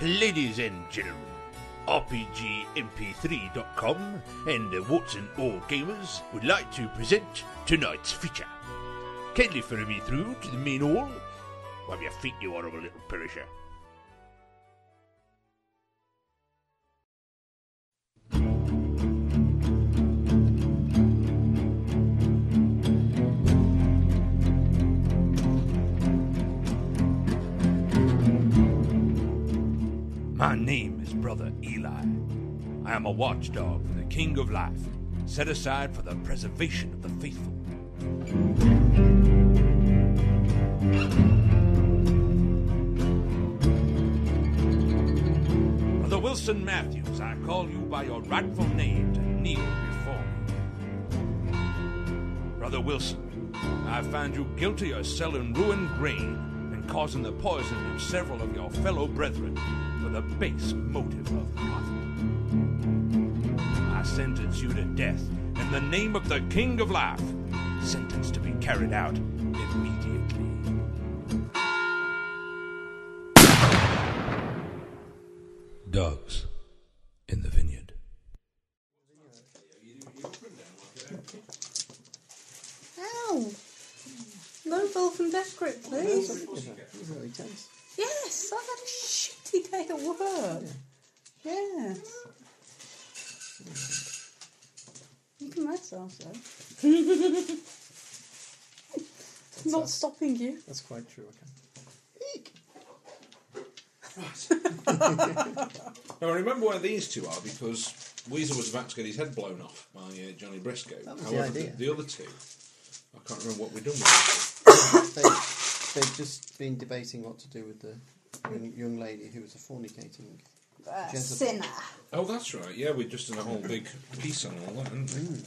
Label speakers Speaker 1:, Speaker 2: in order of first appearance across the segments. Speaker 1: Ladies and gentlemen, RPGMP3.com and the Watson All Gamers would like to present tonight's feature. Kindly follow me through to the main hall. Wipe your feet, you horrible little perisher. My name is Brother Eli. I am a watchdog for the King of Life, set aside for the preservation of the faithful. Brother Wilson Matthews, I call you by your rightful name to kneel before me. Brother Wilson, I find you guilty of selling ruined grain and causing the poisoning of several of your fellow brethren for the base motive of profit. I sentence you to death in the name of the King of Life, sentence to be carried out immediately. Dogs in the vineyard.
Speaker 2: Ow! No roll from death grip, please. Yes, I've had a shitty day at work. Yeah. You can rest after. It's Not stopping you.
Speaker 3: That's quite true. Okay.
Speaker 4: Now I remember where these two are because Weezer was about to get his head blown off by uh, Johnny Briscoe.
Speaker 3: That was the
Speaker 4: However,
Speaker 3: idea.
Speaker 4: The, other two, I can't remember what we've done with.
Speaker 3: They, they've just been debating what to do with the young, young lady who was a fornicating.
Speaker 2: Uh,
Speaker 3: Jezebel.
Speaker 2: sinner.
Speaker 4: them. Oh, that's right. Yeah, we're just in a whole big piece on all that, aren't we?
Speaker 3: Mm.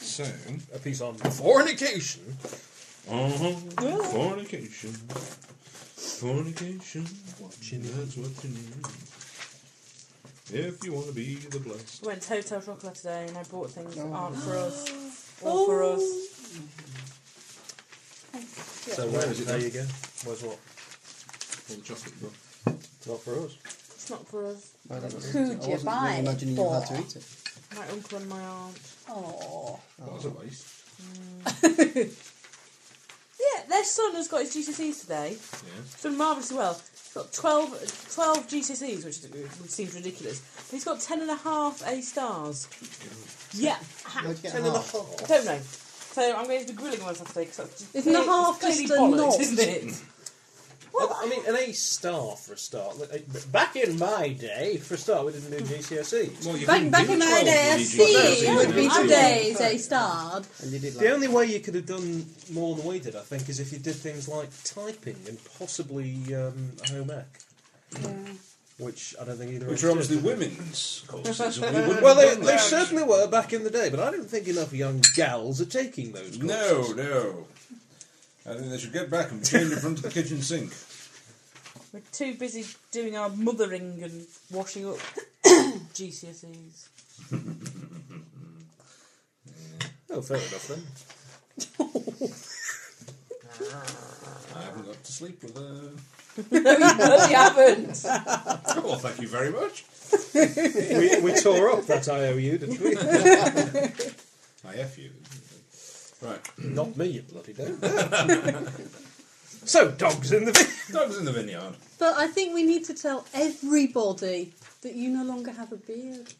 Speaker 4: So,
Speaker 5: a piece on fornication.
Speaker 4: uh-huh, fornication, fornication. Watching that's what you need. If you want to be the blessed,
Speaker 6: Went to Hotel Chocolat today and I bought things that aren't for
Speaker 2: Oh.
Speaker 6: us or for us.
Speaker 5: So where is it? There you go. Where's what?
Speaker 4: all the chocolate book.
Speaker 5: It's not for us.
Speaker 6: It's not for us.
Speaker 3: I don't know.
Speaker 2: Who'd you
Speaker 3: I wasn't
Speaker 2: buy
Speaker 3: really
Speaker 2: it
Speaker 3: imagining you had
Speaker 2: for?
Speaker 3: to eat it.
Speaker 6: My uncle and my aunt.
Speaker 2: Oh.
Speaker 4: That was a waste.
Speaker 6: Yeah, their son has got his GCSEs today.
Speaker 4: Yeah.
Speaker 6: He's done marvellously well. He's got 12, 12 GCSEs, which, is, which seems ridiculous. But he's got ten and a half A stars. Yeah, ha-
Speaker 3: Where'd you get
Speaker 6: ten
Speaker 2: Ah.
Speaker 6: and a
Speaker 3: half?
Speaker 6: half. I don't know. So I'm going to be grilling on Saturday because that's just,
Speaker 2: Isn't a
Speaker 6: it's
Speaker 2: half
Speaker 6: clearly
Speaker 2: just a
Speaker 6: bollocks,
Speaker 2: knot?
Speaker 6: isn't it?
Speaker 5: I, I mean, an A star for a start. Like, uh, Back in my day, for a start, we didn't do GCSEs.
Speaker 4: Well, you
Speaker 2: Back,
Speaker 4: didn't
Speaker 2: back
Speaker 4: do
Speaker 2: in my
Speaker 4: 12
Speaker 2: day, I
Speaker 4: bloody
Speaker 2: see
Speaker 4: GCSEs,
Speaker 2: it would
Speaker 4: did
Speaker 2: be
Speaker 4: you?
Speaker 2: two days they starred.
Speaker 3: And you did like.
Speaker 5: The only way you could have done more than we did, I think, is if you did things like typing and possibly um, home ec, which I don't think either. of
Speaker 4: Which are
Speaker 5: us did,
Speaker 4: obviously
Speaker 5: did we?
Speaker 4: women's courses. and we wouldn't
Speaker 5: Well,
Speaker 4: have
Speaker 5: they,
Speaker 4: done
Speaker 5: they
Speaker 4: that.
Speaker 5: certainly were back in the day, but I don't think enough young gals are taking those.
Speaker 4: No,
Speaker 5: Courses.
Speaker 4: no. I think they should get back and change in front of the kitchen sink.
Speaker 6: We're too busy doing our mothering and washing up GCSEs.
Speaker 5: Oh, fair enough then.
Speaker 4: I haven't got to sleep with her.
Speaker 6: Bloody haven't.
Speaker 4: Oh, well, thank you very much.
Speaker 5: we, we tore up that IOU, didn't we?
Speaker 4: I F you. Right.
Speaker 5: Not me, you bloody don't. so, dogs in the vi-
Speaker 4: Dogs in the vineyard.
Speaker 2: But I think we need to tell everybody that you no longer have a beard.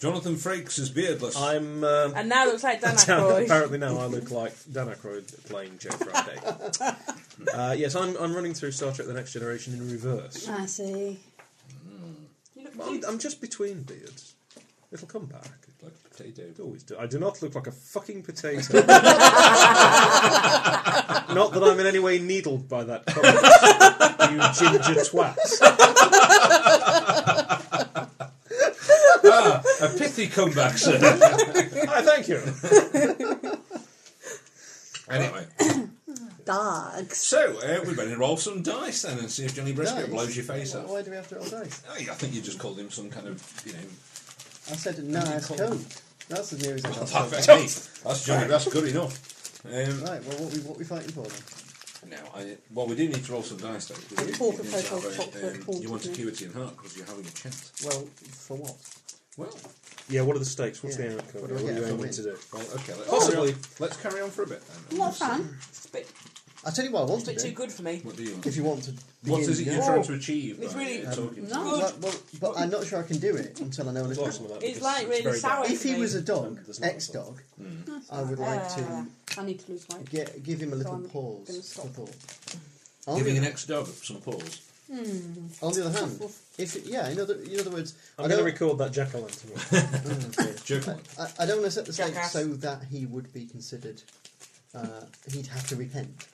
Speaker 4: Jonathan Frakes is beardless.
Speaker 5: I'm. Um,
Speaker 6: And now looks like Dan
Speaker 5: Dan-
Speaker 6: Aykroyd.
Speaker 5: apparently now I look like Dan Aykroyd playing Joe Friday. uh, yes, I'm, I'm running through Star Trek The Next Generation in reverse.
Speaker 2: I see.
Speaker 6: You look
Speaker 5: I'm,
Speaker 6: cute.
Speaker 5: I'm just between beards. It'll come back.
Speaker 4: like a potato.
Speaker 5: It always do. I do not look like a fucking potato. not that I'm in any way needled by that comment, you ginger twat.
Speaker 4: A pithy comeback, sir.
Speaker 5: Ah, thank you.
Speaker 4: anyway,
Speaker 2: Dogs.
Speaker 4: so uh, we better roll some dice then and see if Johnny Briscoe
Speaker 3: Dice?
Speaker 4: blows your face
Speaker 3: Why-
Speaker 4: off.
Speaker 3: Why do we have to roll dice?
Speaker 4: Oh, yeah, I think you just called him some kind of, you know,
Speaker 3: I said a nice
Speaker 4: call-
Speaker 3: coat. That's the nearest I got.
Speaker 4: that's, hey, that's Johnny. That's good enough. Um,
Speaker 3: Right. Well, what we what we fighting for then?
Speaker 4: No, I, well, we do need to roll some dice though. because
Speaker 2: The
Speaker 4: you-
Speaker 2: pork
Speaker 4: you
Speaker 2: and
Speaker 4: need to
Speaker 2: pork
Speaker 4: have
Speaker 2: pork
Speaker 4: a,
Speaker 2: pork
Speaker 4: um,
Speaker 2: pork
Speaker 4: You want
Speaker 2: pork.
Speaker 4: acuity and heart because you're having a chance.
Speaker 3: Well, for what?
Speaker 4: Well,
Speaker 5: Yeah, what are the stakes? What's
Speaker 3: Yeah.
Speaker 5: the
Speaker 3: What
Speaker 5: outcome? What,
Speaker 3: do I
Speaker 5: are
Speaker 3: get
Speaker 5: you
Speaker 3: if I
Speaker 5: aiming
Speaker 3: win?
Speaker 5: to do?
Speaker 4: well, okay. Let's,
Speaker 5: Possibly.
Speaker 4: Let's carry on for a bit then.
Speaker 2: Oh. A lot of fun.
Speaker 6: It's a bit,
Speaker 3: I tell you what I want
Speaker 6: it's a
Speaker 3: to
Speaker 6: bit too
Speaker 3: do.
Speaker 6: good for me.
Speaker 4: What do you want?
Speaker 3: If you want to.
Speaker 4: What
Speaker 3: begin
Speaker 4: is it
Speaker 3: your-
Speaker 4: you're trying to achieve?
Speaker 6: It's
Speaker 4: by,
Speaker 6: really-
Speaker 4: uh, talking to-
Speaker 2: No.
Speaker 3: Well, well, but I'm not sure I can do it until I know a little.
Speaker 5: Lots
Speaker 3: bit.
Speaker 5: of them,
Speaker 6: It's
Speaker 5: because
Speaker 6: like really
Speaker 5: very
Speaker 6: sour.
Speaker 5: bad.
Speaker 3: If he was a dog,
Speaker 5: There's not a
Speaker 3: ex-dog, I would like to
Speaker 2: I need to lose weight.
Speaker 3: get, give him a little
Speaker 2: I'm gonna
Speaker 3: pause
Speaker 2: stop.
Speaker 3: for thought. On
Speaker 4: Giving an
Speaker 3: the,
Speaker 4: ex dog some pause.
Speaker 3: on the other hand, if yeah, in other in other words, I
Speaker 5: I'm going to
Speaker 3: don't,
Speaker 5: record that jack o' lantern.
Speaker 4: Joke one.
Speaker 3: I, I don't want to set the stakes
Speaker 6: Jackass.
Speaker 3: so that he would be considered. Uh, he'd have to repent,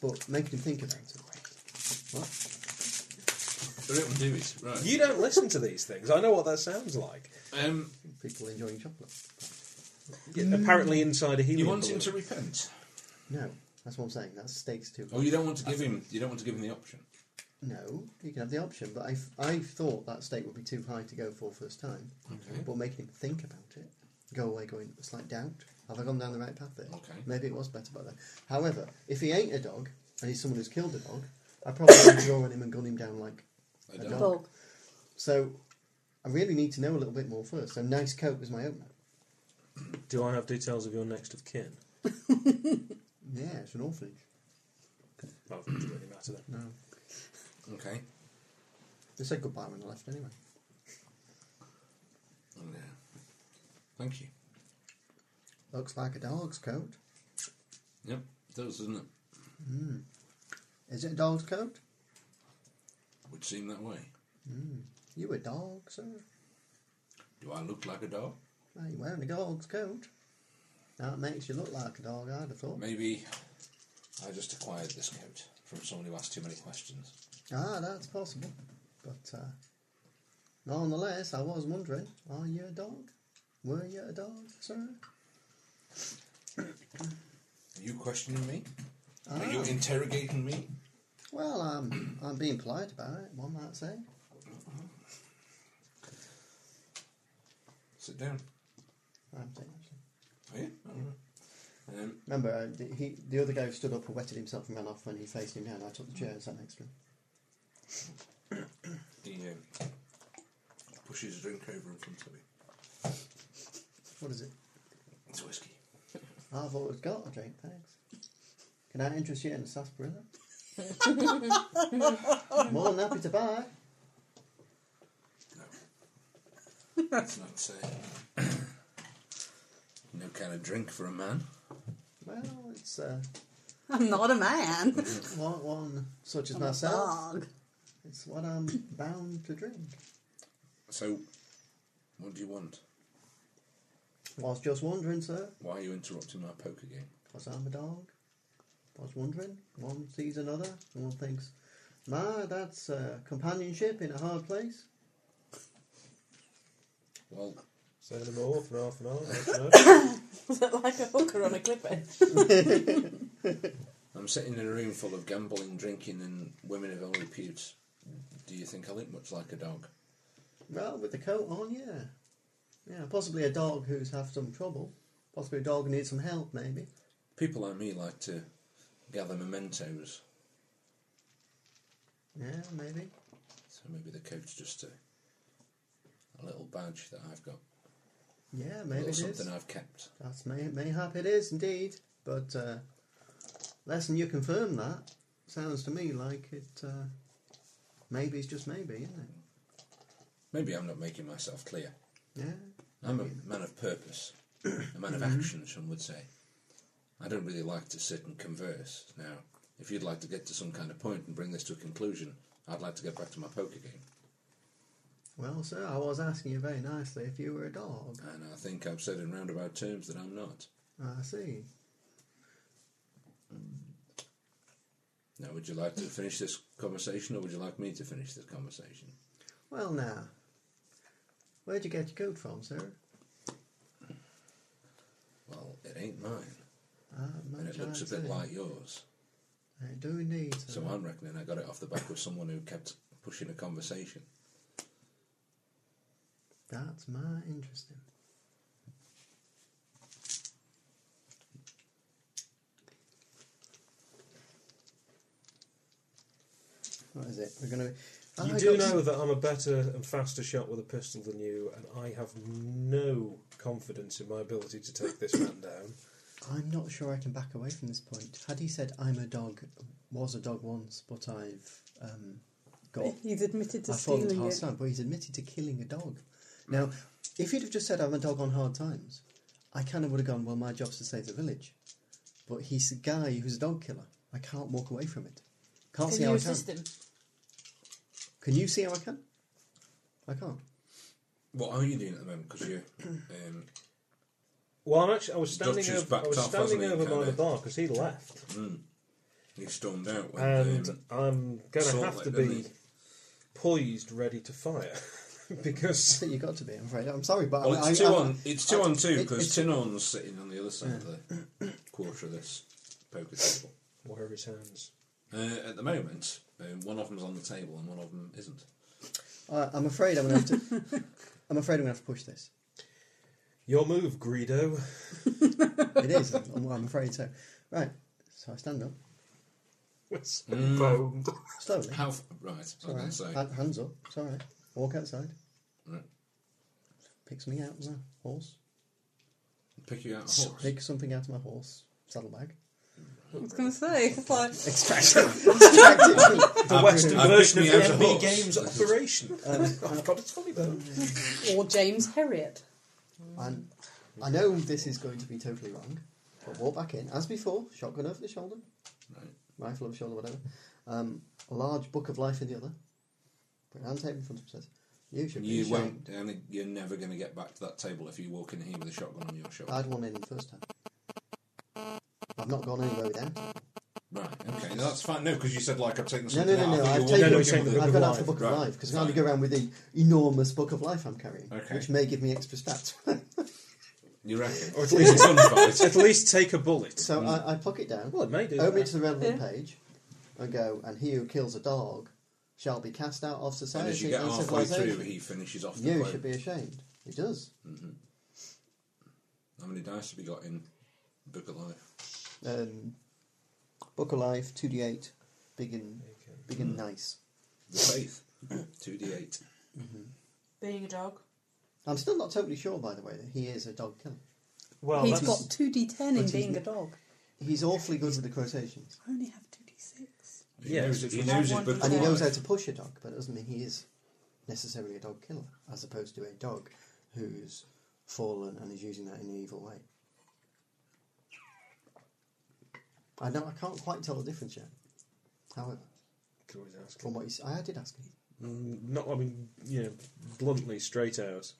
Speaker 3: but making him think about it. What?
Speaker 4: The real doobies, right.
Speaker 5: you don't listen to these things. I know what that sounds like.
Speaker 4: um,
Speaker 3: People enjoying chocolate.
Speaker 5: Apparently, inside a helium.
Speaker 4: you want him
Speaker 5: balloon.
Speaker 4: to repent?
Speaker 3: No, that's what I'm saying. That's stakes too.
Speaker 4: Oh, you don't want to give him. You don't want to give him the option.
Speaker 3: No, you can have the option, but I I thought that stake would be too high to go for first time.
Speaker 4: Okay.
Speaker 3: But making him think about it, go away going a slight doubt. Have I gone down the right path there?
Speaker 4: Okay.
Speaker 3: Maybe it was better by then. However, if he ain't a dog and he's someone who's killed a dog, I probably would draw on him and gun him down like
Speaker 4: I
Speaker 3: a
Speaker 4: don't.
Speaker 3: dog.
Speaker 2: Bog.
Speaker 3: So I really need to know a little bit more first. So nice coat was my opener.
Speaker 5: Do I have details of your next of kin?
Speaker 3: Yeah, it's an orphanage.
Speaker 5: Well, it doesn't really matter then.
Speaker 3: No,
Speaker 4: Okay.
Speaker 3: they said goodbye when I left anyway.
Speaker 4: Oh, yeah. Thank you.
Speaker 3: Looks like a dog's coat.
Speaker 4: Yep. It does, doesn't it?
Speaker 3: Is it a dog's coat?
Speaker 4: Would seem that way.
Speaker 3: You a dog, sir?
Speaker 4: Do I look like a dog?
Speaker 3: Are you wearing a dog's coat? That makes you look like a dog, I'd have thought.
Speaker 4: Maybe I just acquired this coat from someone who asked too many questions.
Speaker 3: Ah, that's possible. But uh, nonetheless, I was wondering are you a dog? Were you a dog, sir?
Speaker 4: Are you questioning me? Are you
Speaker 3: Ah.
Speaker 4: interrogating me?
Speaker 3: Well, I'm, I'm being polite about it, one might say.
Speaker 4: Sit down.
Speaker 3: I'm saying, actually.
Speaker 4: Are you? All right. Um,
Speaker 3: Remember, uh, the, he, the other guy who stood up and wetted himself and ran off when he faced him down. I took the chair and sat next to him.
Speaker 4: he um, pushes his drink over in front of me.
Speaker 3: What is it?
Speaker 4: It's whiskey.
Speaker 3: I've always got a drink, thanks. Can I interest you in a sarsaparilla? More than happy to buy.
Speaker 4: No. That's not uh, no kind of drink for a man.
Speaker 3: Well, it's uh,
Speaker 2: I'm not a man.
Speaker 3: one, one such as
Speaker 2: I'm a
Speaker 3: myself.
Speaker 2: dog.
Speaker 3: It's what I'm bound to drink.
Speaker 4: So, what do you want?
Speaker 3: Was just wondering, sir,
Speaker 4: Why are you interrupting my poker game?
Speaker 3: because I'm a dog. Was wondering. One sees another, and one thinks, "My, that's uh, companionship in a hard place."
Speaker 4: Well,
Speaker 5: Say no more for half an hour. half an hour.
Speaker 6: Was it like a hooker on a clip edge?
Speaker 4: I'm sitting in a room full of gambling, drinking, and women of ill repute. Do you think I look much like a dog?
Speaker 3: Well, with the coat on, yeah, yeah. Possibly a dog who's had some trouble. Possibly a dog who needs some help, maybe.
Speaker 4: People like me like to gather mementos,
Speaker 3: Yeah, maybe.
Speaker 4: so maybe the coat's just a, a little badge that I've got,
Speaker 3: Yeah,
Speaker 4: a
Speaker 3: maybe
Speaker 4: little
Speaker 3: it
Speaker 4: something
Speaker 3: is.
Speaker 4: I've kept.
Speaker 3: That's may mayhap it is indeed. But uh, less than you confirm that, sounds to me like it. Uh, maybe it's just maybe, isn't it?
Speaker 4: Maybe I'm not making myself clear.
Speaker 3: Yeah.
Speaker 4: I'm a man of purpose, a man of
Speaker 3: Mm-hmm.
Speaker 4: action, some would say. I don't really like to sit and converse. Now, if you'd like to get to some kind of point and bring this to a conclusion, I'd like to get back to my poker game.
Speaker 3: Well, sir, I was asking you very nicely if you were a dog. Ah,
Speaker 4: And I think I've said in roundabout terms that I'm not.
Speaker 3: I see.
Speaker 4: Now, would you like to finish this conversation, or would you like me to finish this conversation?
Speaker 3: Well, now, where'd you get your coat from, sir?
Speaker 4: Well, it ain't mine,
Speaker 3: Ah,
Speaker 4: and it looks a bit like yours.
Speaker 3: I do indeed, sir.
Speaker 4: So I'm reckoning I got it off the back of someone who kept pushing a conversation.
Speaker 3: That's my interesting. What is it? We're going to.
Speaker 5: You do know that I'm a better and faster shot with a pistol than you, and I have no confidence in my ability to take this man down.
Speaker 3: I'm not sure I can back away from this point. Had he said, "I'm a dog," was a dog once, but I've um, got.
Speaker 2: He's admitted to
Speaker 3: I've fallen to
Speaker 2: stealing
Speaker 3: hard
Speaker 2: it.
Speaker 3: times, but he's admitted to killing a dog. Now, if he'd have just said, "I'm a dog on hard times," I kind of would have gone, "Well, my job's to save the village," but he's a guy who's a dog killer. I can't walk away from it. Can't see
Speaker 6: Can
Speaker 3: how
Speaker 6: you
Speaker 3: I can.
Speaker 6: assist him?
Speaker 3: Can you see how I can? I can't.
Speaker 4: What are you doing at the moment? Because you're um,
Speaker 5: Well, I'm actually, I was standing
Speaker 4: Dutch is
Speaker 5: over, I
Speaker 4: backed
Speaker 5: was
Speaker 4: up,
Speaker 5: standing
Speaker 4: hasn't he,
Speaker 5: over by
Speaker 4: kinda?
Speaker 5: the bar because he left,
Speaker 4: you stormed out when
Speaker 5: and
Speaker 4: um,
Speaker 5: I'm going to
Speaker 4: Salt
Speaker 5: have to
Speaker 4: Lake,
Speaker 5: be
Speaker 4: doesn't he?
Speaker 5: poised, ready to fire, because
Speaker 3: But you got to be. I'm afraid. I'm sorry, but
Speaker 4: well,
Speaker 3: I,
Speaker 4: it's
Speaker 3: I,
Speaker 4: two
Speaker 3: I-
Speaker 4: on it's two
Speaker 3: I-
Speaker 4: on two
Speaker 3: it-
Speaker 4: because
Speaker 3: it's-
Speaker 4: Tinon's sitting on the other side of the quarter of this poker table.
Speaker 5: where are his hands?
Speaker 4: Uh, at the moment, um, one of them's on the table and one of them isn't.
Speaker 3: I, I'm afraid I'm gonna have to. I'm afraid I'm gonna have to push this.
Speaker 5: Your move, Greedo.
Speaker 3: It is. I'm, I'm afraid so. Right. So I stand up
Speaker 5: It's
Speaker 4: Mm.
Speaker 5: boned.
Speaker 3: slowly.
Speaker 4: How f- right? I
Speaker 3: All
Speaker 4: was
Speaker 3: right.
Speaker 4: going to say
Speaker 3: Ha- Hands up. It's all right. Walk outside.
Speaker 4: Right.
Speaker 3: Pick something out of my horse.
Speaker 4: pick you out a horse.
Speaker 3: Pick something out of my horse saddlebag.
Speaker 2: I was going to say, it's like,
Speaker 3: Extract it.
Speaker 5: The Western
Speaker 4: I've
Speaker 5: version of
Speaker 4: picked me out
Speaker 5: the
Speaker 4: a
Speaker 5: MB
Speaker 4: horse.
Speaker 5: Games operation.
Speaker 3: Um,
Speaker 5: I've got it's funny bone.
Speaker 2: or James Herriot.
Speaker 3: and I know this is going to be totally wrong, but walk back in as before. Shotgun over the shoulder,
Speaker 4: Right.
Speaker 3: rifle over the shoulder, whatever. Um, a large book of life in the other. Put an hand table in front of him. Says, "You should be
Speaker 4: You
Speaker 3: ashamed."
Speaker 4: won't. And you're never going to get back to that table if you walk in here with a shotgun on your shoulder.
Speaker 3: I had one in the first time. I've not gone anywhere with them.
Speaker 4: right. Okay. No, that's fine. No, because you said like I've taken
Speaker 3: No,
Speaker 4: something
Speaker 3: no, no,
Speaker 4: out.
Speaker 3: no.
Speaker 4: I
Speaker 3: I've
Speaker 4: thought
Speaker 3: taken
Speaker 4: you were
Speaker 5: No, no,
Speaker 4: walking
Speaker 5: the
Speaker 4: with
Speaker 5: book
Speaker 3: I've
Speaker 5: of
Speaker 3: gone
Speaker 5: life.
Speaker 3: out the book
Speaker 4: Right.
Speaker 3: of life because I'm going to
Speaker 4: Fine.
Speaker 3: go around with the enormous book of life I'm carrying,
Speaker 4: Okay.
Speaker 3: which may give me extra stats.
Speaker 4: a- You reckon?
Speaker 3: Oh,
Speaker 5: Or
Speaker 4: It's
Speaker 5: at
Speaker 4: a
Speaker 5: least,
Speaker 4: gunfight.
Speaker 5: at least take a bullet.
Speaker 4: Hmm.
Speaker 3: so I, I pluck it down,
Speaker 5: Well, it may do.
Speaker 3: open it
Speaker 5: that.
Speaker 3: to the relevant page, and go. And he who kills a dog shall be cast out of
Speaker 4: and
Speaker 3: society
Speaker 4: as you get
Speaker 3: and
Speaker 4: halfway through,
Speaker 3: civilization.
Speaker 4: he finishes off the
Speaker 3: you
Speaker 4: quote.
Speaker 3: should be ashamed. He does.
Speaker 4: How many dice have you got in Book of Life?
Speaker 3: Um, book of life, two d eight, big and big
Speaker 4: Hmm.
Speaker 3: and nice.
Speaker 4: The Faith. Two D eight.
Speaker 6: Being a dog.
Speaker 3: I'm still not totally sure, by the way, that he is a dog killer.
Speaker 5: Well,
Speaker 3: Oh,
Speaker 2: He's
Speaker 5: that's-
Speaker 2: got 2d10 in
Speaker 3: he's
Speaker 2: being a
Speaker 3: not-
Speaker 2: dog.
Speaker 3: He's awfully good with the quotations,
Speaker 2: I only have 2d6.
Speaker 4: He
Speaker 5: Yeah,
Speaker 4: knows,
Speaker 5: it's
Speaker 4: he
Speaker 5: a
Speaker 4: knows his
Speaker 6: one
Speaker 4: book
Speaker 6: wonder.
Speaker 3: and he
Speaker 4: of
Speaker 3: knows
Speaker 4: life.
Speaker 3: how to push a dog, but it doesn't mean he is necessarily a dog killer, as opposed to a dog who's fallen and is using that in an evil way. I know I can't quite tell the difference yet. However,
Speaker 5: Could always ask him.
Speaker 3: from what he's, I did ask him.
Speaker 5: Mm, Not, I mean, you know, bluntly straight out.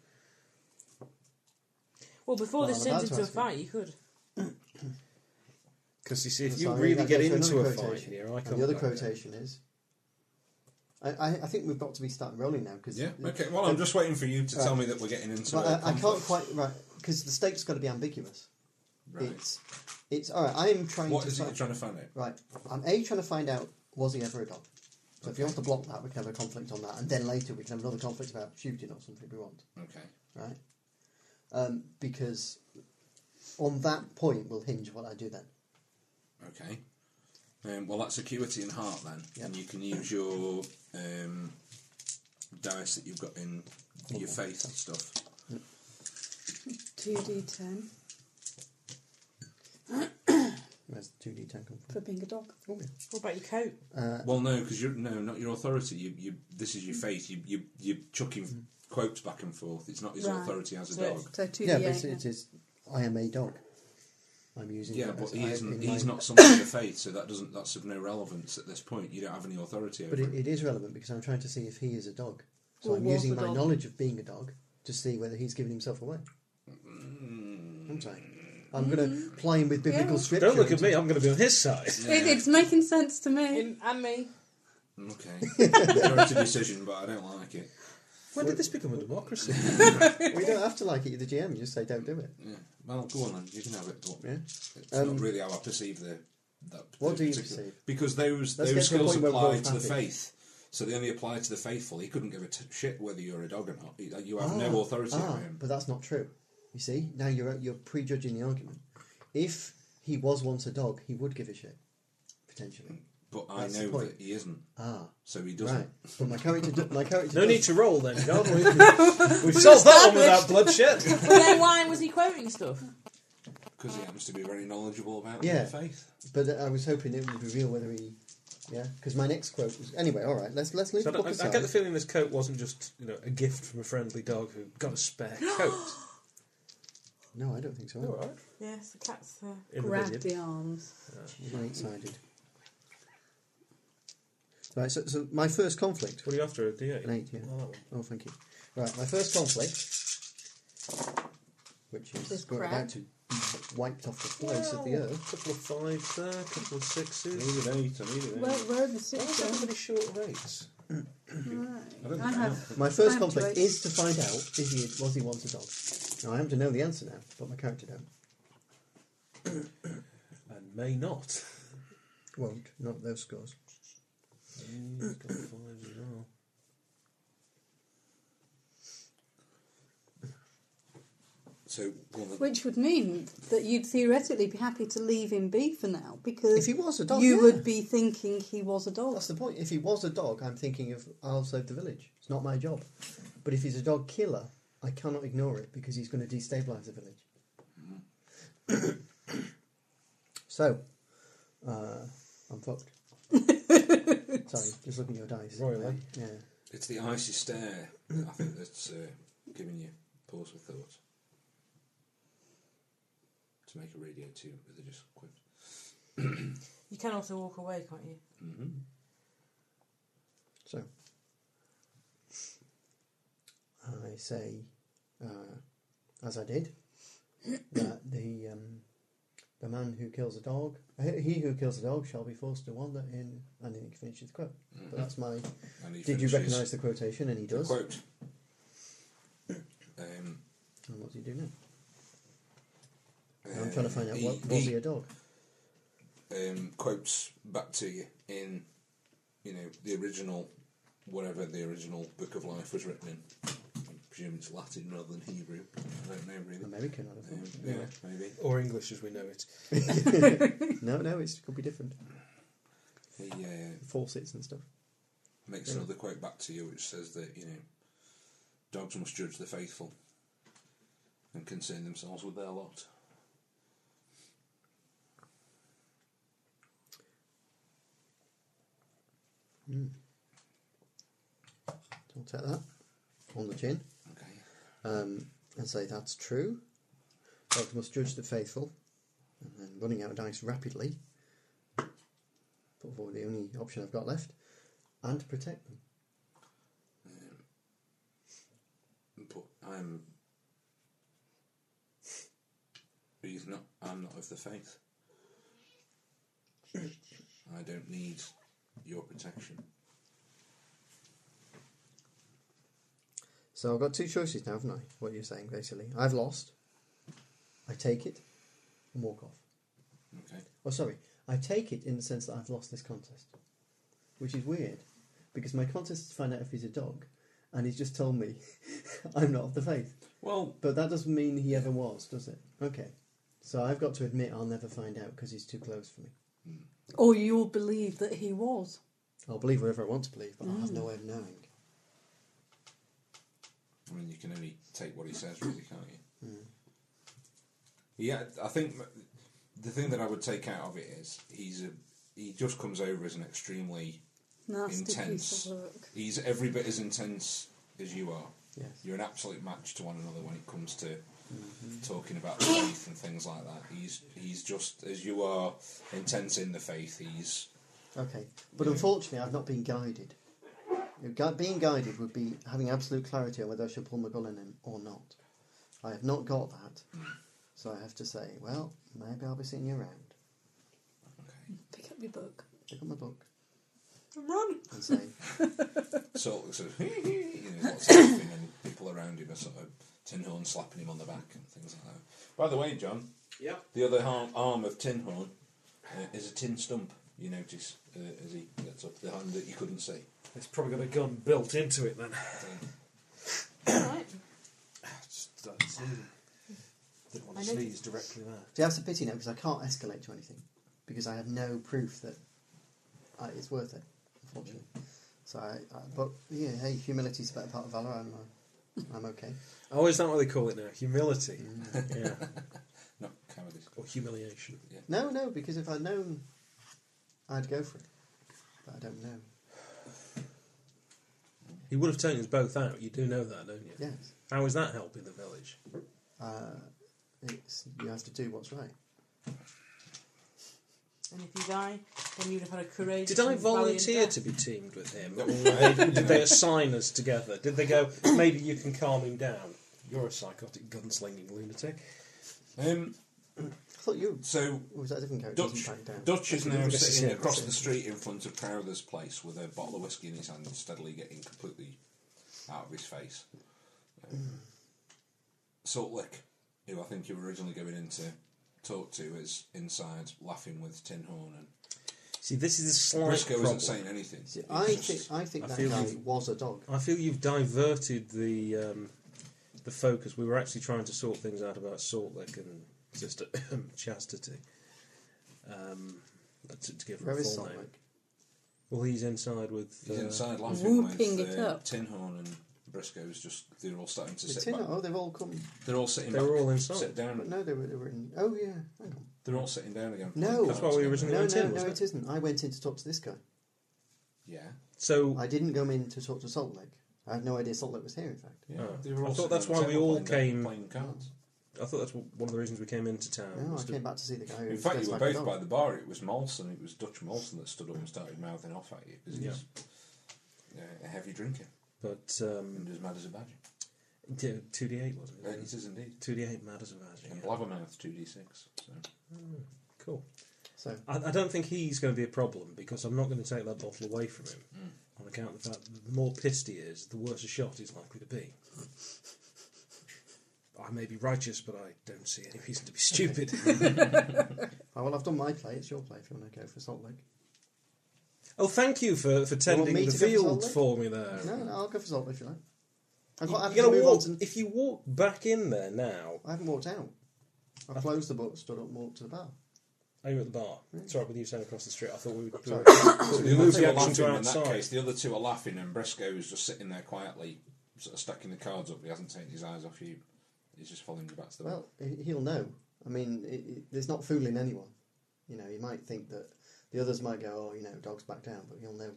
Speaker 6: Well, before
Speaker 3: Well,
Speaker 6: this
Speaker 3: I'm about
Speaker 6: turns
Speaker 3: to
Speaker 6: into a
Speaker 3: ask him.
Speaker 6: fight, you could.
Speaker 5: Because you see, if
Speaker 3: So
Speaker 5: you
Speaker 3: I think
Speaker 5: really
Speaker 3: that
Speaker 5: get
Speaker 3: goes for
Speaker 5: into
Speaker 3: another
Speaker 5: a fight
Speaker 3: quotation.
Speaker 5: here, I
Speaker 3: And
Speaker 5: can't.
Speaker 3: the other
Speaker 5: back down.
Speaker 3: quotation is. I, I, I think we've got to be starting rolling now because
Speaker 4: Yeah. Okay. Well, I'm just waiting for you to tell me that we're getting into.
Speaker 3: But
Speaker 4: a
Speaker 3: I, I can't
Speaker 4: conflict.
Speaker 3: quite right because the stakes got to be ambiguous.
Speaker 4: Right.
Speaker 3: It's it's all right. I'm trying
Speaker 4: What
Speaker 3: to
Speaker 4: is it
Speaker 3: find,
Speaker 4: you're trying to find out?
Speaker 3: Right. I'm A, trying to find out was he ever a dog? So if you want to block that, we can have a conflict on that. And then later we can have another conflict about shooting or something if we want.
Speaker 4: Okay.
Speaker 3: Right? Um, because on that point will hinge what I do then.
Speaker 4: Okay. Um, well, that's acuity and heart then,
Speaker 3: Yeah.
Speaker 4: and you can use your um, dice that you've got in your faith and stuff.
Speaker 2: 2d10
Speaker 3: Where's the 2D10 come
Speaker 2: for being a dog.
Speaker 3: from? Oh, yeah.
Speaker 6: What about your coat?
Speaker 3: Uh,
Speaker 4: Well, no, because you're no, not your authority. You, you, this is your faith. You, you, you're
Speaker 3: Mm.
Speaker 4: chucking quotes back and forth. It's not his
Speaker 6: Right.
Speaker 4: authority as a
Speaker 6: So it's-
Speaker 4: dog.
Speaker 2: So 2d8.
Speaker 3: Yeah, but it's, it is. I am a dog. I'm using.
Speaker 4: Yeah,
Speaker 3: that
Speaker 4: but
Speaker 3: as
Speaker 4: he
Speaker 3: I-
Speaker 4: isn't.
Speaker 3: in
Speaker 4: He's
Speaker 3: my-
Speaker 4: not something of faith, so that doesn't. That's of no relevance at this point. You don't have any authority over
Speaker 3: But it,
Speaker 4: it.
Speaker 3: it is relevant because I'm trying to see if he is a dog. So
Speaker 6: Or
Speaker 3: I'm
Speaker 6: was
Speaker 3: using
Speaker 6: a
Speaker 3: my
Speaker 6: dog.
Speaker 3: knowledge of being a dog to see whether he's given himself away. Aren't I? I'm going to play him with biblical
Speaker 2: Yeah.
Speaker 3: scripture.
Speaker 5: Don't look at
Speaker 3: into-
Speaker 5: me, I'm going to be on his side.
Speaker 2: It- it's making sense to me.
Speaker 6: Him and me.
Speaker 4: Okay, majority decision, but I don't like it.
Speaker 5: When did this become a democracy?
Speaker 3: We don't have to like it. You're the GM. You just say don't do it.
Speaker 4: Yeah. Well, go on then. You can have it. But
Speaker 3: Yeah.
Speaker 4: It's
Speaker 3: Um,
Speaker 4: not really how I perceive the. That
Speaker 3: What
Speaker 4: the
Speaker 3: do you
Speaker 4: particular-
Speaker 3: perceive?
Speaker 4: Because those
Speaker 3: Let's get to
Speaker 4: those
Speaker 3: the
Speaker 4: skills
Speaker 3: point where we're
Speaker 4: apply
Speaker 3: both
Speaker 4: to the
Speaker 3: happy.
Speaker 4: faith, so they only apply to the faithful. He couldn't give a t- shit whether you're a dog or not. He- uh, You have no authority
Speaker 3: Ah,
Speaker 4: over him.
Speaker 3: but that's not true. You see, now you're you're prejudging the argument. If he was once a dog, he would give a shit, potentially.
Speaker 4: But, But I
Speaker 3: That's the
Speaker 4: know
Speaker 3: point.
Speaker 4: that he isn't,
Speaker 3: Ah,
Speaker 4: so he doesn't.
Speaker 3: right. But my character, do- my character.
Speaker 5: No
Speaker 3: does-
Speaker 5: need to roll then, John. We've, we've solved that one without bloodshed.
Speaker 6: But then why was he quoting stuff?
Speaker 4: Because he happens to be very knowledgeable about
Speaker 3: Yeah.
Speaker 4: the faith.
Speaker 3: But I was hoping it would reveal whether he. Yeah, because my next quote was anyway. All right, let's let's leave
Speaker 5: So I,
Speaker 3: the book
Speaker 5: don't- I, I
Speaker 3: aside.
Speaker 5: get the feeling this coat wasn't just you know a gift from a friendly dog who got a spare coat.
Speaker 3: no, I don't think so.
Speaker 5: All right.
Speaker 6: Yes, the cat's. Uh,
Speaker 5: In the
Speaker 2: Grab
Speaker 5: vineyard.
Speaker 2: the arms.
Speaker 3: Right-sided. Right, so, so my first conflict.
Speaker 5: What are you after? A D8?
Speaker 3: An eight, yeah.
Speaker 5: Oh, that one.
Speaker 3: Oh, thank you. Right, my first conflict, which is
Speaker 2: With
Speaker 3: we're
Speaker 2: crab?
Speaker 3: about to be wiped off the face of the
Speaker 5: Well,
Speaker 3: earth.
Speaker 5: couple of fives there, couple of
Speaker 4: I
Speaker 5: sixes.
Speaker 4: need an eight, I need an eight.
Speaker 2: Well, where are the
Speaker 5: Why is
Speaker 2: six?
Speaker 5: that many short rates?
Speaker 2: Right. I have.
Speaker 3: My first
Speaker 2: I'm
Speaker 3: conflict
Speaker 2: right.
Speaker 3: is to find out if he was he once a dog. Now I am to know the answer now, but my character don't.
Speaker 5: And may not.
Speaker 3: Won't. Not those scores.
Speaker 5: Mm, he's got fives as well.
Speaker 4: so, well, the,
Speaker 2: Which would mean that you'd theoretically be happy to leave him be for now because
Speaker 3: If he was a dog,
Speaker 2: you
Speaker 3: yeah.
Speaker 2: would be thinking he was a dog.
Speaker 3: That's the point. If he was a dog, I'm thinking of I'll save the village. It's not my job. But if he's a dog killer, I cannot ignore it because he's going to destabilise the village. so, uh, I'm fucked. Sorry, just looking at your dice.
Speaker 5: Royally.
Speaker 3: Yeah.
Speaker 4: it's the icy stare, I think, that's uh, giving you pause for thought. To make a radio too, but they just quit.
Speaker 6: you can also walk away, can't you?
Speaker 4: Mm-hmm.
Speaker 3: So, I say, uh, as I did, that the um, the man who kills a dog, he he who kills a dog shall be forced to wander in, and then it finishes the quote. But that's my.
Speaker 4: And Mm-hmm. he
Speaker 3: Did you
Speaker 4: finishes
Speaker 3: recognise the quotation? And he
Speaker 4: the
Speaker 3: does.
Speaker 4: quote? Um,
Speaker 3: And what do you do now? I'm trying to find out
Speaker 4: Uh, he-
Speaker 3: what was
Speaker 4: he-
Speaker 3: he a dog?
Speaker 4: um, quotes back to you in, you know, the original, whatever the original Book of Life was written in. I presume it's Latin rather than Hebrew. I don't know really.
Speaker 3: American, I
Speaker 4: Um,
Speaker 3: think.
Speaker 4: yeah, maybe.
Speaker 5: Or English as we know it.
Speaker 3: No, no, it's, it could be different.
Speaker 4: He uh,
Speaker 3: Faucets and stuff.
Speaker 4: makes another quote back to you, which says that you know, dogs must judge the faithful and concern themselves with their lot.
Speaker 3: I'll take that on the chin
Speaker 4: Okay.
Speaker 3: um, and say that's true. Dogs must judge the faithful. And then running out of dice rapidly. Put forward the only option I've got left, and to protect them.
Speaker 4: But I'm. He's not. I'm not of the faith. I don't need your protection.
Speaker 3: So I've got two choices now, haven't I? What you're saying, basically, I've lost. I take it and walk off.
Speaker 4: Okay.
Speaker 3: Oh, sorry. I take it in the sense that I've lost this contest, which is weird, because my contest is to find out if he's a dog, and he's just told me I'm not of the faith.
Speaker 4: Well,
Speaker 3: But that doesn't mean he ever was, does it? Okay. So I've got to admit I'll never find out because he's too close for me.
Speaker 2: Or you'll believe that he was.
Speaker 3: I'll believe whatever I want to believe, but I have no way of knowing.
Speaker 4: I mean, you can only take what he says, really, can't you? Yeah, I think m- the thing that I would take out of it is he's a he just comes over as an extremely
Speaker 2: Nasty
Speaker 4: intense.
Speaker 2: piece of work.
Speaker 4: He's every bit as intense as you are.
Speaker 3: Yes.
Speaker 4: You're an absolute match to one another when it comes to talking about the faith and things like that. He's he's just as you are intense in the faith. He's
Speaker 3: Okay. But unfortunately, I've not been guided. You know, gui- Being guided would be having absolute clarity on whether I should pull my gun in him or not. I have not got that. So I have to say, well, maybe I'll be seeing you around.
Speaker 2: Pick up your book
Speaker 3: Pick up my book
Speaker 2: and run.
Speaker 3: and say,
Speaker 4: sort of, sort of you know, lots of laughing and people around him are sort of tin horn slapping him on the back and things like that. By the way, John,
Speaker 5: Yeah.
Speaker 4: the other arm, arm of tin horn uh, is a tin stump. You notice uh, as he gets up the hand that you couldn't see.
Speaker 5: It's probably got a gun built into it then.
Speaker 6: Alright.
Speaker 5: Just started sneezing. Didn't want
Speaker 6: I
Speaker 5: to
Speaker 6: noticed-
Speaker 5: sneeze directly there.
Speaker 3: See, that's a pity now because I can't escalate to anything because I have no proof that I, it's worth it, unfortunately. So, I, I, but yeah, hey, humility's a better part of valor. I'm, uh, I'm okay.
Speaker 5: Oh, is that what they call it now? Humility. Yeah.
Speaker 4: Not cowardice.
Speaker 5: Or humiliation.
Speaker 3: No, no, because if I'd known, I'd go for it. But I don't know.
Speaker 5: He would have taken us both out. You do know that, don't you?
Speaker 3: Yes,
Speaker 5: How is that helping the village?
Speaker 3: uh, it's you have to do what's right.
Speaker 6: And if you die, then you'd have had a courageous.
Speaker 5: Did I
Speaker 6: and valiant
Speaker 5: volunteer
Speaker 6: death.
Speaker 5: to be teamed with him?
Speaker 4: No.
Speaker 5: Or did they assign us together? Did they go, maybe you can calm him down? You're a psychotic gunslinging lunatic.
Speaker 4: Um,
Speaker 3: I thought you.
Speaker 4: so
Speaker 3: Or was that a different character?
Speaker 4: Dutch,
Speaker 3: Back down.
Speaker 4: Dutch is now
Speaker 5: This is
Speaker 4: sitting
Speaker 5: him.
Speaker 4: across the street in front of Crowther's place with a bottle of whiskey in his hand, steadily getting completely out of his face. Um, Salt Lick, who I think you were originally going in to talk to, is inside laughing with Tin Horn, and
Speaker 5: See, this is a slight
Speaker 4: Briscoe
Speaker 5: problem.
Speaker 4: isn't saying anything.
Speaker 3: See,
Speaker 4: He's
Speaker 3: I
Speaker 4: just-
Speaker 3: think I think
Speaker 5: I
Speaker 3: that
Speaker 5: feel
Speaker 3: guy
Speaker 5: you-
Speaker 3: was a dog.
Speaker 5: I feel you've diverted the um, the focus. We were actually trying to sort things out about Saltlick and Sister Chastity. Um, to, to give her
Speaker 3: Where
Speaker 5: a
Speaker 3: is
Speaker 5: full name.
Speaker 3: Solvik?
Speaker 5: Well, he's inside with.
Speaker 4: He's
Speaker 5: uh,
Speaker 4: inside laughing
Speaker 2: whooping
Speaker 4: with
Speaker 2: it
Speaker 4: uh,
Speaker 2: up.
Speaker 4: Tin Horn and Briscoe's just, they're all starting to
Speaker 3: The
Speaker 4: sit
Speaker 3: tin.
Speaker 4: back.
Speaker 3: Oh, they've all come.
Speaker 4: They're all sitting
Speaker 5: They were
Speaker 4: back.
Speaker 5: all inside.
Speaker 4: Sit
Speaker 3: But
Speaker 4: down.
Speaker 3: no, they were, they were in. Oh yeah, hang on.
Speaker 4: They're all sitting down again.
Speaker 3: No.
Speaker 4: Playing
Speaker 3: That's
Speaker 4: cards
Speaker 5: why we
Speaker 4: again.
Speaker 5: originally- They were
Speaker 3: No,
Speaker 5: in
Speaker 3: no,
Speaker 5: tin,
Speaker 3: no,
Speaker 5: wasn't
Speaker 3: it isn't. I went in to talk to this guy.
Speaker 4: Yeah.
Speaker 5: So
Speaker 3: I didn't come in to talk to Salt Lake. I had no idea Salt Lake was here. In fact,
Speaker 4: Yeah,
Speaker 5: Oh.
Speaker 4: they were
Speaker 5: I
Speaker 4: all
Speaker 5: thought
Speaker 4: sitting
Speaker 5: that's
Speaker 4: on
Speaker 5: why
Speaker 4: the
Speaker 5: we
Speaker 4: table
Speaker 5: all
Speaker 4: playing-
Speaker 5: came-
Speaker 4: playing cards.
Speaker 5: I thought that's one of the reasons we came into town.
Speaker 3: no,
Speaker 5: was
Speaker 3: I
Speaker 5: to-
Speaker 3: came back to see the guy. Who
Speaker 4: Oh, In
Speaker 3: was
Speaker 4: fact,
Speaker 3: dressed
Speaker 4: you were
Speaker 3: like a
Speaker 4: both
Speaker 3: dog.
Speaker 4: by the bar. It was Molson. It was Dutch Molson that stood up and started mouthing off at you because he's uh, a heavy drinker
Speaker 5: but
Speaker 4: and
Speaker 5: um,
Speaker 4: as mad as a badger.
Speaker 5: two D eight wasn't
Speaker 4: Uh, he
Speaker 5: it?
Speaker 4: says indeed.
Speaker 5: Two D eight matters about
Speaker 4: And
Speaker 5: it.
Speaker 4: blabbermouth two d six. So
Speaker 5: Cool.
Speaker 3: So
Speaker 5: I, I don't think he's going to be a problem because I'm not going to take that bottle away from him
Speaker 4: Mm.
Speaker 5: on account of the fact that the more pissed he is, the worse a shot he's likely to be. I may be righteous, but I don't see any reason to be stupid.
Speaker 3: Oh, well, I've done my play. It's your play if you want to go for Salt Lake.
Speaker 5: oh, thank you for, for tending
Speaker 3: me
Speaker 5: the
Speaker 3: to go for
Speaker 5: field
Speaker 3: Solvay?
Speaker 5: for me there.
Speaker 3: No, no, I'll go for Salt Lake if you like. I'm
Speaker 5: You-
Speaker 3: quite happy
Speaker 5: you
Speaker 3: to
Speaker 5: gotta
Speaker 3: move
Speaker 5: walk,
Speaker 3: on to.
Speaker 5: if you walk back in there now,
Speaker 3: I haven't walked out. I've closed the book, stood up, and walked to the bar.
Speaker 5: are you at the bar? It's all right with you standing across the street. I thought we would
Speaker 3: Sorry.
Speaker 5: thought
Speaker 4: the
Speaker 5: we'd
Speaker 4: other
Speaker 5: move
Speaker 4: two
Speaker 5: the
Speaker 4: are
Speaker 5: action
Speaker 4: laughing.
Speaker 5: to
Speaker 4: In that
Speaker 5: outside.
Speaker 4: case, the other two are laughing, and Briscoe is just sitting there quietly, sort of stacking the cards up. He hasn't taken his eyes off you. He's just following you back to the bar.
Speaker 3: Well, he- he'll know. I mean, it, it, there's not fooling anyone. You know, you might think that the others might go, oh, you know, dog's back down, but he'll know.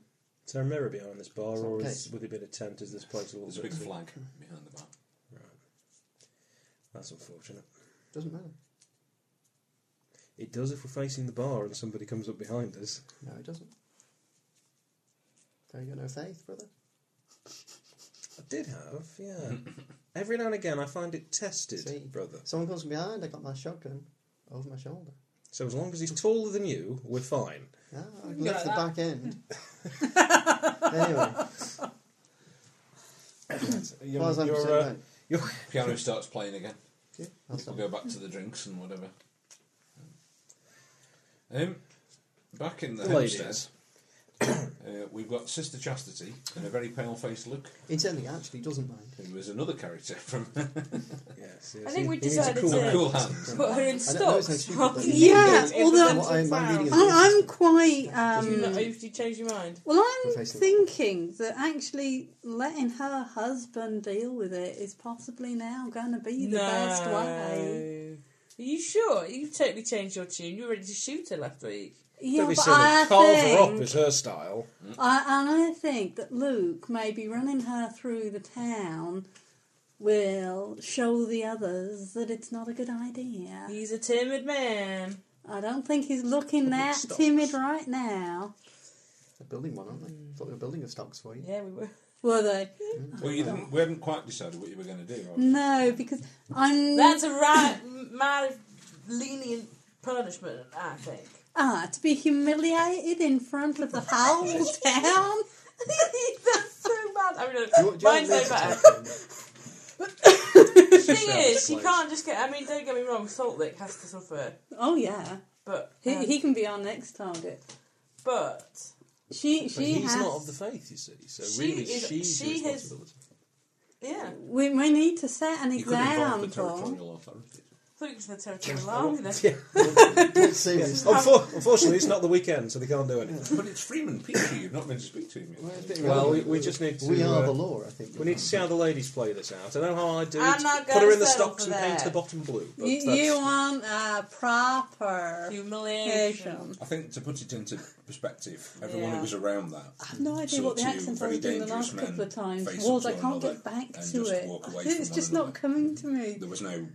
Speaker 5: Is there a mirror behind this bar,
Speaker 3: It's not
Speaker 5: or
Speaker 3: the
Speaker 5: is,
Speaker 3: case.
Speaker 5: would it be a tent? Is this place all
Speaker 4: There's a big flag behind the bar.
Speaker 5: That's unfortunate.
Speaker 3: Doesn't matter.
Speaker 5: It does if we're facing the bar and somebody comes up behind us.
Speaker 3: No, it doesn't. There you got no faith, brother.
Speaker 5: I did have, yeah. Every now and again, I find it tested,
Speaker 3: See?
Speaker 5: brother.
Speaker 3: Someone comes from behind. I got my shotgun over my shoulder.
Speaker 5: So as long as he's taller than you, we're fine.
Speaker 3: Ah, I
Speaker 6: go
Speaker 3: left the
Speaker 6: like that.
Speaker 3: back end. anyway,
Speaker 5: You're,
Speaker 3: well, as I'm
Speaker 5: you're, uh,
Speaker 3: right.
Speaker 5: you're-
Speaker 4: Piano starts playing again.
Speaker 3: Yeah, I'll
Speaker 4: People
Speaker 3: stop.
Speaker 4: go back to the drinks and whatever. Um, back in the,
Speaker 5: The ladies.
Speaker 4: homestead, uh, we've got Sister Chastity and a very pale-faced Luke,
Speaker 3: Incidentally, actually, doesn't mind.
Speaker 4: who is another character from
Speaker 5: yes, yes,
Speaker 6: I think
Speaker 5: he-
Speaker 6: we
Speaker 5: he needs a
Speaker 6: decided
Speaker 5: cool
Speaker 6: to-
Speaker 5: hand.
Speaker 4: Cool Hands.
Speaker 6: Put her in
Speaker 3: I don't know,
Speaker 6: stocks.
Speaker 3: it's so stupid,
Speaker 6: rather
Speaker 3: but-
Speaker 6: than
Speaker 2: Yeah,
Speaker 6: getting
Speaker 2: although-
Speaker 6: everything
Speaker 3: What I'm
Speaker 6: to
Speaker 3: reading
Speaker 6: town.
Speaker 3: is-
Speaker 2: I, I'm quite.
Speaker 6: Do you
Speaker 2: Um,
Speaker 6: not- Have you changed your mind?
Speaker 2: well, I'm
Speaker 3: Professional.
Speaker 2: thinking that actually letting her husband deal with it is possibly now going to be the best eh? way.
Speaker 6: Are you sure? You've totally changed your tune. You were ready to shoot her last week.
Speaker 2: Yeah,
Speaker 5: Don't be
Speaker 2: but
Speaker 5: silly.
Speaker 2: I
Speaker 5: Carve her up
Speaker 2: think-
Speaker 5: is her style.
Speaker 2: I, and I think that Luke maybe running her through the town will show the others that it's not a good idea.
Speaker 6: He's a timid man.
Speaker 2: I don't think he's looking that
Speaker 5: Stocks.
Speaker 2: timid right now.
Speaker 3: They're building one, aren't they?
Speaker 2: Mm.
Speaker 3: Thought they were building a stocks for you.
Speaker 6: Yeah, we were.
Speaker 2: Were they?
Speaker 4: Well, you didn't, we hadn't quite decided what you were going to do. have we?
Speaker 2: No, because I'm.
Speaker 6: That's a right, mad, lenient punishment, I think.
Speaker 2: Ah, to be humiliated in front of the whole town?
Speaker 6: That's so bad. I mean,
Speaker 3: Do you- do you want
Speaker 6: mine's
Speaker 3: me
Speaker 6: way
Speaker 3: to
Speaker 6: better.
Speaker 3: take them?
Speaker 6: The thing is, she
Speaker 5: place.
Speaker 6: can't just get. I mean, don't get me wrong, Salt Lick has to suffer,
Speaker 2: Oh, yeah.
Speaker 6: but
Speaker 2: He,
Speaker 6: um,
Speaker 2: he can be our next target.
Speaker 6: but
Speaker 2: She,
Speaker 5: But
Speaker 2: she
Speaker 5: he's
Speaker 2: has.
Speaker 5: not of the faith, you see. So
Speaker 6: She
Speaker 5: really,
Speaker 6: is-
Speaker 5: she's the
Speaker 6: she has-
Speaker 5: responsibility.
Speaker 6: yeah.
Speaker 2: we, we need to set an
Speaker 4: You could involve the
Speaker 2: example.
Speaker 4: territorial authorities.
Speaker 6: thought it was in the territory of alarm. then.
Speaker 5: Yeah.
Speaker 3: Serious.
Speaker 5: Unfor- unfortunately, it's not the weekend, so they can't do anything.
Speaker 4: But it's Freeman Peachy. You've not meant to speak to him. yet.
Speaker 5: Oh, Well, we, we just need to.
Speaker 3: We are
Speaker 5: uh,
Speaker 3: the law, I think.
Speaker 5: We need to see how the ladies play this out. I know how I do.
Speaker 6: I'm
Speaker 5: it.
Speaker 6: not
Speaker 5: Put
Speaker 6: gonna
Speaker 5: her in the
Speaker 6: settle
Speaker 5: stocks
Speaker 6: for
Speaker 5: and paint
Speaker 6: that.
Speaker 5: the bottom blue. But
Speaker 2: You,
Speaker 5: that's-
Speaker 2: you want a proper
Speaker 6: Humiliation.
Speaker 2: humiliation.
Speaker 4: I think to put it into perspective, everyone
Speaker 6: Yeah.
Speaker 4: who was around that. I
Speaker 2: have no idea what the accent I was doing the last couple of times was. I can't get back to it. I think It's just not coming to me.
Speaker 4: There was no.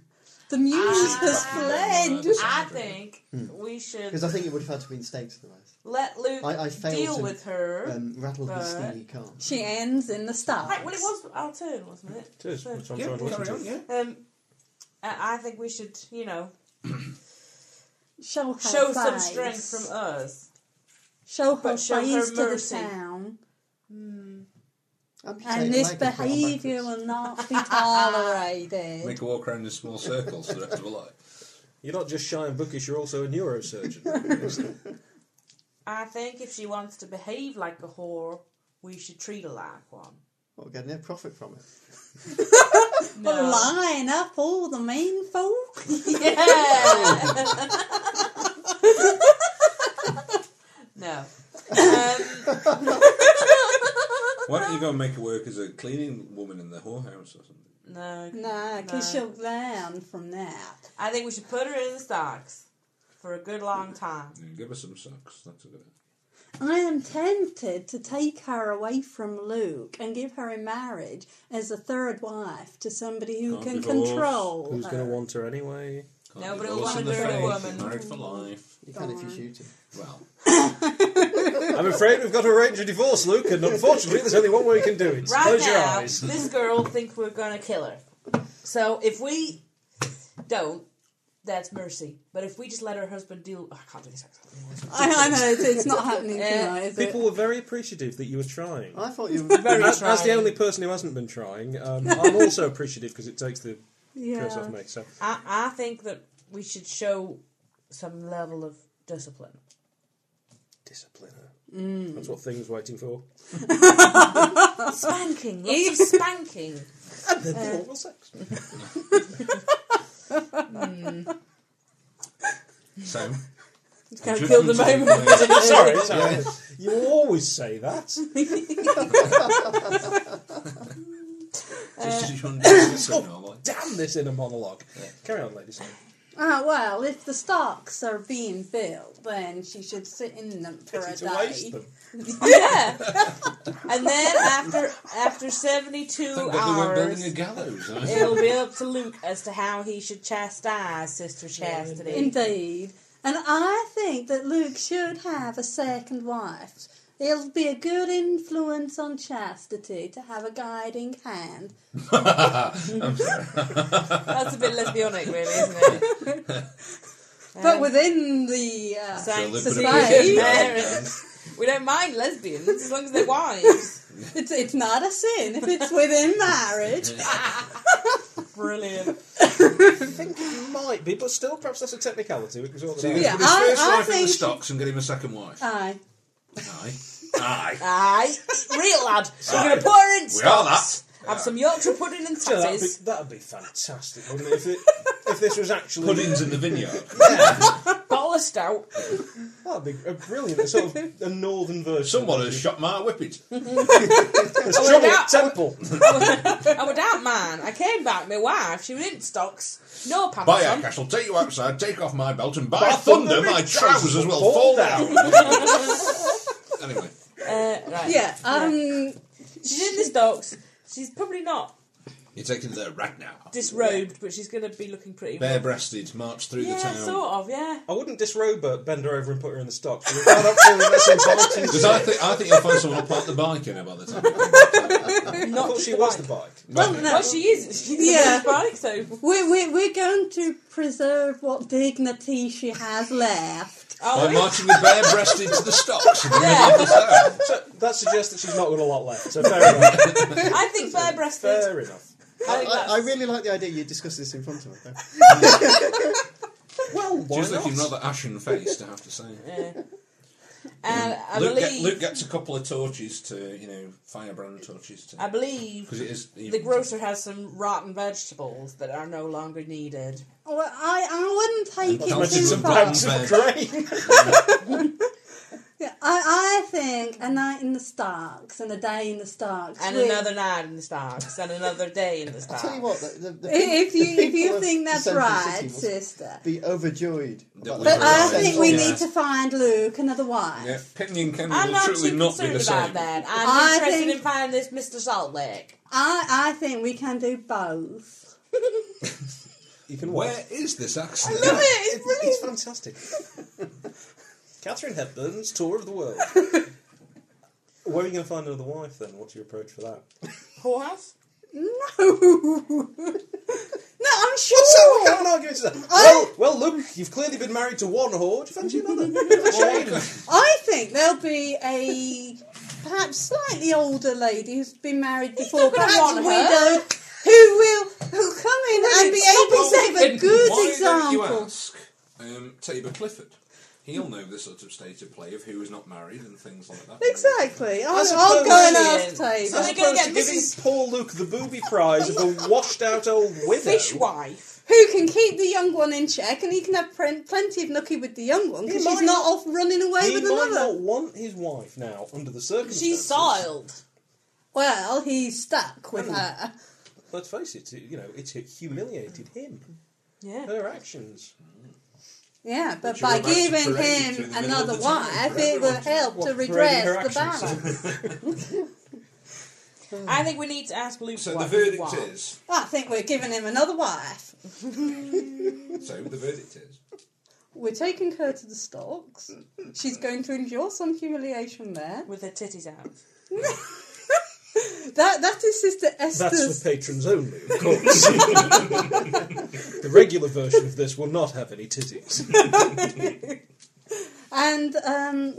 Speaker 2: The muse
Speaker 6: Ah.
Speaker 2: has fled.
Speaker 6: I think we should
Speaker 3: Because Hmm. I think it would have had to be in stakes otherwise.
Speaker 6: let Luke
Speaker 3: I- I failed
Speaker 6: deal
Speaker 3: to,
Speaker 6: with her.
Speaker 3: Um, rattle his
Speaker 6: But-
Speaker 3: steely calm.
Speaker 2: She ends in the stars.
Speaker 6: Right, well, it was our turn, wasn't it?
Speaker 5: It is,
Speaker 6: So,
Speaker 5: which I'm
Speaker 4: Yeah,
Speaker 5: trying to listen
Speaker 4: carry
Speaker 5: to.
Speaker 4: on, yeah.
Speaker 6: um, I I think we should, you know,
Speaker 2: Show her
Speaker 6: show some
Speaker 2: face.
Speaker 6: strength from us.
Speaker 2: Show her
Speaker 6: but show her
Speaker 2: face to the
Speaker 6: mercy.
Speaker 2: town.
Speaker 3: Amputate
Speaker 2: And
Speaker 3: a
Speaker 2: this
Speaker 3: leg and put it on
Speaker 2: behaviour
Speaker 3: backwards.
Speaker 2: will not be tolerated.
Speaker 4: Make a walk around in small circles the rest of her life.
Speaker 5: You're not just shy and bookish, you're also a neurosurgeon.
Speaker 6: I think if she wants to behave like a whore, we should treat her like one.
Speaker 3: Well, get no profit from it.
Speaker 5: Uh,
Speaker 2: But line up all the mean folk.
Speaker 6: Yeah. no. Um,
Speaker 4: Why don't you go and make her work as a cleaning woman in the whorehouse or something?
Speaker 6: no.
Speaker 2: Nah, because
Speaker 6: No.
Speaker 2: she'll learn from that.
Speaker 6: I think we should put her in the stocks for a good long time.
Speaker 4: Yeah, Mm, give her some socks. That's a good.
Speaker 2: I am tempted to take her away from Luke and give her in marriage as a third wife to somebody who
Speaker 4: Can't
Speaker 2: can
Speaker 4: divorce.
Speaker 2: control.
Speaker 5: Who's
Speaker 2: her.
Speaker 5: going to want her anyway?
Speaker 4: Can't
Speaker 6: Nobody
Speaker 4: divorce
Speaker 6: will
Speaker 4: in
Speaker 6: want
Speaker 4: the
Speaker 6: a dirty
Speaker 4: faith,
Speaker 6: woman.
Speaker 4: Married for life.
Speaker 3: You can if you shoot him.
Speaker 4: Well,
Speaker 5: I'm afraid we've got to arrange a divorce, Luke, and unfortunately, there's only one way you can do it.
Speaker 6: Right
Speaker 5: Close your
Speaker 6: now,
Speaker 5: eyes.
Speaker 6: this girl thinks we're gonna kill her. So if we don't, that's mercy. But if we just let her husband deal, I can't do this.
Speaker 2: I, I know, it's, it's not happening tonight, is
Speaker 5: People
Speaker 2: it?
Speaker 5: were very appreciative that you were trying.
Speaker 3: I thought you were.
Speaker 6: Very
Speaker 5: As, as the
Speaker 6: trying.
Speaker 5: only person who hasn't been trying, um, I'm also appreciative because it takes the curse
Speaker 2: Yeah.
Speaker 5: off me. So
Speaker 6: I, I think that we should show some level of discipline.
Speaker 5: discipline. her.
Speaker 6: Mm.
Speaker 5: That's what thing's waiting for.
Speaker 6: Spanking, lots of spanking. Uh.
Speaker 5: And then the oral sex.
Speaker 4: so.
Speaker 2: Uh,
Speaker 6: Gonna kill the moment.
Speaker 5: sorry, sorry. You always say that.
Speaker 4: Just as you understand, normally.
Speaker 5: Damn this inner monologue. Carry on, ladies.
Speaker 2: Ah, well, if the stocks are being built, then she should sit in them for a
Speaker 5: To
Speaker 2: day.
Speaker 5: waste them.
Speaker 6: yeah. And then after after seventy two
Speaker 4: Thank God they weren't building a
Speaker 6: hours,
Speaker 4: gallows. eh?
Speaker 6: it'll be up to Luke as to how he should chastise Sister Chastity.
Speaker 2: Indeed. And I think that Luke should have a second wife. It'll be a good influence on chastity to have a guiding hand.
Speaker 6: That's a bit lesbianic, really, isn't it?
Speaker 2: But within the. Uh,
Speaker 4: They'll
Speaker 6: Thanks
Speaker 4: live
Speaker 6: to
Speaker 4: with a
Speaker 2: Society.
Speaker 4: pretty
Speaker 6: Mary.
Speaker 4: gallows.
Speaker 6: We don't mind lesbians as long as they're wives.
Speaker 2: it's, it's not a sin if it's within marriage.
Speaker 6: Brilliant.
Speaker 5: I think it might be, but still, perhaps that's a technicality. We can sort
Speaker 4: So
Speaker 5: that
Speaker 4: you're
Speaker 5: out.
Speaker 4: going
Speaker 2: Yeah,
Speaker 4: to put his
Speaker 2: I-
Speaker 4: first
Speaker 2: I
Speaker 4: wife in the
Speaker 2: think- Uh,
Speaker 4: stocks and get him a second wife.
Speaker 2: Aye.
Speaker 4: Aye. Aye.
Speaker 2: uh,
Speaker 6: Aye. Real lad. We're going to put her in
Speaker 4: We are
Speaker 6: stocks. Have some Yorkshire pudding and
Speaker 5: Yeah, that'd, be,
Speaker 6: tatties.
Speaker 5: that'd be fantastic, wouldn't it? If, it, if this was actually.
Speaker 4: Puddings in the vineyard.
Speaker 6: Bottle of stout.
Speaker 5: That'd be a brilliant, sort of a northern version.
Speaker 4: Someone has shot my whippet.
Speaker 5: There's trouble
Speaker 6: yeah.
Speaker 5: at Temple.
Speaker 6: I went out, man. I came back. My wife, she was in stocks. No pants
Speaker 4: By
Speaker 6: on.
Speaker 4: Ack, I shall take you outside, take off my belt, and by,
Speaker 5: By
Speaker 4: thunder,
Speaker 5: thunder,
Speaker 4: my
Speaker 5: my
Speaker 4: trousers
Speaker 5: trousers
Speaker 4: will
Speaker 5: will
Speaker 4: fall
Speaker 5: fall
Speaker 4: down. anyway,
Speaker 6: Uh, right.
Speaker 2: Yeah, um,
Speaker 6: She's in the stocks. She's probably not
Speaker 4: you're taking the rat now.
Speaker 6: disrobed, but she's going to be looking pretty.
Speaker 4: Bare breasted, march through
Speaker 6: yeah,
Speaker 4: the town.
Speaker 6: sort of, yeah.
Speaker 5: I wouldn't disrobe her, bend her over, and put her in the stocks. We've found out really that's involuntary.
Speaker 4: Because I think, I think you'll find someone will park the bike in her by the time.
Speaker 5: I thought she was the bike.
Speaker 2: well,
Speaker 4: Right.
Speaker 2: no,
Speaker 6: Well, she is. She's
Speaker 2: Yeah.
Speaker 6: yeah. bike, so.
Speaker 2: we, we, we're going to preserve what dignity she has left.
Speaker 6: Oh,
Speaker 4: By marching the bare breasted to the stocks in the middle of the town.
Speaker 5: So that suggests that she's not got a lot left. So fair enough.
Speaker 6: I think bare breasted.
Speaker 5: Fair enough.
Speaker 6: I, think
Speaker 3: I, I
Speaker 6: that's-
Speaker 3: really like the idea you discussed this in front of her. though.
Speaker 5: Well, why
Speaker 4: She's looking
Speaker 5: not?
Speaker 4: rather ashen faced, I have to say.
Speaker 6: Yeah. And I
Speaker 4: Luke, get,
Speaker 6: believe
Speaker 4: Luke gets a couple of torches to, you know, firebrand torches to.
Speaker 6: I believe
Speaker 4: Because it is the,
Speaker 6: the grocer has some rotten vegetables that are no longer needed.
Speaker 2: Well, I, I wouldn't take
Speaker 4: Well,
Speaker 2: it
Speaker 4: that's
Speaker 2: too
Speaker 4: some
Speaker 2: far.
Speaker 4: bags.
Speaker 2: Yeah, I, I think a night in the Starks and a day in the Starks.
Speaker 6: And
Speaker 2: with-
Speaker 6: another night in the stocks, and another day in the
Speaker 3: I'll
Speaker 6: stocks.
Speaker 3: tell you what, the, the, the
Speaker 2: I- If you
Speaker 3: the
Speaker 2: if you
Speaker 3: people
Speaker 2: think
Speaker 3: of
Speaker 2: that's
Speaker 3: Central
Speaker 2: right,
Speaker 3: City must
Speaker 2: sister.
Speaker 3: Be overjoyed.
Speaker 4: That
Speaker 3: about the
Speaker 4: we
Speaker 2: But I
Speaker 4: Yeah.
Speaker 3: Central
Speaker 2: think we
Speaker 3: City.
Speaker 4: Yeah.
Speaker 2: need to find Luke another wife.
Speaker 4: Yeah, Penny and Candy
Speaker 6: I'm
Speaker 4: will
Speaker 6: not
Speaker 4: truly
Speaker 6: too
Speaker 4: not be
Speaker 6: concerned
Speaker 4: the
Speaker 6: about
Speaker 4: same.
Speaker 6: that.
Speaker 2: I
Speaker 6: I'm interested
Speaker 2: think-
Speaker 6: in finding this Mr. Salt Lake.
Speaker 2: I I think we can do both.
Speaker 3: You can watch.
Speaker 4: Where is this accent?
Speaker 6: Love it.
Speaker 5: It's, it's fantastic. Catherine Hepburn's tour of the world. Where are you going to find another wife then? What's your approach for that?
Speaker 6: Whorehouse?
Speaker 2: No, no, I'm
Speaker 5: So
Speaker 2: sure.
Speaker 5: we can't argue into that. Well, well, Luke, you've clearly been married to one whore. Do you fancy another? Well,
Speaker 2: I think there'll be a perhaps slightly older lady who's been married before,
Speaker 6: not gonna
Speaker 2: perhaps
Speaker 6: want her.
Speaker 2: widowed, who will who come in and be able to give a good
Speaker 4: Why don't you
Speaker 2: example.
Speaker 4: ask um, Tabor Clifford? He'll know the sort of state of play of who is not married and things like that.
Speaker 2: Exactly. I'll,
Speaker 5: As
Speaker 2: I'll
Speaker 5: opposed
Speaker 2: go and
Speaker 6: to-
Speaker 2: ask
Speaker 6: So
Speaker 2: Taylor.
Speaker 6: they gonna
Speaker 5: opposed to
Speaker 6: get
Speaker 5: giving
Speaker 6: Mrs.
Speaker 5: poor Luke the booby prize of a washed-out old widow.
Speaker 6: Fishwife.
Speaker 2: Who can keep the young one in check and he can have plen- plenty of nookie with the young one because
Speaker 5: He
Speaker 2: she's
Speaker 5: might
Speaker 2: not
Speaker 5: not-
Speaker 2: off running away
Speaker 5: He
Speaker 2: with
Speaker 5: might not
Speaker 2: another.
Speaker 5: want his wife now under the circumstances.
Speaker 6: She's soiled.
Speaker 2: Well, he's stuck with her.
Speaker 5: Let's face it, you know, it's humiliated him.
Speaker 6: Yeah.
Speaker 5: Her actions.
Speaker 2: Yeah, but
Speaker 4: Which
Speaker 2: by
Speaker 4: you're about to
Speaker 2: giving
Speaker 4: parade through
Speaker 2: him
Speaker 4: the middle of
Speaker 2: another
Speaker 4: the town
Speaker 2: wife,
Speaker 4: for
Speaker 2: it will
Speaker 4: everyone to-
Speaker 2: help
Speaker 5: What,
Speaker 2: to
Speaker 5: parading
Speaker 2: redress
Speaker 5: her
Speaker 2: the
Speaker 5: actions?
Speaker 2: balance.
Speaker 6: Uh. I think we need to ask Luke
Speaker 4: So
Speaker 6: what
Speaker 4: the verdict
Speaker 6: he wants.
Speaker 4: is.
Speaker 2: I think we're giving him another wife.
Speaker 4: So the verdict is.
Speaker 2: We're taking her to the stocks. She's going to endure some humiliation there.
Speaker 6: With her titties out.
Speaker 2: That that is Sister
Speaker 5: That's
Speaker 2: Esther's.
Speaker 5: for patrons only, of course. the regular version of this will not have any titties.
Speaker 2: And um,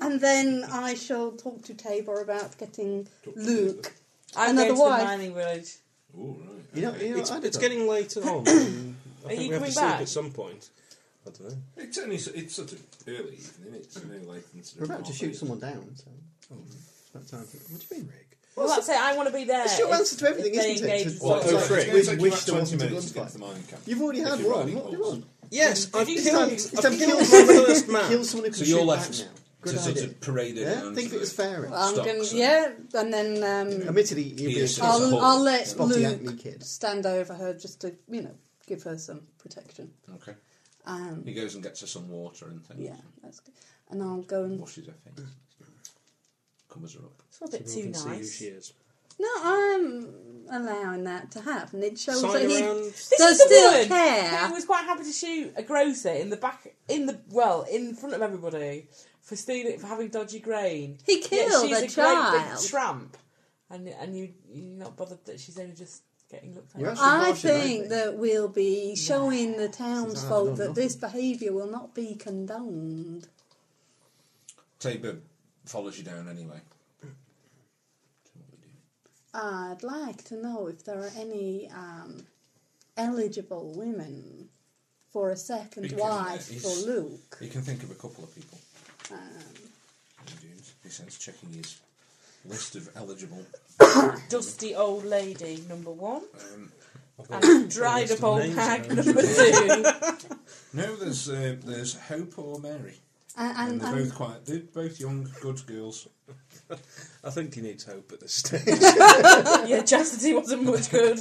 Speaker 2: and then I shall talk to Tabor about getting Luke.
Speaker 6: I'm
Speaker 2: Another
Speaker 6: going to
Speaker 2: wife.
Speaker 6: the mining village.
Speaker 4: Oh, right.
Speaker 3: You know, you know,
Speaker 5: It's,
Speaker 3: I
Speaker 5: it's
Speaker 3: don't-
Speaker 5: getting later on. and I
Speaker 6: Are
Speaker 5: think
Speaker 6: you
Speaker 5: we have
Speaker 6: coming
Speaker 5: to sleep
Speaker 6: back?
Speaker 5: at some point. I don't know.
Speaker 4: It's only so- it's sort of early evening. It's no later than sort
Speaker 3: We're
Speaker 4: of
Speaker 3: about to
Speaker 4: half
Speaker 3: shoot
Speaker 4: eight.
Speaker 3: someone down, so it's about time. For, what do you mean, Rick?
Speaker 6: Well, that's it. I want to be there.
Speaker 3: It's your
Speaker 6: if-
Speaker 3: answer to everything,
Speaker 6: if they
Speaker 3: isn't it?
Speaker 6: engage
Speaker 3: To-
Speaker 6: with
Speaker 5: Well,
Speaker 4: It's
Speaker 6: us.
Speaker 5: oh,
Speaker 4: like-
Speaker 5: Rick,
Speaker 4: it takes
Speaker 3: we
Speaker 4: like
Speaker 3: wish
Speaker 4: about
Speaker 3: there
Speaker 4: 20
Speaker 3: wasn't a
Speaker 4: minutes to get
Speaker 3: gunfight.
Speaker 4: to the mining camp.
Speaker 3: You've already
Speaker 4: If
Speaker 3: had
Speaker 4: you're
Speaker 3: one.
Speaker 4: riding
Speaker 3: What do you
Speaker 4: horse.
Speaker 3: want?
Speaker 5: Yes, I've
Speaker 6: you
Speaker 5: killed,
Speaker 6: say-
Speaker 5: I've
Speaker 3: Did you
Speaker 5: killed my
Speaker 3: say-
Speaker 5: first man.
Speaker 3: Kill someone who can
Speaker 4: So
Speaker 3: shoot
Speaker 4: you're
Speaker 3: back
Speaker 4: left
Speaker 3: now.
Speaker 4: to
Speaker 3: Good
Speaker 4: sort
Speaker 3: idea.
Speaker 4: of parade it
Speaker 3: Yeah,
Speaker 4: down
Speaker 3: think
Speaker 4: to
Speaker 3: of it as
Speaker 4: the-
Speaker 3: fair.
Speaker 2: I'm
Speaker 4: Stocks
Speaker 2: going
Speaker 4: and-
Speaker 2: yeah, and then um,
Speaker 3: Admittedly, you'd be
Speaker 4: Pierce
Speaker 3: a
Speaker 4: and-
Speaker 2: I'll,
Speaker 4: whole
Speaker 2: I'll let
Speaker 3: spotty acne
Speaker 2: Luke
Speaker 3: kid.
Speaker 2: stand over her just to you know give her some protection.
Speaker 4: Okay.
Speaker 2: Um,
Speaker 4: He goes and gets her some water and things.
Speaker 2: yeah, that's good. And I'll go and
Speaker 4: Washes her
Speaker 3: Mm.
Speaker 4: face. Covers her up.
Speaker 6: It's a bit too
Speaker 5: You can see who
Speaker 6: nice.
Speaker 5: she is.
Speaker 2: no, I'm allowing that to happen. It shows
Speaker 5: Sign
Speaker 2: that he
Speaker 5: around.
Speaker 6: This
Speaker 2: does
Speaker 6: is the
Speaker 2: still
Speaker 6: woman
Speaker 2: care.
Speaker 6: Who was quite happy to shoot a grocer in the back, in the well, in front of everybody for stealing, for having dodgy grain.
Speaker 2: He
Speaker 6: Yet
Speaker 2: killed
Speaker 6: she's
Speaker 2: a
Speaker 6: a great
Speaker 2: child.
Speaker 6: big tramp, and and you you're not bothered that she's only just getting looked at.
Speaker 3: You're actually
Speaker 2: I
Speaker 3: harsh, aren't
Speaker 2: think
Speaker 3: you?
Speaker 2: that we'll be showing the townsfolk
Speaker 3: done
Speaker 2: that this behaviour will not be condoned.
Speaker 4: Tabor follows you down anyway.
Speaker 3: Mm.
Speaker 4: So what do we do?
Speaker 2: I'd like to know if there are any um, eligible women for a second
Speaker 4: Because, uh,
Speaker 2: wife for
Speaker 4: he's-
Speaker 2: Luke.
Speaker 4: He can think of a couple of people.
Speaker 3: Um,
Speaker 4: He does. He says, checking his list of eligible.
Speaker 6: Dusty old lady number one,
Speaker 4: Um,
Speaker 6: and dried up old
Speaker 5: names
Speaker 6: hag
Speaker 5: around.
Speaker 6: number two.
Speaker 4: no, there's uh, there's Hope or Mary,
Speaker 2: And,
Speaker 4: and
Speaker 2: and,
Speaker 4: they're
Speaker 2: and
Speaker 4: both quite. They're both young, good girls.
Speaker 5: I think he needs hope at this stage.
Speaker 6: yeah, chastity wasn't much good.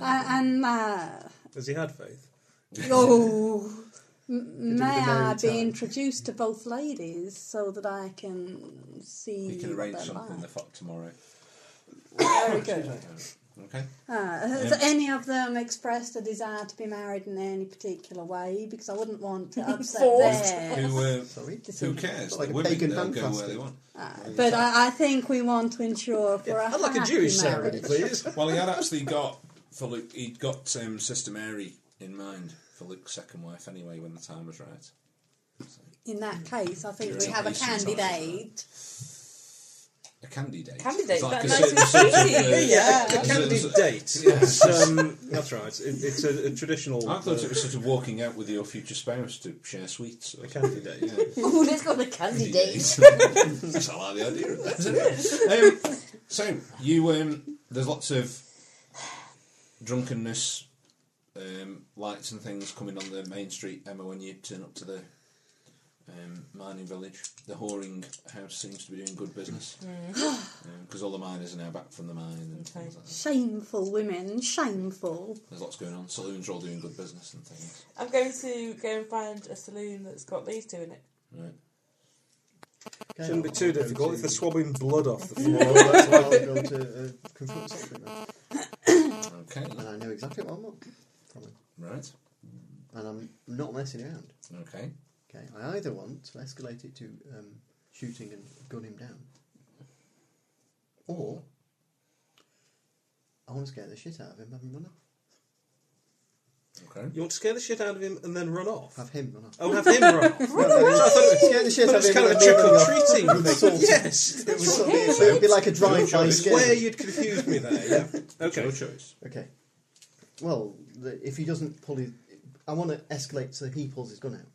Speaker 2: Uh, and uh,
Speaker 5: Has he had faith?
Speaker 2: oh, m-
Speaker 3: the
Speaker 2: may I
Speaker 3: merry
Speaker 2: be
Speaker 3: time.
Speaker 2: introduced to both ladies so that I can see
Speaker 4: He can
Speaker 2: what
Speaker 4: arrange
Speaker 2: they're
Speaker 4: something the
Speaker 2: like?
Speaker 4: fuck tomorrow.
Speaker 2: Very good.
Speaker 4: Okay.
Speaker 2: Uh, has any of them expressed a desire to be married in any particular way? Because I wouldn't want to upset
Speaker 6: Forced.
Speaker 2: their.
Speaker 4: Who uh,
Speaker 3: Sorry.
Speaker 4: who cares?
Speaker 3: Like
Speaker 4: The
Speaker 3: a
Speaker 4: women,
Speaker 3: pagan
Speaker 4: they'll go where
Speaker 3: fantastic.
Speaker 4: they want.
Speaker 2: But I, I think we want to ensure for a
Speaker 5: I'd like a
Speaker 2: happy
Speaker 5: Jewish
Speaker 2: marriage.
Speaker 5: ceremony, please.
Speaker 4: Well, he had actually got for Luke. He'd got um, Sister Mary in mind for Luke's second wife anyway when the time was right. Mm.
Speaker 2: In that case, I think
Speaker 4: You're
Speaker 2: we
Speaker 4: not
Speaker 2: have a
Speaker 4: decent, aren't you?
Speaker 2: candidate.
Speaker 4: A candidate.
Speaker 6: Candidate,
Speaker 4: It's like
Speaker 6: that
Speaker 4: a
Speaker 6: nice
Speaker 4: certain
Speaker 6: and
Speaker 4: sort of,
Speaker 6: sweet.
Speaker 4: uh,
Speaker 5: Yeah, a
Speaker 4: it's a- it's a-
Speaker 5: candid date. It's, um, that's right. It, it's a, a traditional.
Speaker 4: I thought
Speaker 5: uh,
Speaker 4: it was sort of walking out with your future spouse to share sweets. Or
Speaker 5: a candy date.
Speaker 4: Yeah.
Speaker 7: Oh, let's go on a candy date.
Speaker 4: I like the idea of that. isn't it? Um, so you, um, there's lots of drunkenness um, lights and things coming on the main street. Emma, when you turn up to the um, mining village, the whoring house seems to be doing good business because all the miners are now back from the mine and things like that.
Speaker 2: Shameful women, shameful.
Speaker 4: There's lots going on. Saloons are all doing good business and things.
Speaker 6: I'm going to go and find a saloon that's got these two in it.
Speaker 4: Right.
Speaker 5: Shouldn't be too difficult if they're swabbing blood off the
Speaker 3: Well,
Speaker 5: floor.
Speaker 3: that's why I'll go to uh, confront something, now.
Speaker 4: Okay.
Speaker 3: and I know exactly what I want from it,
Speaker 4: Right.
Speaker 3: and I'm not messing around.
Speaker 4: Okay.
Speaker 3: Okay, I either want to escalate it to um, shooting and gun him down, or I want to scare the shit out of him, have him run off,
Speaker 4: Okay.
Speaker 5: You want to scare the shit out of him and then run off?
Speaker 3: have him run off.
Speaker 5: Oh, have him run off. So I thought it was-
Speaker 3: Scare the shit
Speaker 5: But
Speaker 3: out of
Speaker 5: it's
Speaker 3: him.
Speaker 5: kind of a
Speaker 3: and then
Speaker 5: trick
Speaker 3: run
Speaker 5: or
Speaker 3: off.
Speaker 5: treating
Speaker 3: With swords.
Speaker 5: thing. Yes, it
Speaker 3: It would
Speaker 5: was
Speaker 3: sort of be- so it'd be like a drive-by
Speaker 4: choice.
Speaker 3: scare.
Speaker 5: where you'd confused me there. Yeah. Okay.
Speaker 4: Your choice.
Speaker 3: Okay. Well, the, if he doesn't pull his, I want to escalate so he pulls his gun out.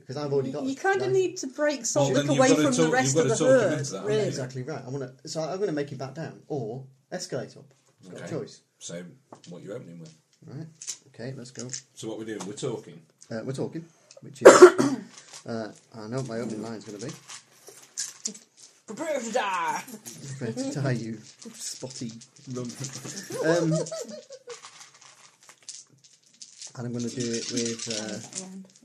Speaker 3: Because I've already got.
Speaker 2: You kind of
Speaker 3: like-
Speaker 2: need to break Soldic
Speaker 4: then you've
Speaker 2: away
Speaker 4: gotta
Speaker 2: from the
Speaker 4: talk-
Speaker 2: rest
Speaker 4: you've
Speaker 2: of the
Speaker 4: gotta talk him
Speaker 2: herd,
Speaker 4: into that, haven't
Speaker 2: really.
Speaker 4: you?
Speaker 3: Exactly right. I want to. So I'm going to make him back down or escalate up. It's got
Speaker 4: Okay.
Speaker 3: a choice.
Speaker 4: So what you're opening with.
Speaker 3: Right. Okay. Let's go.
Speaker 4: So what we're doing, we're talking.
Speaker 3: Uh, we're talking, which is. uh, I know what my opening line's going to be.
Speaker 6: Prepare to die!
Speaker 3: Prepare to die, you spotty lump. Um, and I'm going to do it with.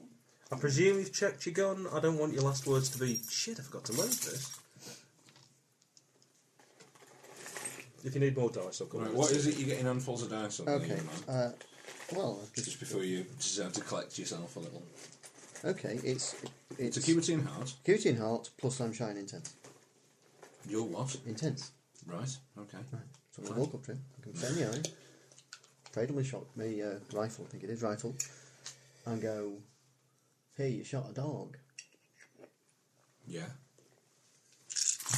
Speaker 5: I presume you've checked your gun. I don't want your last words to be shit. I forgot to load this. If you need more dice, I'll come.
Speaker 4: Right, what is it you're getting on falls of dice?
Speaker 3: Uh,
Speaker 4: Or
Speaker 3: okay.
Speaker 4: anything, man?
Speaker 3: Uh, well, I've just
Speaker 4: Just before you decide to collect yourself a little.
Speaker 3: Okay, it's
Speaker 4: It's
Speaker 3: it's
Speaker 4: acuity and heart.
Speaker 3: acuity and heart plus sunshine intense.
Speaker 4: You're what?
Speaker 3: Intense.
Speaker 4: Right. Okay.
Speaker 3: So I walk up to him, I can bend the eye, cradle my shot, my uh, rifle, I think it is rifle, and go, "Hey, you shot a dog."
Speaker 4: Yeah.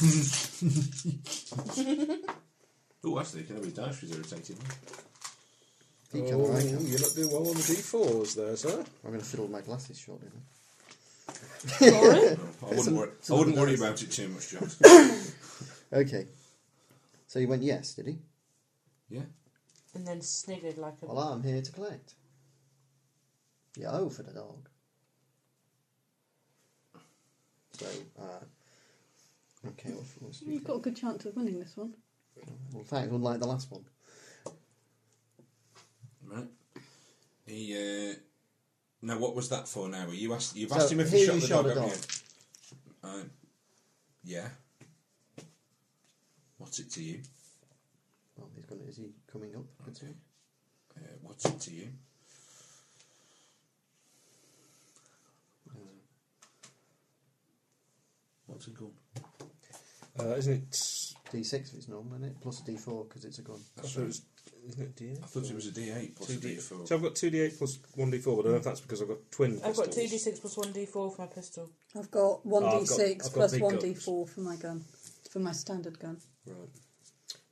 Speaker 4: oh, actually, can everybody dice was irritated?
Speaker 3: He can
Speaker 5: Oh,
Speaker 3: right now.
Speaker 5: you're not doing well on the d4s there, sir.
Speaker 3: I'm going to fiddle with my glasses shortly. Then.
Speaker 4: No, I wouldn't worry. I wouldn't worry about it too much, John.
Speaker 3: Okay. So he went yes, did he?
Speaker 4: yeah.
Speaker 6: And then sniggered like a.
Speaker 3: Well, I'm here to collect. Yeah, oh for the dog. So, uh, okay, what's, what's
Speaker 2: You've got a good chance of winning this one.
Speaker 3: Well, in fact, unlike the last one.
Speaker 4: Right. He. Uh, now, what was that for? Now, you asked. You've
Speaker 3: So,
Speaker 4: asked him if he
Speaker 3: here
Speaker 4: shot
Speaker 3: you
Speaker 4: the
Speaker 3: shot
Speaker 4: dog.
Speaker 3: a
Speaker 4: haven't you? Uh, yeah. What's it to you?
Speaker 3: Well, he's gonna, is he coming up?
Speaker 4: Okay. Uh, what's it to you? What's it called?
Speaker 5: Uh, isn't it?
Speaker 3: D6 if it's normal, isn't it? Plus a D4 because it's a gun.
Speaker 5: I thought it was. Isn't it D8?
Speaker 4: I thought it was a D8 plus a D4.
Speaker 5: So I've got two D8 plus one D4, but I don't know if that's because I've got twin.
Speaker 6: I've got
Speaker 5: pistols.
Speaker 6: 2d6 plus 1d4 for my pistol.
Speaker 2: I've got one
Speaker 5: Oh, I've got-
Speaker 2: d6
Speaker 5: I've got
Speaker 2: plus
Speaker 5: big
Speaker 2: one
Speaker 5: guns.
Speaker 2: d4 for my gun, for my standard gun.
Speaker 5: Right.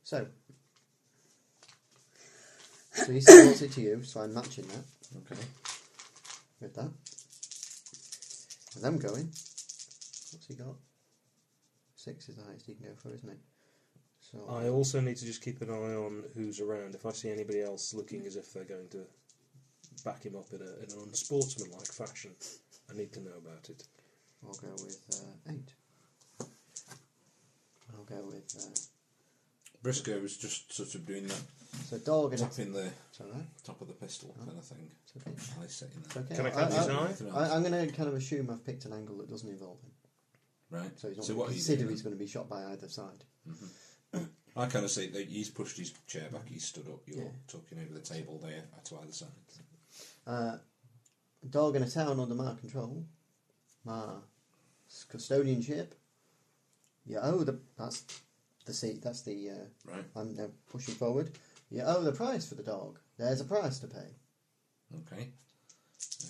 Speaker 3: So, so he said, what's it to you? So I'm matching that
Speaker 4: Okay.
Speaker 3: with that. And I'm going. What's he got? Six is the highest he can go for, isn't it? So
Speaker 4: Uh.
Speaker 5: I also need to just keep an eye on who's around. If I see anybody else looking as if they're going to back him up in, a, in an unsportsmanlike fashion, I need to know about it.
Speaker 3: I'll go with uh, eight. I'll go with. Uh,
Speaker 4: Briscoe was just sort of doing that,
Speaker 3: so dog and
Speaker 4: tapping the
Speaker 3: It's alright.
Speaker 4: top of the pistol
Speaker 3: Oh.
Speaker 4: kind of thing.
Speaker 3: It's okay.
Speaker 4: At least setting
Speaker 3: It's
Speaker 4: that.
Speaker 3: okay.
Speaker 5: Can I cut his eye?
Speaker 3: Uh, I, I'm going to kind of assume I've picked an angle that doesn't involve him.
Speaker 4: Right.
Speaker 3: So he's not
Speaker 4: So
Speaker 3: going
Speaker 4: what
Speaker 3: to
Speaker 4: are you
Speaker 3: consider
Speaker 4: doing?
Speaker 3: he's going to be shot by either side.
Speaker 4: I kind of see that he's pushed his chair back, he's stood up, you're
Speaker 3: Yeah.
Speaker 4: talking over the table there to either side.
Speaker 3: Uh, dog in a town under my control. My s- custodianship. You owe the that's the seat. That's the uh,
Speaker 4: Right.
Speaker 3: I'm now pushing forward. You owe the price for the dog. There's a price to pay.
Speaker 4: Okay.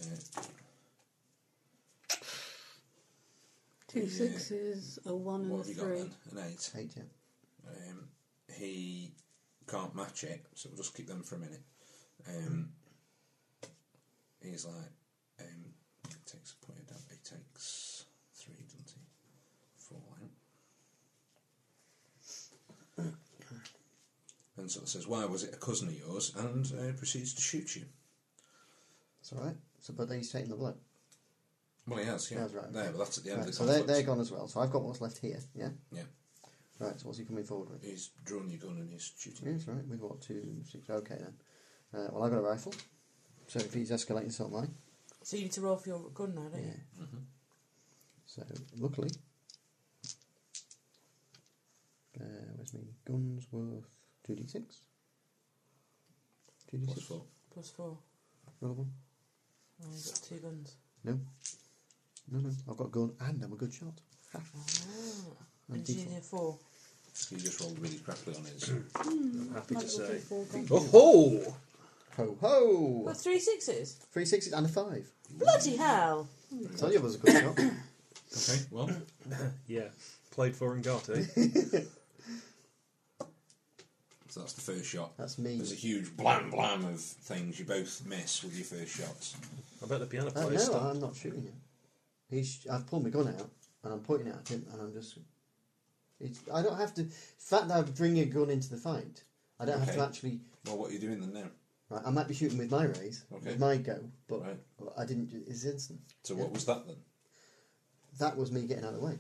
Speaker 4: Uh,
Speaker 2: Two
Speaker 4: Yeah.
Speaker 2: sixes, a one and a
Speaker 4: What have you got
Speaker 2: three.
Speaker 4: then? An eight.
Speaker 3: Eight, yeah.
Speaker 4: Um, he can't match it, so we'll just keep them for a minute. Um, he's like, um, takes a point of damage. He takes three, doesn't he? Four. Line. And sort of says, "Why was it a cousin of yours?" and uh, proceeds to shoot you.
Speaker 3: It's all right. So, but then he's taking the blood.
Speaker 4: Well, he has, yeah.
Speaker 3: That's right,
Speaker 4: There,
Speaker 3: okay.
Speaker 4: but that's at the end
Speaker 3: Right,
Speaker 4: of the
Speaker 3: so they're,
Speaker 4: conflict.
Speaker 3: they're gone as well. So I've got what's left here. Yeah.
Speaker 4: Yeah,
Speaker 3: Right. So what's he coming forward with?
Speaker 4: he's drawn your gun and he's shooting. you.
Speaker 3: Yes, right. With what two six? Okay then. Uh, well, I've got a rifle. So if he's escalating, so am I.
Speaker 6: So you need to roll for your gun now, don't
Speaker 3: Yeah.
Speaker 6: you?
Speaker 4: Mm-hmm.
Speaker 3: So luckily, uh, where's me guns worth two d six. Two d
Speaker 4: Plus
Speaker 3: six.
Speaker 4: four.
Speaker 6: Plus four.
Speaker 3: Roll one.
Speaker 6: Oh, you've got two guns.
Speaker 3: No. No, no. I've got a gun and I'm a good shot. Ha.
Speaker 6: And you
Speaker 3: D4.
Speaker 6: need a four.
Speaker 4: He just rolled really crappily on his.
Speaker 5: I'm happy
Speaker 2: Might
Speaker 5: to
Speaker 2: as well
Speaker 5: say.
Speaker 2: do four gone.
Speaker 5: Oh ho!
Speaker 3: Ho ho!
Speaker 6: What, three sixes?
Speaker 3: Three sixes and a five.
Speaker 6: Bloody hell!
Speaker 3: Tell you was a good shot.
Speaker 4: okay, well,
Speaker 5: Yeah, played for and got eh?
Speaker 4: so that's the first shot.
Speaker 3: That's me. Uh,
Speaker 4: There's a huge blam blam of things. You both miss with your first shots.
Speaker 5: I bet the piano
Speaker 3: Uh,
Speaker 5: player
Speaker 3: no,
Speaker 5: stopped.
Speaker 3: I'm not shooting him. He's. I've pulled my gun out and I'm pointing it at him and I'm just. It's, I don't have to. The fact that I bring a gun into the fight, I don't have
Speaker 4: Okay.
Speaker 3: to actually.
Speaker 4: Well, what are you doing then now?
Speaker 3: Right, I might be shooting with my rays,
Speaker 4: Okay.
Speaker 3: with my go, but
Speaker 4: Right.
Speaker 3: I didn't. do- It's instant.
Speaker 4: So
Speaker 3: Yeah.
Speaker 4: what was that then?
Speaker 3: That was me getting out of the way.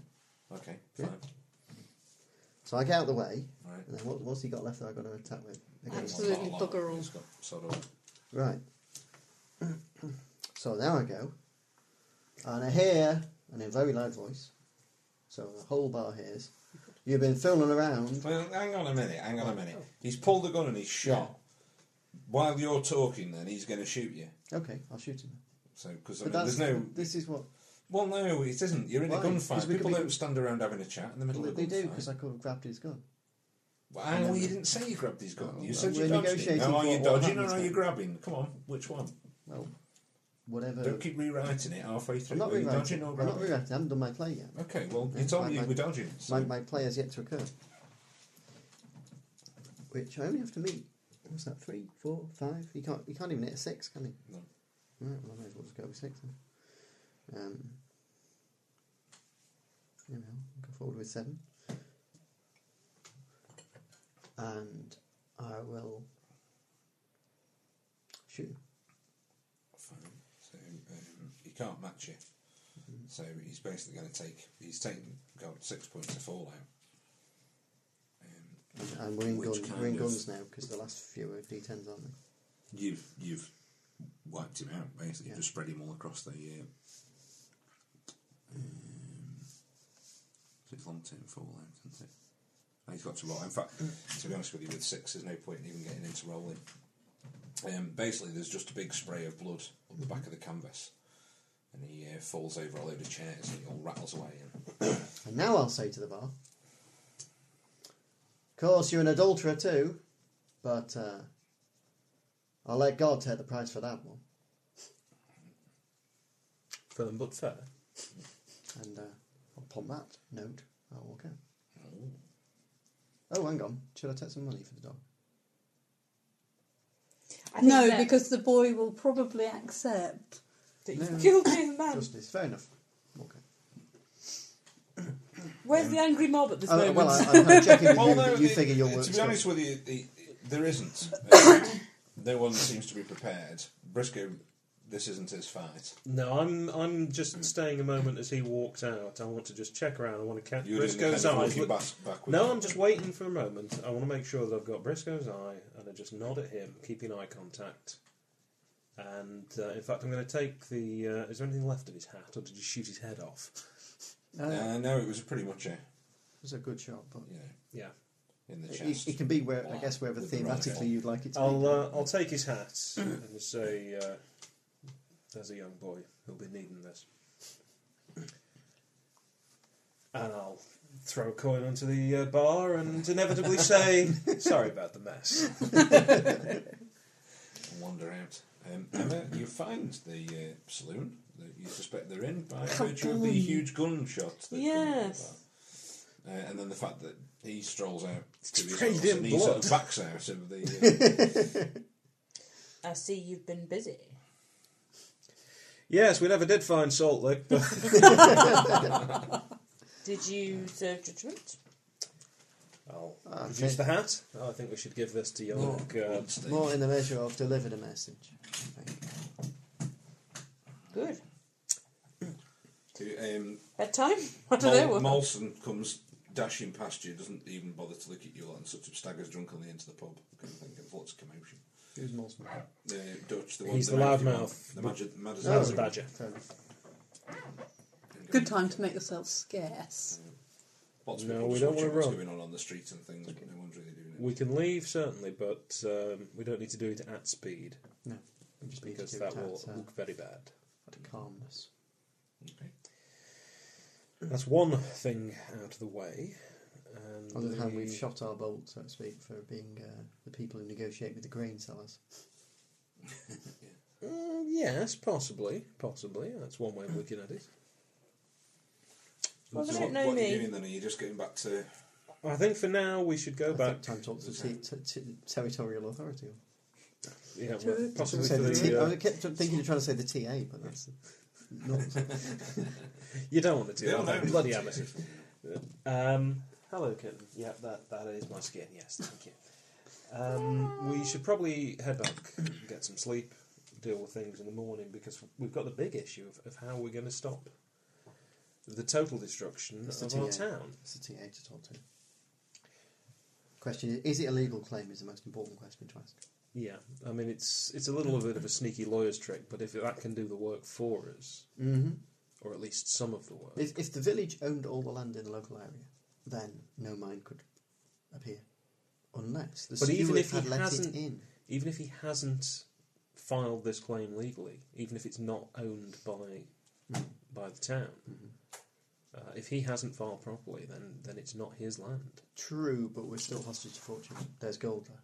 Speaker 4: Okay,
Speaker 3: Yeah.
Speaker 4: fine.
Speaker 3: So I get out of the way,
Speaker 4: Right.
Speaker 3: and then what, what's he got left that I've got to attack with? Again?
Speaker 2: Absolutely
Speaker 4: Not a lot.
Speaker 2: bugger all.
Speaker 4: He's got sort of-
Speaker 3: Right. so now I go, and I hear, and in a very loud voice, so the whole bar hears, you've been fooling around.
Speaker 4: Well, hang on a minute. Hang on a minute. He's pulled the gun and he's shot. While you're talking, then he's going to shoot you.
Speaker 3: Okay, I'll shoot him.
Speaker 4: So because I
Speaker 3: But
Speaker 4: mean,
Speaker 3: that's
Speaker 4: there's no.
Speaker 3: this is what
Speaker 4: Well, no, it isn't. You're in
Speaker 3: Why?
Speaker 4: a
Speaker 3: 'Cause
Speaker 4: gunfight.
Speaker 3: we could
Speaker 4: People
Speaker 3: be-
Speaker 4: don't stand around having a chat in the middle of a
Speaker 3: they
Speaker 4: gunfight.
Speaker 3: do because I could have grabbed his gun.
Speaker 4: Well, well, you didn't say you grabbed his gun.
Speaker 3: Oh,
Speaker 4: You
Speaker 3: well,
Speaker 4: said
Speaker 3: we're
Speaker 4: you dodged it.
Speaker 3: negotiating
Speaker 4: Now are you
Speaker 3: what- what
Speaker 4: dodging or
Speaker 3: happens
Speaker 4: are you
Speaker 3: then.
Speaker 4: grabbing? Come on, which one?
Speaker 3: Well, whatever.
Speaker 4: Don't keep rewriting it halfway through.
Speaker 3: Uh, I'm not
Speaker 4: Are you
Speaker 3: rewriting.
Speaker 4: dodging or
Speaker 3: I'm not
Speaker 4: grabbing?
Speaker 3: rewriting. I haven't done my play yet.
Speaker 4: Okay, well,
Speaker 3: Yeah,
Speaker 4: you told
Speaker 3: my-
Speaker 4: me you
Speaker 3: my-
Speaker 4: were dodging. So.
Speaker 3: My, my play has yet to occur, which I only have to meet. What's that? Three, four, five. He can't. He can't even hit a six, can he?
Speaker 4: No.
Speaker 3: Right. Well, I may as well just go with six. Then. Um. You know, go forward with seven. And I will shoot. him.
Speaker 4: Fine. So um, he can't match it.
Speaker 3: Mm-hmm.
Speaker 4: So he's basically going to take. He's taken got six points of fallout. Um,
Speaker 3: And, and we're in,
Speaker 4: Which
Speaker 3: guns,
Speaker 4: kind
Speaker 3: we're in
Speaker 4: of-
Speaker 3: guns now because the last few are d10s, aren't they?
Speaker 4: you've you've wiped him out. Basically,
Speaker 3: Yeah.
Speaker 4: you've just spread him all across the. Uh, um, so it's long term fallout, isn't it? And he's got to roll. In fact, to be honest with you, with six, there's no point in even getting into rolling. Um, basically, there's just a big spray of blood on the back of the canvas, and he uh, falls over a load of chairs, and it all rattles away. And
Speaker 3: And now I'll say to the bar, of course, you're an adulterer too, but uh, I'll let God take the price for that one.
Speaker 5: Firm but fair.
Speaker 3: And uh, upon that note, I'll walk out. Oh, hang on. Should I take some money for the dog?
Speaker 6: I think
Speaker 2: No,
Speaker 6: that-
Speaker 2: because the boy will probably accept.
Speaker 6: that you've
Speaker 3: No.
Speaker 6: killed his
Speaker 4: Um.
Speaker 6: man.
Speaker 3: Justice. Fair enough. Okay.
Speaker 6: Where's the angry mob at this
Speaker 3: Oh,
Speaker 6: moment?
Speaker 3: well, I, I'm I'm checking with you
Speaker 4: no,
Speaker 3: that you
Speaker 4: the-
Speaker 3: figure your work.
Speaker 4: To be honest with you, the, there isn't. Uh, no one seems to be prepared. Briscoe, this isn't his fight.
Speaker 5: No, I'm I'm just staying a moment as he walks out. I want to just check around. I want to catch
Speaker 4: You're doing the
Speaker 5: Briscoe's
Speaker 4: kind of
Speaker 5: eye.
Speaker 4: walking
Speaker 5: Look-
Speaker 4: back- backwards.
Speaker 5: No, I'm just waiting for a moment. I want to make sure that I've got Briscoe's eye, and I just nod at him, keeping eye contact. And uh, in fact, I'm going to take the. Uh, is there anything left of his hat, or did you shoot his head off?
Speaker 3: Uh,
Speaker 4: Uh, no, it was pretty much a
Speaker 3: it's a good shot, but
Speaker 4: you know
Speaker 5: Yeah,
Speaker 4: in the
Speaker 3: it,
Speaker 4: chest.
Speaker 3: it can be where I guess wherever
Speaker 4: With the right
Speaker 3: thematically
Speaker 4: hole.
Speaker 3: you'd like it to
Speaker 5: I'll
Speaker 3: be.
Speaker 5: uh, I'll take his hat and say, uh, "There's a young boy who'll be needing this," and I'll throw a coin onto the uh, bar and inevitably say, "Sorry about the mess."
Speaker 4: wander out. Um, Emma, you find the uh, saloon that you suspect they're in by virtue of the huge gunshot. That
Speaker 6: Yes.
Speaker 4: Uh, and then the fact that he strolls out to his
Speaker 3: Sprayed
Speaker 4: house
Speaker 3: in
Speaker 4: and he sort of
Speaker 3: blood.
Speaker 4: backs out of the.
Speaker 6: I see you've been busy.
Speaker 5: Yes, we never did find Salt Lick, but
Speaker 6: Did you serve judgment?
Speaker 5: I'll
Speaker 3: Ah,
Speaker 5: produce
Speaker 3: okay.
Speaker 5: the hat. I think we should give this to York. Uh,
Speaker 4: Uh,
Speaker 3: More in the measure of delivered a message. I think.
Speaker 6: Good.
Speaker 4: to, um,
Speaker 6: Bedtime? I don't know.
Speaker 4: Mol-
Speaker 6: what-
Speaker 4: Molson comes dashing past you, doesn't even bother to look at you, and sort of staggers drunkenly into the pub. Kind of thing, there's lots of commotion.
Speaker 3: Who's Molson?
Speaker 4: Uh, Dutch, the one
Speaker 5: He's
Speaker 4: with
Speaker 5: the
Speaker 4: mouthy
Speaker 5: loudmouth.
Speaker 4: mouth, the magic, mad as
Speaker 5: That's
Speaker 4: a
Speaker 5: a badger.
Speaker 3: Fair enough.
Speaker 2: Good time to make yourself scarce.
Speaker 4: Lots of
Speaker 5: No,
Speaker 4: people
Speaker 5: we
Speaker 4: just
Speaker 5: don't
Speaker 4: watching
Speaker 5: wanna
Speaker 4: what's
Speaker 5: run.
Speaker 4: going on on the streets and things, but no one's really doing it.
Speaker 5: We can leave certainly, but um, we don't need to do it at speed
Speaker 3: No. We just need to
Speaker 5: because
Speaker 3: do
Speaker 5: that
Speaker 3: it
Speaker 5: will
Speaker 3: at, uh,
Speaker 5: look very bad.
Speaker 3: at calmness.
Speaker 4: Okay.
Speaker 5: That's one thing out of the way. And
Speaker 3: On the other hand, we've
Speaker 5: the-
Speaker 3: shot our bolt, so to speak, for being uh, the people who negotiate with the grain sellers.
Speaker 5: Mm, yes, possibly, possibly. That's one way of looking at it.
Speaker 6: Well, they
Speaker 4: So what,
Speaker 6: don't know
Speaker 4: what are you
Speaker 6: me.
Speaker 4: doing then? Are you just going back to?
Speaker 5: I think for now we should go
Speaker 3: I
Speaker 5: back.
Speaker 3: think time talks to the te- t- t- territorial authority.
Speaker 5: Yeah,
Speaker 2: To-
Speaker 5: well,
Speaker 2: to
Speaker 5: possibly
Speaker 3: Say
Speaker 5: for
Speaker 3: the T-
Speaker 5: the.
Speaker 3: I
Speaker 5: Uh,
Speaker 3: kept thinking of trying to say the TA, but that's not.
Speaker 5: you don't want to do
Speaker 4: They
Speaker 5: that.
Speaker 4: don't know.
Speaker 5: bloody amateurs. Um, hello, kitten. Yeah, that that is my skin. Yes, thank you. Um, we should probably head back, get some sleep, deal with things in the morning because we've got the big issue of, of how we're going to stop the total destruction
Speaker 3: It's the
Speaker 5: of our
Speaker 3: TA.
Speaker 5: town.
Speaker 3: It's the TA to talk to. Question is, is it a legal claim? Is the most important question to ask.
Speaker 5: Yeah, I mean it's it's a little bit of a sneaky lawyer's trick, but if that can do the work for us,
Speaker 3: Mm-hmm.
Speaker 5: or at least some of the work,
Speaker 3: If, if the village owned all the land in the local area, then no mine could appear, unless the
Speaker 5: But even
Speaker 3: steward
Speaker 5: if he
Speaker 3: had let
Speaker 5: hasn't-
Speaker 3: it in.
Speaker 5: even if he hasn't filed this claim legally, even if it's not owned by by the town, uh, if he hasn't filed properly, then then it's not his land.
Speaker 3: True, but we're still hostage to fortune. There's gold there.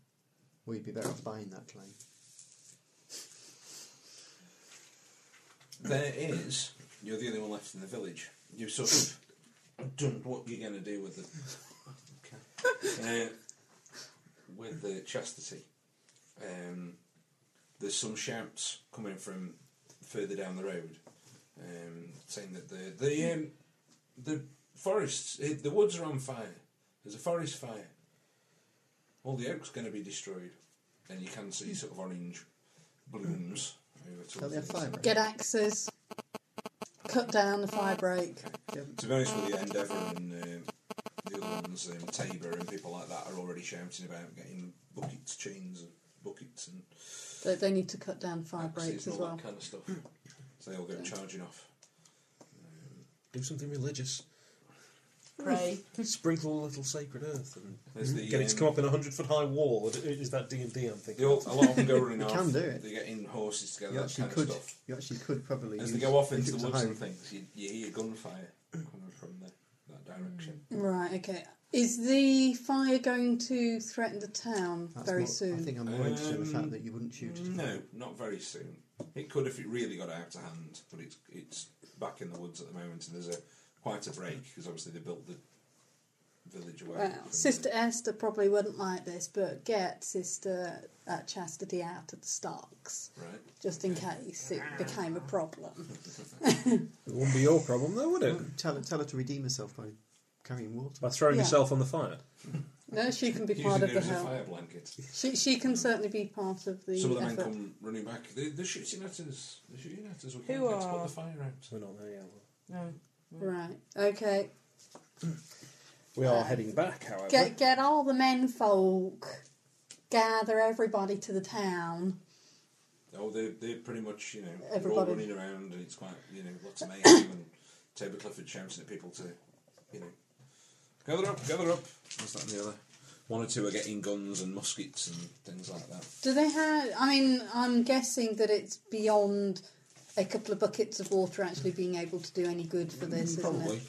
Speaker 3: We'd be better off buying that claim.
Speaker 4: There is. You're the only one left in the village. You've sort of done what you're going to do with the uh, with the chastity. Um, there's some shouts coming from further down the road, um, saying that the the um, the forests, eh, the woods are on fire. There's a forest fire. All the oaks going to be destroyed, and you can see sort of orange blooms. over
Speaker 3: Don't
Speaker 4: towards
Speaker 3: they have
Speaker 4: the-
Speaker 3: fire?
Speaker 2: Get axes. Cut down the fire break.
Speaker 4: To be honest with you, Endeavour and uh, the other ones, um, Tabor and people like that, are already shouting about getting buckets, chains, and buckets and
Speaker 2: They, they need to cut down fire breaks
Speaker 4: axes
Speaker 2: as
Speaker 4: and all
Speaker 2: well.
Speaker 4: that kind of stuff. So they all go charging off.
Speaker 5: Do something religious.
Speaker 6: Pray.
Speaker 5: Hmm. Sprinkle a little sacred earth and
Speaker 4: There's the,
Speaker 5: get Mm-hmm. it to
Speaker 4: um,
Speaker 5: come up in a hundred foot high wall. Or Is that D and D? I'm
Speaker 4: They
Speaker 5: thinking.
Speaker 4: all, a lot of them go running
Speaker 3: You
Speaker 4: off.
Speaker 3: can do it.
Speaker 4: They're getting horses together,
Speaker 3: You
Speaker 4: that
Speaker 3: actually
Speaker 4: kind
Speaker 3: could.
Speaker 4: of stuff.
Speaker 3: You actually could probably.
Speaker 4: As
Speaker 3: use,
Speaker 4: they go off
Speaker 3: if
Speaker 4: into
Speaker 3: it was
Speaker 4: the
Speaker 3: a
Speaker 4: woods
Speaker 3: high-
Speaker 4: and things, you, you hear gunfire coming from the, that direction.
Speaker 2: Right, okay. Is the fire going to threaten the town
Speaker 3: That's
Speaker 2: very
Speaker 3: not-
Speaker 2: soon?
Speaker 3: I think I'm more interested in the fact
Speaker 4: Um,
Speaker 3: that you wouldn't shoot it.
Speaker 4: No, not very soon. It could if it really got out of hand, but it's it's back in the woods at the moment, and there's a quite a break because obviously they built the village away.
Speaker 2: Well,
Speaker 4: from
Speaker 2: Sister
Speaker 4: the-
Speaker 2: Esther probably wouldn't like this, but get Sister uh, Chastity out of the stocks
Speaker 4: right?
Speaker 2: just in case it became a problem.
Speaker 5: It wouldn't be your problem, though, would it?
Speaker 3: Tell her, tell her to redeem herself by carrying water.
Speaker 5: Hmm. By throwing
Speaker 2: Yeah.
Speaker 5: yourself on the fire.
Speaker 2: No, she can be
Speaker 4: Using
Speaker 2: part of
Speaker 4: it
Speaker 2: the
Speaker 4: as a
Speaker 2: help.
Speaker 4: fire blanket.
Speaker 2: She she can certainly be part of the
Speaker 4: Some of the men
Speaker 2: effort.
Speaker 4: come running back. They, they're shooting at us. They're shooting at us. We
Speaker 6: Who
Speaker 4: can't get to put
Speaker 6: are-
Speaker 4: the fire out.
Speaker 5: We're not there yet.
Speaker 6: No.
Speaker 2: Right. Okay.
Speaker 5: We are heading back, however.
Speaker 2: Get get all the men folk. Gather everybody to the town.
Speaker 4: Oh, they're, they're pretty much, you know, they're all
Speaker 2: Everybody.
Speaker 4: running around, and it's quite, you know, lots of mayhem, and Tabor Clifford shouting at people to, you know, gather up, gather up. What's that and the other? One or two are getting guns and muskets and things like that.
Speaker 2: Do they have? I mean, I'm guessing that it's beyond a couple of buckets of water actually being able to do any good for this, isn't it?
Speaker 4: Probably.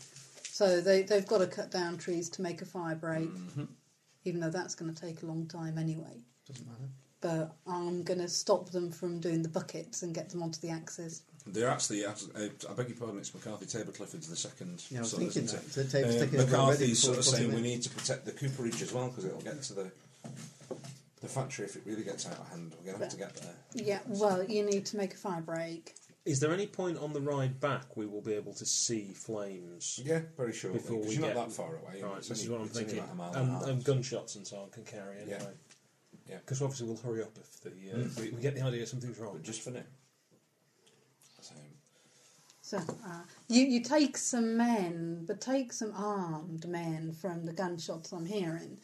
Speaker 2: So they, they've got to cut down
Speaker 3: Mm-hmm.
Speaker 2: trees to make a fire break, even though that's going to take a long time anyway.
Speaker 3: Doesn't matter.
Speaker 2: but I'm going to stop them from doing the buckets and get them onto the axes.
Speaker 4: They're actually, uh, I beg your pardon, it's McCarthy Tableclifford's the second
Speaker 3: Yeah, I was
Speaker 4: son,
Speaker 3: thinking
Speaker 4: isn't
Speaker 3: that.
Speaker 4: it?
Speaker 3: So Table's
Speaker 4: Uh,
Speaker 3: taken over already
Speaker 4: McCarthy's
Speaker 3: before
Speaker 4: sort
Speaker 3: we
Speaker 4: of
Speaker 3: put
Speaker 4: saying
Speaker 3: him
Speaker 4: we
Speaker 3: in.
Speaker 4: need to protect the cooperage as well because it'll get to the the factory if it really gets out of hand. We're going to have to get there.
Speaker 2: Yeah, well, you need to make a fire break.
Speaker 5: Is there any point on the ride back we will be able to see flames?
Speaker 4: Yeah, very sure.
Speaker 5: Before we
Speaker 4: Because you're
Speaker 5: get-
Speaker 4: not that far away.
Speaker 5: Right,
Speaker 4: It's
Speaker 5: this is
Speaker 4: only-
Speaker 5: what I'm
Speaker 4: it's only
Speaker 5: thinking. Um,
Speaker 4: about a mile and a
Speaker 5: And,
Speaker 4: half.
Speaker 5: and gunshots and so on can carry anyway.
Speaker 4: Yeah. Mm.
Speaker 5: Because obviously we'll hurry up if the uh, we, we get the idea something's wrong.
Speaker 4: But just for now. So,
Speaker 2: So uh, you you take some men, but take some armed men from the gunshots I'm hearing,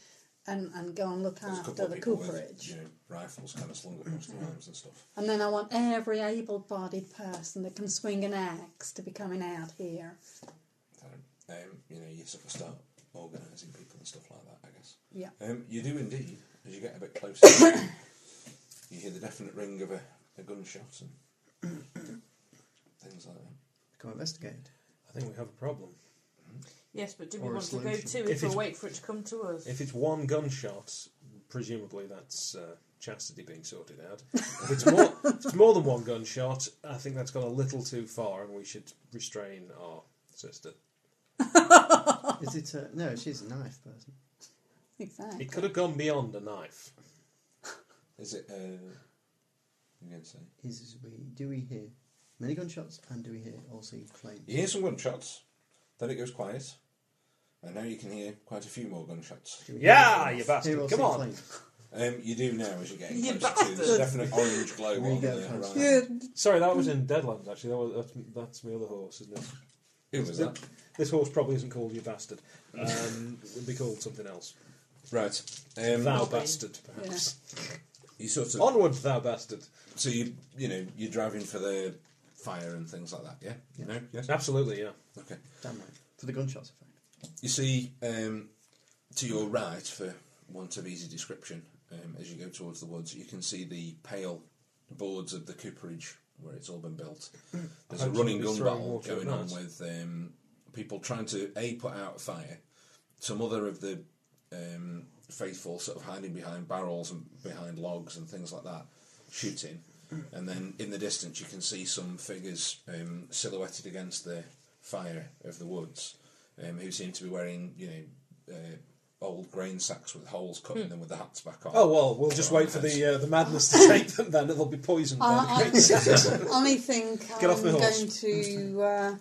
Speaker 2: and and go and look
Speaker 4: there's a couple
Speaker 2: after
Speaker 4: of
Speaker 2: Ah, the
Speaker 4: people
Speaker 2: cooperage.
Speaker 4: with you know, rifles kind of slung across the arms and stuff.
Speaker 2: And then I want every able-bodied person that can swing an axe to be coming out here.
Speaker 4: So, um, you know, you sort of start organising people and stuff like that, I guess.
Speaker 2: Yeah.
Speaker 4: Um, you do indeed, as you get a bit closer, you hear the definite ring of a, a gunshot and things like that.
Speaker 3: Go investigate.
Speaker 5: I think we have a problem.
Speaker 6: Yes, but do we
Speaker 3: Or a
Speaker 6: want to go
Speaker 3: solution.
Speaker 6: to
Speaker 5: If
Speaker 6: it or
Speaker 5: it's-
Speaker 6: wait for it to come to us?
Speaker 5: If it's one gunshot, presumably that's uh, chastity being sorted out. If it's, more, if it's more than one gunshot, I think that's gone a little too far, and we should restrain our sister.
Speaker 3: Is it a, no? She's a knife person.
Speaker 2: Exactly.
Speaker 5: It could have gone beyond a knife.
Speaker 4: Is it, uh, you going to say?
Speaker 3: Is we do we hear many gunshots and do we hear also flames?
Speaker 4: You hear some gunshots, then it goes quiet, and now you can hear quite a few more gunshots.
Speaker 3: Do we
Speaker 5: Yeah,
Speaker 3: hear-
Speaker 5: you bastard,
Speaker 3: hear or
Speaker 5: come
Speaker 3: see
Speaker 5: on.
Speaker 3: flames?
Speaker 4: Um, you do now as you're getting
Speaker 6: You
Speaker 4: closer to the
Speaker 6: bastard.
Speaker 4: definite orange glow
Speaker 3: We
Speaker 4: on the
Speaker 3: go
Speaker 4: horizon.
Speaker 3: close.
Speaker 5: Sorry, that was in Deadlands, actually. That was, that's, that's my other horse, isn't it?
Speaker 4: Who was that?
Speaker 5: This horse probably isn't called you bastard. Um, it'd be called something else.
Speaker 4: Right. Um,
Speaker 5: Thou bastard, perhaps.
Speaker 4: You sort of
Speaker 5: Onward, thou bastard.
Speaker 4: so you you know you're driving for the fire and things like that. Yeah. No. Yes.
Speaker 5: Absolutely, yeah.
Speaker 4: Okay.
Speaker 3: Damn right. For the gunshots, in fact.
Speaker 4: You see um, to your right, for want of easy description, um, as you go towards the woods, you can see the pale boards of the cooperage where it's all been built.
Speaker 5: Hmm.
Speaker 4: There's a
Speaker 5: hope
Speaker 4: running gun
Speaker 5: somebody's throwing
Speaker 4: battle
Speaker 5: water at
Speaker 4: going on
Speaker 5: that.
Speaker 4: with um, people trying to a put out a fire. Some other of the um, faithful sort of hiding behind barrels and behind logs and things like that, shooting. And then in the distance, you can see some figures um, silhouetted against the fire of the woods, um, who seem to be wearing, you know, uh, old grain sacks with holes cut
Speaker 2: Hmm.
Speaker 4: in them with the hats back on.
Speaker 5: Oh, well, we'll just wait for the uh, the madness to take them then. It'll be poisoned
Speaker 2: Uh,
Speaker 5: by the
Speaker 2: I,
Speaker 5: great success.
Speaker 2: I think I'm
Speaker 5: Get off my horse.
Speaker 2: going to uh,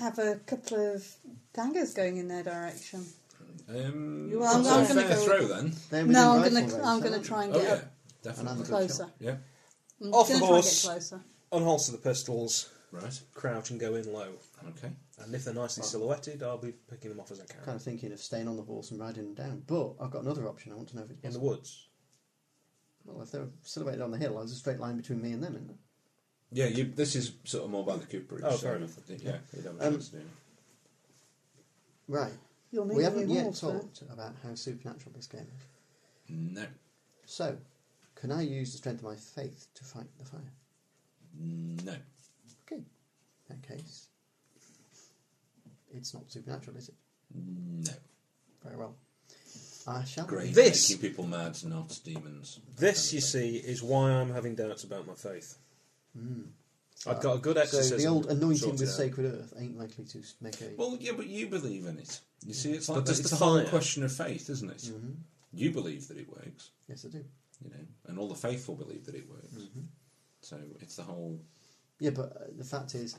Speaker 2: have a couple of daggers going in their direction.
Speaker 4: Um,
Speaker 6: You
Speaker 2: are-
Speaker 4: that's
Speaker 2: I'm
Speaker 4: a
Speaker 2: gonna
Speaker 4: fair
Speaker 2: go-
Speaker 4: throw then.
Speaker 3: They're within
Speaker 2: No, I'm
Speaker 3: rifle
Speaker 2: going
Speaker 3: range,
Speaker 2: to I'm going
Speaker 3: aren't
Speaker 2: to
Speaker 3: they?
Speaker 2: try and
Speaker 4: Oh
Speaker 2: get
Speaker 4: yeah,
Speaker 2: up
Speaker 4: definitely.
Speaker 3: Another
Speaker 2: closer.
Speaker 4: Yeah,
Speaker 2: I'm
Speaker 5: Off
Speaker 2: gonna try and
Speaker 5: the horse.
Speaker 2: get closer.
Speaker 5: Unholster the pistols,
Speaker 4: right.
Speaker 5: crouch and go in low.
Speaker 4: Okay.
Speaker 5: And if they're nicely silhouetted, I'll be picking them off as I
Speaker 3: Kind
Speaker 5: can.
Speaker 3: of thinking of staying on the horse and riding them down, but I've got another option. I want to know if it's
Speaker 5: In the
Speaker 3: possible.
Speaker 5: woods.
Speaker 3: Well, if they're silhouetted on the hill, there's a straight line between me and them, isn't there?
Speaker 4: Yeah, you, this is sort of more by the cooperage.
Speaker 5: Oh,
Speaker 4: so
Speaker 5: fair enough.
Speaker 4: Yeah, you don't have a
Speaker 3: Um,
Speaker 4: chance to do it.
Speaker 3: Right.
Speaker 2: You'll need
Speaker 3: We haven't
Speaker 2: more
Speaker 3: yet
Speaker 2: water.
Speaker 3: talked about how supernatural this game is.
Speaker 4: No.
Speaker 3: So, can I use the strength of my faith to fight the fire?
Speaker 4: No.
Speaker 3: Okay. In that case, it's not supernatural, is it?
Speaker 4: No.
Speaker 3: Very well. I shall.
Speaker 4: Great.
Speaker 5: This-
Speaker 4: Making people mad, not demons.
Speaker 5: This, you see, is why I'm having doubts about my faith. I've got a uh, good
Speaker 3: Hmm. Ah. So
Speaker 5: exorcism.
Speaker 3: the old anointing
Speaker 5: sorted
Speaker 3: with
Speaker 5: out.
Speaker 3: sacred earth ain't likely to make a.
Speaker 4: Well, yeah, but you believe in it. You see, it's like
Speaker 5: But
Speaker 4: that's
Speaker 5: it's
Speaker 4: the
Speaker 5: the
Speaker 4: whole
Speaker 5: fire. Mm-hmm.
Speaker 4: question of faith, isn't it? You believe that it works,
Speaker 3: Mm-hmm. yes, I do.
Speaker 4: you know, and all the faithful believe that it works.
Speaker 5: Mm-hmm.
Speaker 4: So it's the whole.
Speaker 3: Yeah, but uh, the fact is,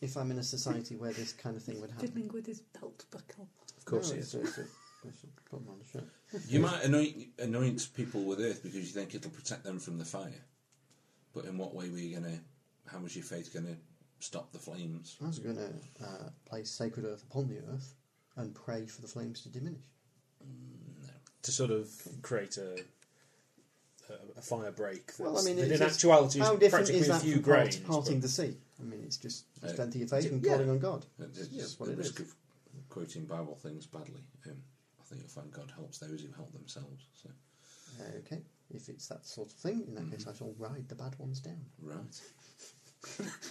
Speaker 3: if I'm in a society where this kind of thing would happen,
Speaker 2: Fiddling with his belt buckle.
Speaker 5: Of course
Speaker 3: No,
Speaker 5: it
Speaker 3: it's
Speaker 5: is.
Speaker 3: a- it's a- it's a problem on the shirt.
Speaker 4: You might anoint anoint people with earth because you think it'll protect them from the fire, but in what way were you gonna? How was your faith gonna stop the flames?
Speaker 3: I was going to uh, place sacred earth upon the earth and pray for the flames to diminish.
Speaker 5: to sort of create a a, a fire break. That's,
Speaker 3: Well, I mean,
Speaker 5: that
Speaker 3: it's
Speaker 5: in
Speaker 3: just-
Speaker 5: actuality,
Speaker 3: how
Speaker 5: is
Speaker 3: different
Speaker 5: practically
Speaker 3: is
Speaker 5: a
Speaker 3: that
Speaker 5: few
Speaker 3: from
Speaker 5: grains.
Speaker 3: part,
Speaker 5: but-
Speaker 3: parting the sea? I mean, it's just the
Speaker 4: Uh,
Speaker 3: strength of your faith and
Speaker 5: yeah.
Speaker 3: calling on God.
Speaker 4: It's,
Speaker 3: Yes,
Speaker 4: it's-
Speaker 3: what
Speaker 4: the
Speaker 3: it
Speaker 4: risk
Speaker 3: is.
Speaker 4: of quoting Bible things badly. Um, I think you'll find God helps those who help themselves. So
Speaker 3: Okay, if it's that sort of thing, in that
Speaker 5: Mm-hmm.
Speaker 3: case, I shall ride the bad ones down.
Speaker 4: right.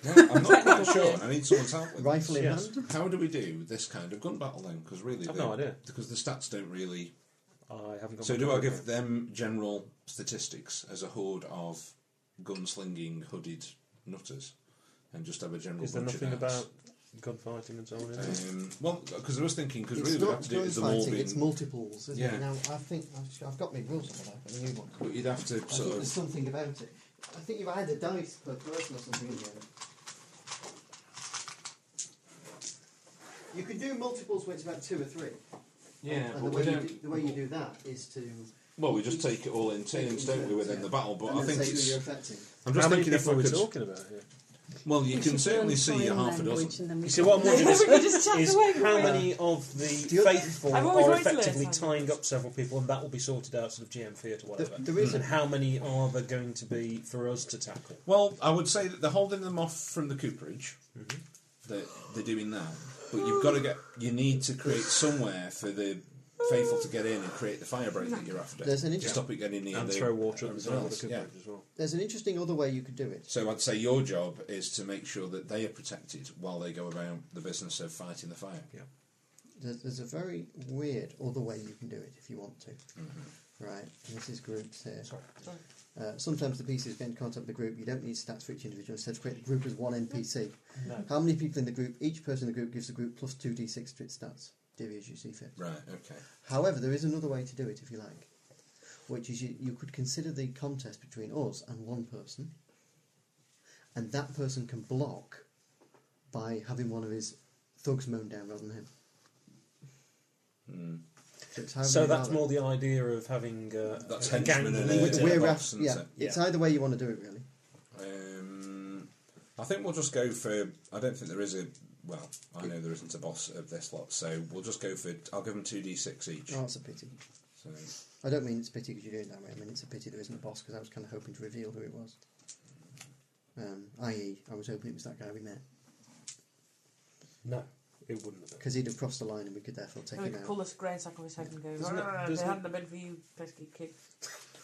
Speaker 4: no, I'm not quite sure. I need someone's help with this.
Speaker 3: Rifle in
Speaker 5: yes.
Speaker 3: hand.
Speaker 4: How do we do this kind of gun battle then? Because really,
Speaker 5: I've
Speaker 4: the-
Speaker 5: no idea.
Speaker 4: Because the stats don't really.
Speaker 5: I haven't. Got
Speaker 4: So
Speaker 5: my
Speaker 4: do I
Speaker 5: colour
Speaker 4: give
Speaker 5: yet.
Speaker 4: them general statistics as a horde of gunslinging hooded nutters, and just have a general
Speaker 5: Is there
Speaker 4: bunch of
Speaker 5: nothing
Speaker 4: gnats.
Speaker 5: about gunfighting and so on? In it?
Speaker 4: Um, well, because I was thinking, because
Speaker 3: It's
Speaker 4: really we'd
Speaker 3: not
Speaker 4: have to do it as a
Speaker 3: gunfighting,
Speaker 4: warming.
Speaker 3: it's multiples. Isn't
Speaker 4: Yeah.
Speaker 3: it? Now, I think I've, sh- I've got my rules on that, the new one.
Speaker 4: But you'd have to
Speaker 3: I think
Speaker 4: sort
Speaker 3: there's
Speaker 4: of.
Speaker 3: something about it. I think you add a dice per person or something in there. You can do multiples when it's about two or three.
Speaker 4: Yeah,
Speaker 3: and the way, you do, the way you do that is to.
Speaker 4: Well, we just take it all in turns, don't we, within the battle? But
Speaker 3: and
Speaker 4: I
Speaker 3: then
Speaker 4: think
Speaker 3: say who
Speaker 4: it's.
Speaker 3: you're affecting.
Speaker 4: I'm just
Speaker 5: How many
Speaker 4: thinking if
Speaker 5: people are
Speaker 4: I
Speaker 5: we
Speaker 4: could.
Speaker 5: talking about here?
Speaker 4: Well, you
Speaker 2: We
Speaker 4: can
Speaker 2: should
Speaker 4: certainly
Speaker 2: learn
Speaker 4: see
Speaker 2: sign
Speaker 4: half a
Speaker 2: language
Speaker 4: dozen.
Speaker 2: and then we
Speaker 5: You see,
Speaker 2: can-
Speaker 5: what I'm wondering is,
Speaker 6: We just chat
Speaker 5: is
Speaker 6: away,
Speaker 5: how
Speaker 6: right?
Speaker 5: many of the
Speaker 3: Do you-
Speaker 5: faithful
Speaker 6: I've always
Speaker 5: are
Speaker 6: wanted to learn
Speaker 5: effectively
Speaker 6: something.
Speaker 5: tying up several people, and that will be sorted out sort of GM theatre, whatever.
Speaker 3: there is a-
Speaker 5: and how many are there going to be for us to tackle?
Speaker 4: Well, I would say that they're holding them off from the cooperage.
Speaker 5: Mm-hmm.
Speaker 4: That they're doing now, but you've got to get. You need to create somewhere for the faithful to get in and create the firebreak that you're after.
Speaker 3: There's an
Speaker 4: to
Speaker 3: interest-
Speaker 4: stop it getting near
Speaker 5: And
Speaker 4: the,
Speaker 5: throw water
Speaker 4: everything
Speaker 5: at the side of the
Speaker 4: else,
Speaker 5: cooperage
Speaker 4: yeah.
Speaker 5: as well.
Speaker 3: There's an interesting other way you could do it.
Speaker 4: So I'd say your job is to make sure that they are protected while they go about the business of fighting the fire.
Speaker 5: Yeah.
Speaker 3: There's, there's a very weird other way you can do it if you want to. Right, this is groups here.
Speaker 5: Sorry.
Speaker 3: Uh, sometimes the PCs get in contact with the group. You don't need stats for each individual. Instead, create a group as one NPC.
Speaker 5: No.
Speaker 3: How many people in the group? Each person in the group gives the group plus two d6 to its stats. Divvy as you see fit.
Speaker 4: Right, okay.
Speaker 3: However, there is another way to do it if you like, which is you, you could consider the contest between us and one person, and that person can block by having one of his thugs mown down rather than him.
Speaker 5: Hmm.
Speaker 3: So, it's how
Speaker 5: So
Speaker 3: many
Speaker 5: that's
Speaker 3: are
Speaker 5: more the idea of having uh,
Speaker 4: That's
Speaker 5: a gang
Speaker 4: henchmen and
Speaker 5: leader.
Speaker 4: the-
Speaker 3: there? We're
Speaker 4: Yeah,
Speaker 3: af-
Speaker 4: box and
Speaker 3: yeah,
Speaker 4: so-
Speaker 3: it's
Speaker 5: yeah.
Speaker 3: either way you want to do it, really.
Speaker 4: Um, I think we'll just go for. I don't think there is a. Well, I know there isn't a boss of this lot, so we'll just go for. I'll give them two d6 each.
Speaker 3: Oh, that's a pity.
Speaker 4: So,
Speaker 3: I don't mean it's a pity because you're doing it that way. I mean it's a pity there isn't a boss because I was kind of hoping to reveal who it was. Um, i.e., I was hoping it was that guy we met
Speaker 5: No, it wouldn't have been.
Speaker 3: because he'd have crossed the line and we could therefore take
Speaker 6: And we
Speaker 3: him
Speaker 6: could
Speaker 3: out.
Speaker 6: pull this grey sack off his head and go,
Speaker 5: Doesn't it-
Speaker 6: "Ah, they
Speaker 5: doesn't it-
Speaker 6: hadn't have been for you, pesky kid.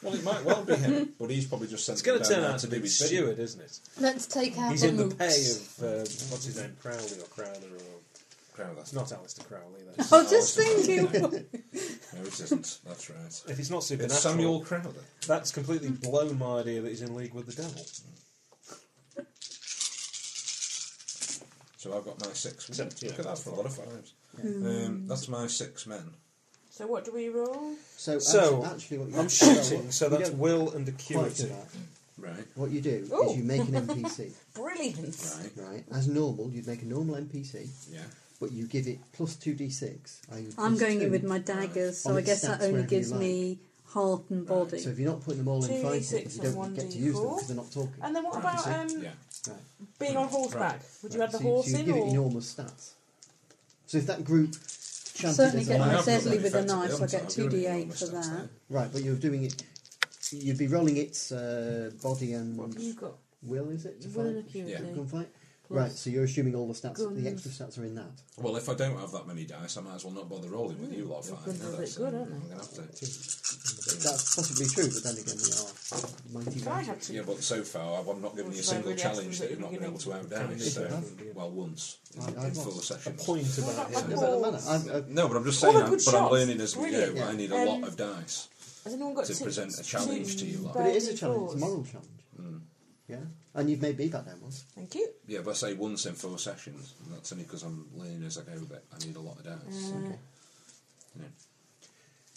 Speaker 4: well, it might well be him, but he's probably just sent.
Speaker 5: It's going
Speaker 4: them
Speaker 5: to
Speaker 4: down
Speaker 5: turn
Speaker 4: there
Speaker 5: out to
Speaker 4: do
Speaker 5: be
Speaker 4: his
Speaker 5: Stewart, isn't it?
Speaker 7: Let's take out
Speaker 5: He's
Speaker 7: the
Speaker 5: in the
Speaker 7: mooks.
Speaker 5: pay of uh, what's his name, Crowley or Crowder or
Speaker 4: bit. Crown, that's
Speaker 5: it's
Speaker 4: not.
Speaker 5: not Alistair Crowley. That's,
Speaker 2: I was Oh, just thinking.
Speaker 4: No, it isn't. That's right.
Speaker 5: if it's not supernatural,
Speaker 4: It's Samuel Crowther.
Speaker 5: that's completely blown my idea that he's in league with the devil.
Speaker 4: So I've got my six.
Speaker 5: Except,
Speaker 4: Look
Speaker 5: yeah,
Speaker 4: at that for a lot of fives.
Speaker 2: Hmm.
Speaker 4: Um, that's my six men.
Speaker 6: So what do we roll?
Speaker 3: So,
Speaker 5: So,
Speaker 3: actually, actually what you
Speaker 5: I'm
Speaker 3: so what-
Speaker 5: shooting, so
Speaker 3: you
Speaker 5: that's
Speaker 3: don't
Speaker 5: will and
Speaker 3: quite do
Speaker 5: acuity.
Speaker 3: that.
Speaker 4: Right.
Speaker 3: What you do
Speaker 6: Ooh.
Speaker 3: is you make an NPC,
Speaker 6: Brilliant.
Speaker 4: Right.
Speaker 3: right? As normal, you'd make a normal NPC,
Speaker 4: Yeah.
Speaker 3: but you give it plus two d6. i.e.
Speaker 2: I'm
Speaker 3: e, plus
Speaker 2: going
Speaker 3: two.
Speaker 2: in with my daggers, so
Speaker 3: On
Speaker 2: I
Speaker 3: its
Speaker 2: guess that
Speaker 3: stats
Speaker 2: only
Speaker 3: wherever
Speaker 2: gives
Speaker 3: you like.
Speaker 2: me heart and body.
Speaker 3: So if you're not putting them all in
Speaker 6: Two
Speaker 3: fighting,
Speaker 6: D6
Speaker 3: you
Speaker 6: and
Speaker 3: don't
Speaker 6: one
Speaker 3: get to use them
Speaker 6: D4.
Speaker 3: because they're not talking.
Speaker 6: And then what about
Speaker 3: Right.
Speaker 6: um,
Speaker 4: Yeah.
Speaker 3: Right.
Speaker 6: being on horseback? Would you
Speaker 3: Right.
Speaker 6: add the
Speaker 3: So
Speaker 6: horse
Speaker 3: so
Speaker 6: in?
Speaker 3: give
Speaker 6: Or?
Speaker 3: it enormous stats. So if that group chanted
Speaker 2: Certainly
Speaker 3: as
Speaker 2: get
Speaker 3: a
Speaker 2: my
Speaker 4: I've got
Speaker 2: deadly
Speaker 4: them
Speaker 2: with a
Speaker 4: effectively,
Speaker 2: knife, I
Speaker 4: haven't
Speaker 2: get
Speaker 4: I've
Speaker 2: 2d8
Speaker 4: got
Speaker 2: for
Speaker 4: them in all my stats
Speaker 2: that.
Speaker 3: right, but you're doing it. You'd be rolling its uh, body and
Speaker 6: You've got
Speaker 3: will, is it? to
Speaker 6: will and
Speaker 3: fight?
Speaker 6: acuity.
Speaker 4: Yeah.
Speaker 3: Gunfight?
Speaker 6: Plus
Speaker 3: Right, so you're assuming all the stats,
Speaker 6: guns.
Speaker 3: the extra stats are in that.
Speaker 4: there. Well, if I don't have that many dice, I might as well not bother rolling with you lot. Five.
Speaker 6: guns
Speaker 4: no,
Speaker 6: are a bit
Speaker 4: that's-
Speaker 6: Mm, good, aren't
Speaker 4: I'm gonna have to.
Speaker 3: That's possibly true, but then again, they are mighty
Speaker 6: Can I
Speaker 3: mighty.
Speaker 6: have two?
Speaker 4: Yeah, but so far I've- I've not given you a
Speaker 6: Which is why
Speaker 4: single
Speaker 6: we really
Speaker 4: challenge
Speaker 6: asked
Speaker 4: that
Speaker 6: you
Speaker 4: you've not been
Speaker 6: at
Speaker 4: able
Speaker 6: the
Speaker 4: to
Speaker 5: Can't
Speaker 4: outdo.
Speaker 5: be
Speaker 4: So,
Speaker 5: done.
Speaker 4: well, once in,
Speaker 3: I- I
Speaker 4: in four
Speaker 3: lost
Speaker 5: A
Speaker 4: sessions.
Speaker 5: point about
Speaker 6: What about
Speaker 5: him.
Speaker 3: Does that matter? I've, I've,
Speaker 4: No, but I'm just
Speaker 6: All
Speaker 4: saying.
Speaker 6: the
Speaker 4: I'm,
Speaker 6: good
Speaker 4: but I'm
Speaker 6: shots.
Speaker 4: learning as we go.
Speaker 6: Brilliant.
Speaker 4: I need a
Speaker 6: Um,
Speaker 4: lot of dice.
Speaker 6: Has anyone got
Speaker 4: To
Speaker 6: two-
Speaker 4: present a challenge
Speaker 6: two
Speaker 4: to you lot.
Speaker 3: but it is a
Speaker 6: bad
Speaker 3: challenge, it's a
Speaker 6: D4s?
Speaker 3: moral challenge.
Speaker 4: Hmm.
Speaker 3: Yeah? And you've made me back down once.
Speaker 6: Thank you.
Speaker 4: Yeah, but I say once in four sessions. And that's only because I'm learning as I go. That I need a lot of dice.
Speaker 6: Mm.
Speaker 4: Yeah.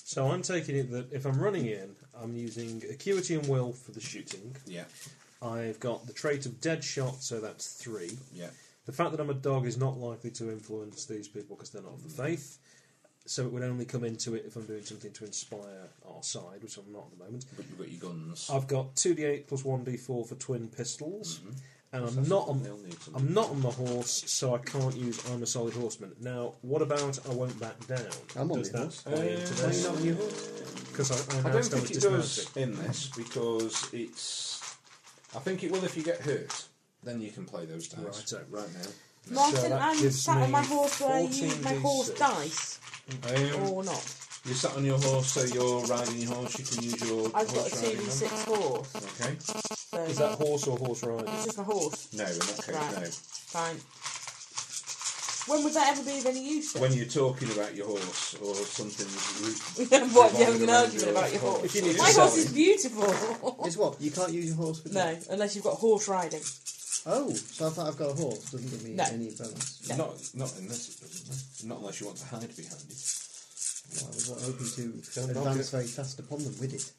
Speaker 5: So I'm taking it that if I'm running in, I'm using acuity and will for the shooting.
Speaker 4: Yeah.
Speaker 5: I've got the trait of dead shot, so that's three.
Speaker 4: Yeah.
Speaker 5: The fact that I'm a dog is not likely to influence these people because they're not of the faith. So it would only come into it if I'm doing something to inspire our side, which I'm not at the moment.
Speaker 4: But you've got your guns.
Speaker 5: I've got two d8 plus one d4 for twin pistols, and I'm not on.
Speaker 4: They'll need some.
Speaker 5: I'm not on the horse, so I can't use I'm a solid horseman. Now, what about I won't back down?
Speaker 3: I'm on
Speaker 5: Does
Speaker 3: the
Speaker 5: that
Speaker 3: horse.
Speaker 5: play
Speaker 3: Why
Speaker 5: into
Speaker 3: you
Speaker 5: this?
Speaker 3: not on your horse?
Speaker 5: Because I, I,
Speaker 4: I don't
Speaker 5: announced I
Speaker 4: think
Speaker 5: was
Speaker 4: it
Speaker 5: dismounting.
Speaker 4: does in this because it's. I think it will if you get hurt. Then you can play those dice.
Speaker 5: Righto.
Speaker 4: right
Speaker 6: Martin,
Speaker 5: that
Speaker 6: I'm
Speaker 5: gives
Speaker 6: sat on my
Speaker 5: me
Speaker 6: horse. Do I use my
Speaker 5: 14d6.
Speaker 6: horse dice
Speaker 4: now. Um,
Speaker 6: or not?
Speaker 4: you sat on your horse, so you're riding your horse. You can use your
Speaker 6: I've got a
Speaker 4: horse riding number.
Speaker 6: 2d6 horse.
Speaker 4: Okay.
Speaker 6: So
Speaker 5: Is that horse or horse riding?
Speaker 6: It's just my horse.
Speaker 4: No, in that case,
Speaker 6: Right. Fine. When would that ever be of any use?
Speaker 4: When you're talking about your horse or something, re-
Speaker 6: what, you're having
Speaker 4: revolving
Speaker 6: an
Speaker 4: around
Speaker 6: argument about your horse?
Speaker 3: If you need to
Speaker 6: My
Speaker 3: sell
Speaker 6: horse is
Speaker 3: it.
Speaker 6: beautiful.
Speaker 3: It's what? You can't use your horse for
Speaker 6: no, unless you've got horse riding.
Speaker 3: Oh, so I thought I've got a horse. Doesn't give me
Speaker 6: No.
Speaker 3: any bonus.
Speaker 6: Yeah.
Speaker 4: Not, not, unless, not unless you want to hide behind it.
Speaker 3: Well, I was hoping to
Speaker 5: Don't knock
Speaker 3: advance
Speaker 5: it.
Speaker 3: very fast upon them with it.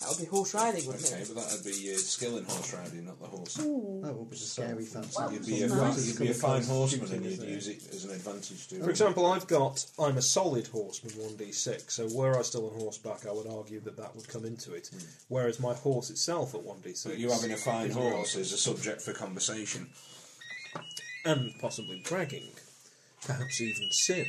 Speaker 6: That would be horse riding, wouldn't
Speaker 4: Okay,
Speaker 6: it?
Speaker 4: but that'd be uh, skill in horse riding, not the horse.
Speaker 3: That would be scary fast.
Speaker 4: You'd be, a,
Speaker 2: Nice.
Speaker 4: you'd be a fine horseman and you'd
Speaker 3: Isn't it?
Speaker 4: use it as an advantage to.
Speaker 5: For example, I've got I'm a solid horseman, one d six. So were I still on horseback, I would argue that that would come into it. Whereas my horse itself at one d
Speaker 4: But
Speaker 5: six,
Speaker 4: you having a fine horse is a subject for conversation.
Speaker 5: and possibly bragging, perhaps even sin.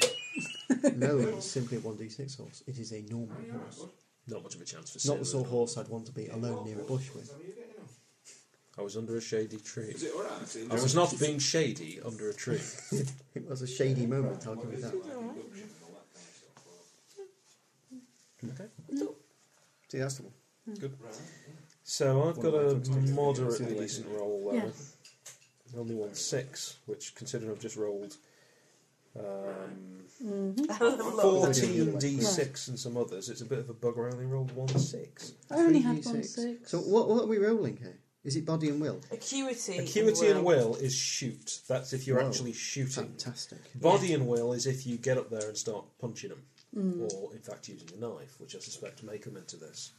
Speaker 3: No, it's simply a 1d6 horse. It is a normal horse.
Speaker 5: Not much of a chance for sin.
Speaker 3: Not the sort of horse I'd want to be alone near a bush with.
Speaker 5: I was under a shady tree.
Speaker 4: it alright?
Speaker 5: I was not being shady under a tree.
Speaker 3: It was a shady moment, I'll give you that.
Speaker 5: okay.
Speaker 3: See, that's the one.
Speaker 5: So I've got a moderately
Speaker 3: later.
Speaker 5: decent roll there. Only one six, which considering I've just rolled um,
Speaker 3: Four
Speaker 5: fourteen
Speaker 3: d-
Speaker 5: d six and some others, it's a bit of a bugger. I only rolled one six.
Speaker 2: I only had
Speaker 3: 3d6.
Speaker 2: one six.
Speaker 3: So what, what are we rolling here? Is it body and will?
Speaker 6: Acuity.
Speaker 5: Acuity and will is shoot. That's if you're
Speaker 3: Wow.
Speaker 5: actually shooting.
Speaker 3: Fantastic.
Speaker 5: Body and will is if you get up there and start punching them,
Speaker 2: Mm.
Speaker 5: or in fact using a knife, which I suspect may come into this.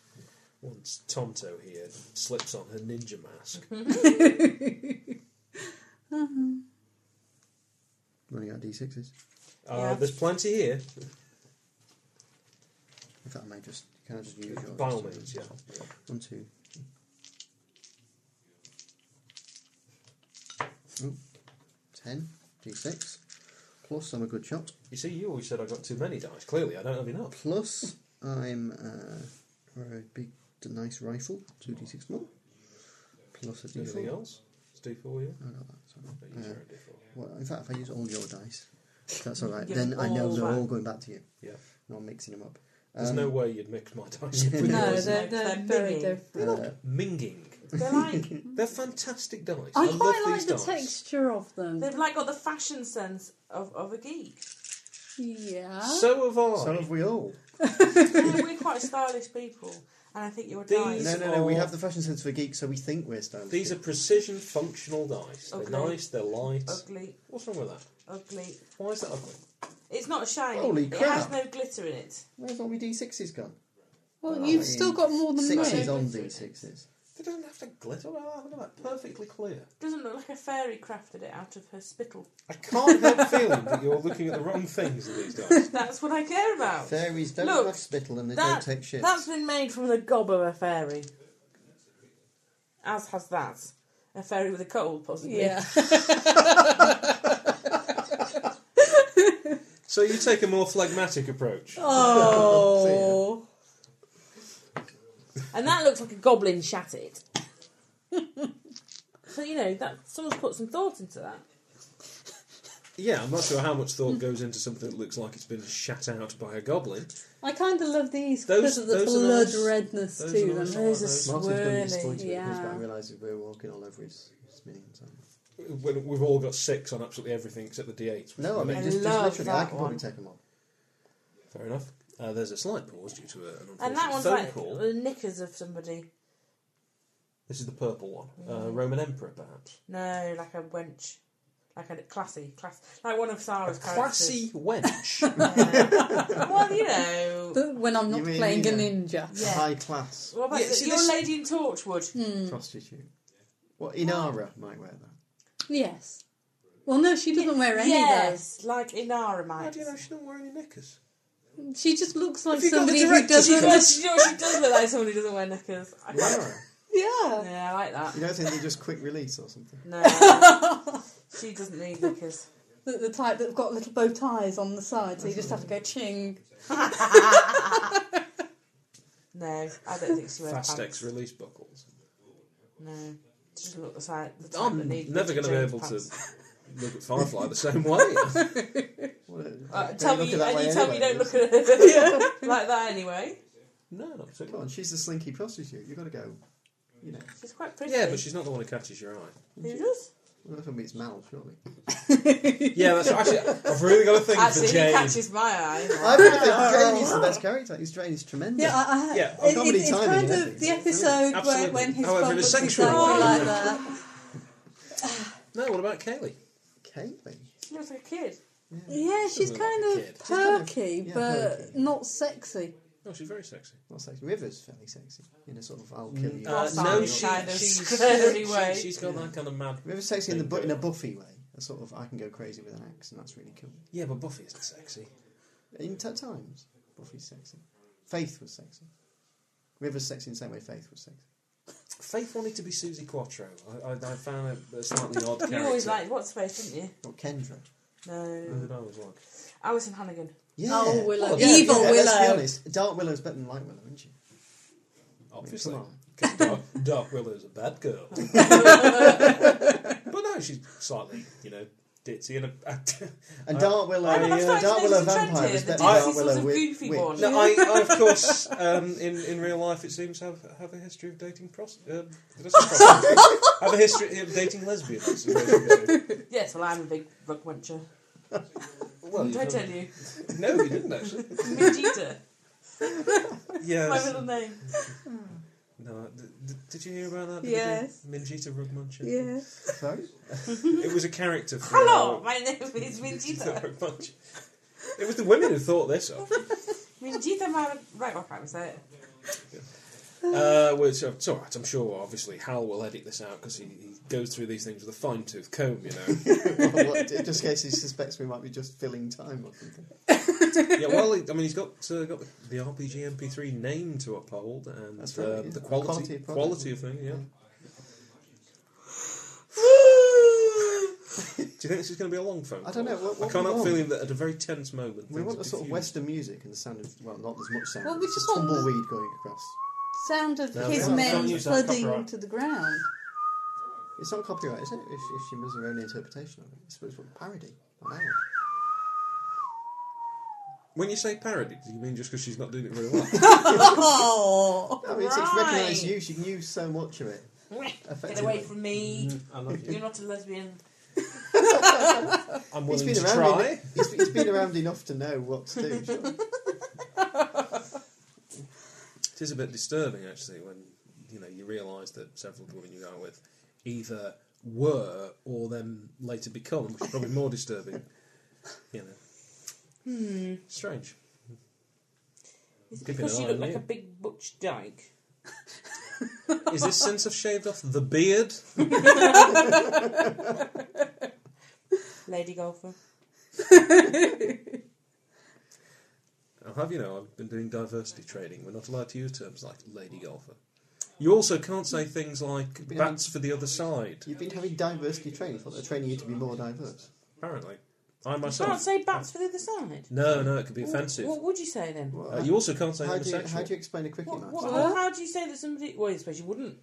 Speaker 5: Once Tonto here slips on her ninja mask,
Speaker 2: Mm-hmm.
Speaker 3: Running out of d6s.
Speaker 5: uh, there's plenty here.
Speaker 3: In fact, I may just. Can I just use yours?
Speaker 5: By all means, yeah.
Speaker 3: One, two. Ooh, Ten. D6. Plus, I'm a good shot.
Speaker 5: You see, you always said I got too many dice. Clearly, I don't have enough.
Speaker 3: Plus, I'm uh, a big, d- nice rifle. Two D6 more. Plus a D4.
Speaker 5: Anything else? It's D4, yeah?
Speaker 3: I got that, sorry.
Speaker 5: Don't use
Speaker 3: Yeah.
Speaker 5: your own D4.
Speaker 3: Well, in fact, if I use all your dice, that's all right.
Speaker 6: Give
Speaker 3: then
Speaker 6: them
Speaker 3: I know
Speaker 6: all
Speaker 3: they're
Speaker 6: back.
Speaker 3: all going back to you.
Speaker 5: Yeah.
Speaker 3: Not mixing them up.
Speaker 5: There's
Speaker 3: Um,
Speaker 5: no way you'd mix my dice up with
Speaker 2: No,
Speaker 5: yours.
Speaker 6: they're-
Speaker 2: they're, they're
Speaker 6: like they're that very
Speaker 2: very
Speaker 6: minging.
Speaker 2: different.
Speaker 3: uh,
Speaker 5: Minging.
Speaker 6: They're like
Speaker 5: They're fantastic dice. I,
Speaker 2: I
Speaker 5: love
Speaker 2: quite
Speaker 5: these
Speaker 2: like the
Speaker 5: dice.
Speaker 2: texture of them.
Speaker 6: they've like got the fashion sense of, of a geek.
Speaker 2: Yeah.
Speaker 5: So have I.
Speaker 3: so have we all.
Speaker 6: Yeah, we're quite stylish people, and I think your
Speaker 5: These-
Speaker 6: dice.
Speaker 3: No, no, no. We
Speaker 5: are-
Speaker 3: have the fashion sense for geeks, so we think we're stylish.
Speaker 5: These are precision functional dice.
Speaker 6: Okay.
Speaker 5: They're nice, they're light.
Speaker 6: Ugly,
Speaker 5: What's wrong with that?
Speaker 6: ugly.
Speaker 5: Why is that ugly?
Speaker 6: It's not shiny.
Speaker 3: Holy
Speaker 6: It has
Speaker 3: crap.
Speaker 6: no glitter in it.
Speaker 3: Where's all my D6s gone?
Speaker 8: Well, you've still got more than
Speaker 3: Sixes
Speaker 8: me.
Speaker 3: on D6s.
Speaker 5: They don't have to glitter. Well, look at that. Perfectly clear.
Speaker 6: Doesn't look like a fairy crafted it out of her spittle.
Speaker 5: I can't help feeling that you're looking at the wrong things in these dice.
Speaker 6: That's what I care about.
Speaker 3: Fairies don't
Speaker 6: Look,
Speaker 3: have spittle and they
Speaker 6: That-
Speaker 3: don't take shit.
Speaker 6: That's been made from the gob of a fairy. As has that. A fairy with a cold, possibly.
Speaker 2: yeah.
Speaker 5: So you take a more phlegmatic approach.
Speaker 6: Oh. and that looks like a goblin shat it. so you know that someone's put some thought into that.
Speaker 5: Yeah, I'm not sure how much thought goes into something that looks like it's been shat out by a goblin.
Speaker 2: I kind of love these
Speaker 5: Those-
Speaker 2: because of the
Speaker 5: those are
Speaker 2: blood
Speaker 5: nice.
Speaker 2: redness
Speaker 5: Those
Speaker 2: to
Speaker 5: are
Speaker 2: them.
Speaker 5: nice.
Speaker 2: Those are
Speaker 5: Those-
Speaker 3: Martin's going to be
Speaker 2: swirly.
Speaker 3: disappointed with us, but I
Speaker 2: Yeah.
Speaker 3: realise that we're walking all over his, his minions. aren't we?
Speaker 5: When we've all got six on absolutely everything except the D8.
Speaker 3: No, I mean,
Speaker 6: I
Speaker 3: just, just
Speaker 6: love
Speaker 3: literally, I
Speaker 6: that
Speaker 3: could probably
Speaker 6: one.
Speaker 3: take them all.
Speaker 5: Fair enough. Uh, there's a slight pause due to a, an unfortunate
Speaker 6: And that one's
Speaker 5: phone
Speaker 6: like
Speaker 5: call.
Speaker 6: the knickers of somebody.
Speaker 5: This is the purple one. Uh, Roman Emperor, perhaps.
Speaker 6: No, like a wench, like a classy, class, like one of Sarah's
Speaker 5: Classy wench.
Speaker 6: characters. Yeah. well, you know.
Speaker 2: But when I'm not
Speaker 3: You mean,
Speaker 2: playing a
Speaker 3: yeah.
Speaker 2: ninja.
Speaker 6: Yeah.
Speaker 3: High class
Speaker 6: What about
Speaker 5: Yeah,
Speaker 6: the-
Speaker 5: see,
Speaker 6: your
Speaker 5: this-
Speaker 6: lady in Torchwood?
Speaker 3: Hmm. prostitute. Well, Inara might wear that.
Speaker 2: Yes. Well, no, she doesn't wear any
Speaker 6: yes, like Inara might.
Speaker 5: How do you know she doesn't wear any knickers?
Speaker 2: of those. She just looks like
Speaker 5: Have you got the
Speaker 2: somebody who
Speaker 5: director's
Speaker 2: doesn't.
Speaker 6: Well, she, you know what, she does look like someone who doesn't wear knickers. I can't-
Speaker 2: Yeah.
Speaker 6: yeah, I like that.
Speaker 3: You don't think they just quick release or something?
Speaker 6: No, she doesn't need knickers.
Speaker 2: The, the type that've got little bow ties on the side, so you just have to go ching.
Speaker 6: No, I don't think she wears
Speaker 5: Fast
Speaker 6: pants.
Speaker 5: X release buckles.
Speaker 6: No, she doesn't look the side. The type that
Speaker 5: I'm
Speaker 6: needs
Speaker 5: never going to be
Speaker 6: James
Speaker 5: able
Speaker 6: pants.
Speaker 5: to look at Firefly the same way.
Speaker 3: What a-
Speaker 6: Uh,
Speaker 3: don't
Speaker 6: tell
Speaker 3: look
Speaker 6: me,
Speaker 3: at that
Speaker 6: and
Speaker 3: way
Speaker 6: you tell me,
Speaker 3: anyway.
Speaker 6: don't look at her like that anyway.
Speaker 5: no, not
Speaker 3: Come
Speaker 5: particularly.
Speaker 3: on, she's a slinky prostitute. You've got to go, you know.
Speaker 6: She's quite pretty.
Speaker 5: Yeah, but she's not the one who catches your eye.
Speaker 6: Who does?
Speaker 3: Well, that's gonna be its mouth, surely.
Speaker 5: Yeah, that's actually. I've really got a thing
Speaker 6: Actually,
Speaker 5: for
Speaker 6: he
Speaker 5: Jane.
Speaker 6: catches my eye.
Speaker 3: I really think Jane is the best character. He's Jane is tremendous.
Speaker 2: Yeah, I, I,
Speaker 5: Yeah,
Speaker 2: it-
Speaker 3: comedy
Speaker 2: it- it's
Speaker 3: timing,
Speaker 2: kind
Speaker 3: isn't
Speaker 2: of
Speaker 3: it?
Speaker 2: the episode where,
Speaker 5: Absolutely.
Speaker 2: when his
Speaker 5: However,
Speaker 2: However,
Speaker 5: in a
Speaker 2: was
Speaker 5: sexual
Speaker 2: exactly
Speaker 5: way.
Speaker 2: like that.
Speaker 5: No, what about Kaylee?
Speaker 3: Caitlin.
Speaker 6: She looks like a kid.
Speaker 2: Yeah, she's
Speaker 5: Doesn't look
Speaker 2: kind
Speaker 5: like a kid.
Speaker 2: of
Speaker 3: kind of-
Speaker 2: perky,
Speaker 3: yeah,
Speaker 2: but
Speaker 3: perky.
Speaker 2: not sexy.
Speaker 5: Oh, she's very sexy.
Speaker 3: Not sexy. River's fairly sexy in a sort of I'll kill you.
Speaker 5: Uh,
Speaker 6: Boss
Speaker 5: no,
Speaker 6: on
Speaker 5: she,
Speaker 6: kind of
Speaker 5: she's,
Speaker 6: scary
Speaker 5: she-
Speaker 6: way.
Speaker 5: she's got that kind of mad.
Speaker 3: River's sexy in the bu- in a Buffy way. A sort of I can go crazy with an axe, and that's really cool.
Speaker 5: Yeah, but Buffy isn't sexy.
Speaker 3: In t- times, Buffy's sexy. Faith was sexy. River's sexy in the same way Faith was sexy.
Speaker 5: Faith wanted to be Susie Quattro. I, I, I found her a slightly odd character.
Speaker 6: You always liked What's Face, didn't you?
Speaker 3: Or Kendra.
Speaker 6: No.
Speaker 5: Who did I always like?
Speaker 6: Alison Hannigan.
Speaker 3: Yeah.
Speaker 2: Oh, Willow.
Speaker 3: yeah,
Speaker 2: Evil
Speaker 3: yeah, Let's be
Speaker 2: Willow.
Speaker 3: honest. Dark Willow's better than Light Willow, isn't she?
Speaker 5: Obviously.
Speaker 3: Come on.
Speaker 5: 'Cause Dark, Dark Willow's a bad girl. but no, she's slightly, you know, ditzy and a.
Speaker 3: And Dark Willow, uh,
Speaker 5: I- I
Speaker 6: thought
Speaker 3: Dark
Speaker 6: she was
Speaker 3: Willow
Speaker 6: attractive,
Speaker 3: vampire is
Speaker 6: the
Speaker 3: better than
Speaker 6: ditzy
Speaker 3: Dark
Speaker 6: sort
Speaker 3: Willow
Speaker 6: of
Speaker 3: wi-
Speaker 6: goofy
Speaker 3: witch.
Speaker 6: one.
Speaker 5: No, I, I of course, um, in, in real life, it seems have have a history of dating pros. Um, did I say prostitutes? have a history of dating lesbians. is where you go.
Speaker 6: Yes, well, I'm a big rug wencher.
Speaker 3: Oh,
Speaker 5: Well,
Speaker 6: Did I tell you?
Speaker 5: no, you didn't actually.
Speaker 6: Medita. My
Speaker 5: Yes.
Speaker 6: middle name.
Speaker 5: No, d- d- did you hear about that? Did
Speaker 2: Yes.
Speaker 5: you do Minjita Rugmuncher.
Speaker 2: Yeah.
Speaker 3: Sorry?
Speaker 5: It was a character. For,
Speaker 6: Hello, my name is
Speaker 5: Minjita
Speaker 6: Medita.
Speaker 5: Rugmuncher. It was the women who thought this up.
Speaker 6: Medita, my. Right, well, I can't even say it.
Speaker 5: Uh, which uh, it's all right. I'm sure. Obviously, Hal will edit this out because he, he goes through these things with a fine tooth comb. You know.
Speaker 3: Well, what- just in case he suspects we might be just filling time or something.
Speaker 5: yeah, well, I mean, he's got uh, got the, the RPG MP3 name to uphold, and
Speaker 3: That's
Speaker 5: uh,
Speaker 3: right, yeah.
Speaker 5: the quality
Speaker 3: Quality
Speaker 5: quality
Speaker 3: of
Speaker 5: of,
Speaker 3: product.
Speaker 5: thing. Yeah. Do you think this is going to be a long phone?
Speaker 3: I don't know,
Speaker 5: call?
Speaker 3: what- what
Speaker 5: I can't
Speaker 3: we
Speaker 5: help
Speaker 3: want?
Speaker 5: feeling that at a very tense moment.
Speaker 3: We
Speaker 5: things
Speaker 3: want
Speaker 5: are
Speaker 3: the sort of
Speaker 5: confused.
Speaker 3: Western music and the sound of, well, not as much sound.
Speaker 8: Well, we
Speaker 3: It's
Speaker 8: just
Speaker 3: a
Speaker 8: want-
Speaker 3: tumbleweed going across.
Speaker 2: Sound of
Speaker 5: No,
Speaker 2: his
Speaker 5: don't- don't
Speaker 2: men
Speaker 5: use that
Speaker 2: flooding
Speaker 5: copyright.
Speaker 2: to the ground.
Speaker 3: It's not copyright, is it? If, if she does her own interpretation of it. I suppose it's parody. on ours.
Speaker 5: When you say parody, do you mean just because she's not doing it very well?
Speaker 6: Oh,
Speaker 3: I mean, it's, it's recognised use. You can use so much of it.
Speaker 6: Get away from me.
Speaker 5: I love
Speaker 6: You're not a lesbian.
Speaker 5: I'm
Speaker 3: He's
Speaker 5: willing
Speaker 3: been,
Speaker 5: to
Speaker 3: around
Speaker 5: try.
Speaker 3: en- he's, he's been around enough to know what to do. surely.
Speaker 5: It is a bit disturbing, actually, when you know you realise that several of the women you go out with either were or then later become, which is probably more disturbing. You know, hmm. strange.
Speaker 6: Is it
Speaker 5: Keep an
Speaker 6: because you
Speaker 5: eye
Speaker 6: look
Speaker 5: on
Speaker 6: like
Speaker 5: you.
Speaker 6: a big butch dyke?
Speaker 5: Is this since I've shaved off the beard?
Speaker 6: Lady golfer.
Speaker 5: I'll have you know, I've been doing diversity training. We're not allowed to use terms like lady golfer. You also can't say things like
Speaker 3: been
Speaker 5: bats for the other side,
Speaker 3: You've been having diversity training. I thought they're training you to be more diverse.
Speaker 5: apparently. I
Speaker 6: You can't
Speaker 5: myself.
Speaker 6: say bats for the other side.
Speaker 5: No, no, it could be offensive.
Speaker 6: What would you say then? What,
Speaker 3: Well,
Speaker 5: Uh, you also can't say
Speaker 3: how, do you,
Speaker 5: homosexual.
Speaker 3: how do you explain a cricket match? Oh,
Speaker 6: what, How do you say that somebody. Well, I suppose you wouldn't.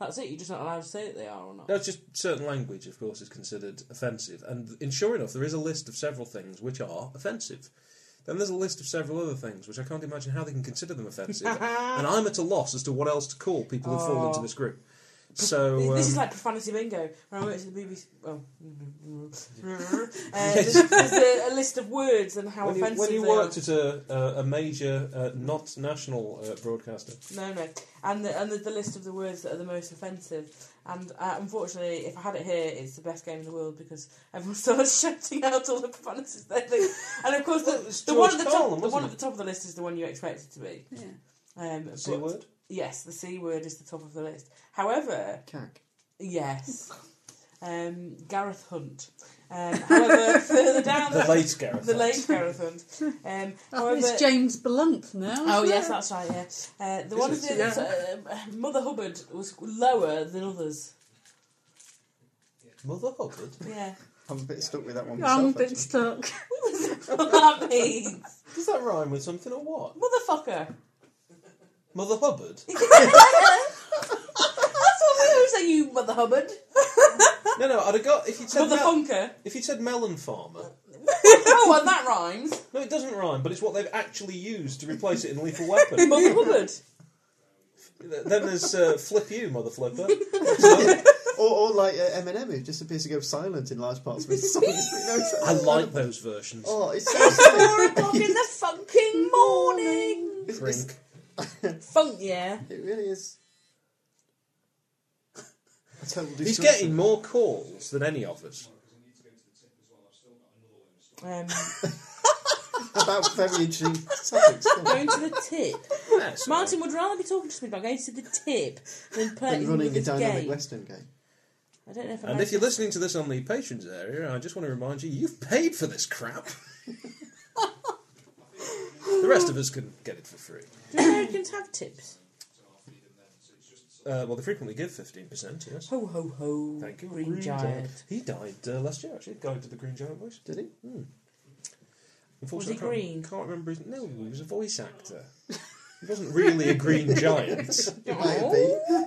Speaker 6: That's it, you're just not allowed to say that they are or not.
Speaker 5: No, it's just certain language, of course, is considered offensive. And, and sure enough, there is a list of several things which are offensive. Then there's a list of several other things which I can't imagine how they can consider them offensive. and I'm at a loss as to what else to call people who fall into this group. So
Speaker 6: Oh. This-
Speaker 5: um,
Speaker 6: this is like profanity bingo. When I worked at the BBC, well, uh, there's, there's a, a list of words and how
Speaker 5: when you,
Speaker 6: offensive
Speaker 5: when you
Speaker 6: they
Speaker 5: worked
Speaker 6: are.
Speaker 5: at a, a, a major, uh, not national uh, broadcaster,
Speaker 6: No, no, and the, and the, the list of the words that are the most offensive. And uh, unfortunately, if I had it here, it's the best game in the world because everyone started shouting out all the profanities they think. And of course,
Speaker 5: Well, it
Speaker 6: the,
Speaker 5: was
Speaker 6: the one at
Speaker 5: George
Speaker 6: the
Speaker 5: Carlin,
Speaker 6: top, the
Speaker 5: wasn't
Speaker 6: one
Speaker 5: it?
Speaker 6: at the top of the list is the one you expect it to be.
Speaker 2: Yeah.
Speaker 6: Um,
Speaker 5: C
Speaker 6: but-
Speaker 5: word.
Speaker 6: Yes, the c word is the top of the list. However,
Speaker 3: Cack.
Speaker 6: Yes. Um, Gareth Hunt. Um, however, further down
Speaker 5: The late Gareth.
Speaker 6: the late Gareth Hunt. Um,
Speaker 2: Oh,
Speaker 6: however,
Speaker 2: it's James Blunt now.
Speaker 6: oh
Speaker 2: isn't
Speaker 6: yes,
Speaker 2: it?
Speaker 6: that's right. Yeah, uh, the one of the
Speaker 5: it?
Speaker 6: uh, Mother Hubbard was lower than others.
Speaker 5: Mother Hubbard.
Speaker 6: Yeah,
Speaker 3: I'm a bit stuck with that one myself.
Speaker 2: I'm a bit
Speaker 3: actually.
Speaker 2: stuck.
Speaker 6: What that means
Speaker 5: Does that rhyme with something or what?
Speaker 6: motherfucker.
Speaker 5: Mother Hubbard.
Speaker 6: That's what we always say, you Mother Hubbard,
Speaker 5: no, no. I'd have got if you said
Speaker 6: Mother
Speaker 5: mel-
Speaker 6: Funker.
Speaker 5: if you said melon farmer.
Speaker 6: Oh, and that rhymes.
Speaker 5: No, it doesn't rhyme, but it's what they've actually used to replace it in Lethal Weapon.
Speaker 6: Mother Hubbard.
Speaker 5: then there's uh, Flip You, Mother Flipper.
Speaker 3: or, or like uh, Eminem, who just appears to go silent in large parts of his songs. You know, it's-
Speaker 5: I like those versions.
Speaker 3: Oh, it's so silly.
Speaker 6: Four o'clock in the fucking morning.
Speaker 3: It's- it's-
Speaker 5: Drink.
Speaker 6: Funk, yeah.
Speaker 3: it really is. A total
Speaker 5: He's
Speaker 3: destruction.
Speaker 5: getting more calls than any of us.
Speaker 6: Um,
Speaker 3: about very interesting topics. don't it?
Speaker 6: going to the tip.
Speaker 5: Yes.
Speaker 6: Martin would rather be talking to somebody about going to the tip than
Speaker 3: And
Speaker 6: playing
Speaker 3: running a
Speaker 6: this
Speaker 3: dynamic
Speaker 6: game.
Speaker 3: Western game.
Speaker 6: I don't know if I
Speaker 5: And if you're listening to this on the patrons area, I just want to remind you, you've paid for this crap. the rest of us can get it for free.
Speaker 6: do Americans have tips?
Speaker 5: Uh, well, they frequently give 15%, yes.
Speaker 6: Ho ho ho!
Speaker 5: Thank you.
Speaker 6: Green, giant.
Speaker 5: He died uh, last year, actually, going to the Green Giant voice.
Speaker 3: Did he?
Speaker 5: Unfortunately,
Speaker 6: Was he
Speaker 5: I can't-
Speaker 6: green?
Speaker 5: can't remember his... No, he was a voice actor. He wasn't really a Green Giant.
Speaker 3: It might have
Speaker 8: Oh.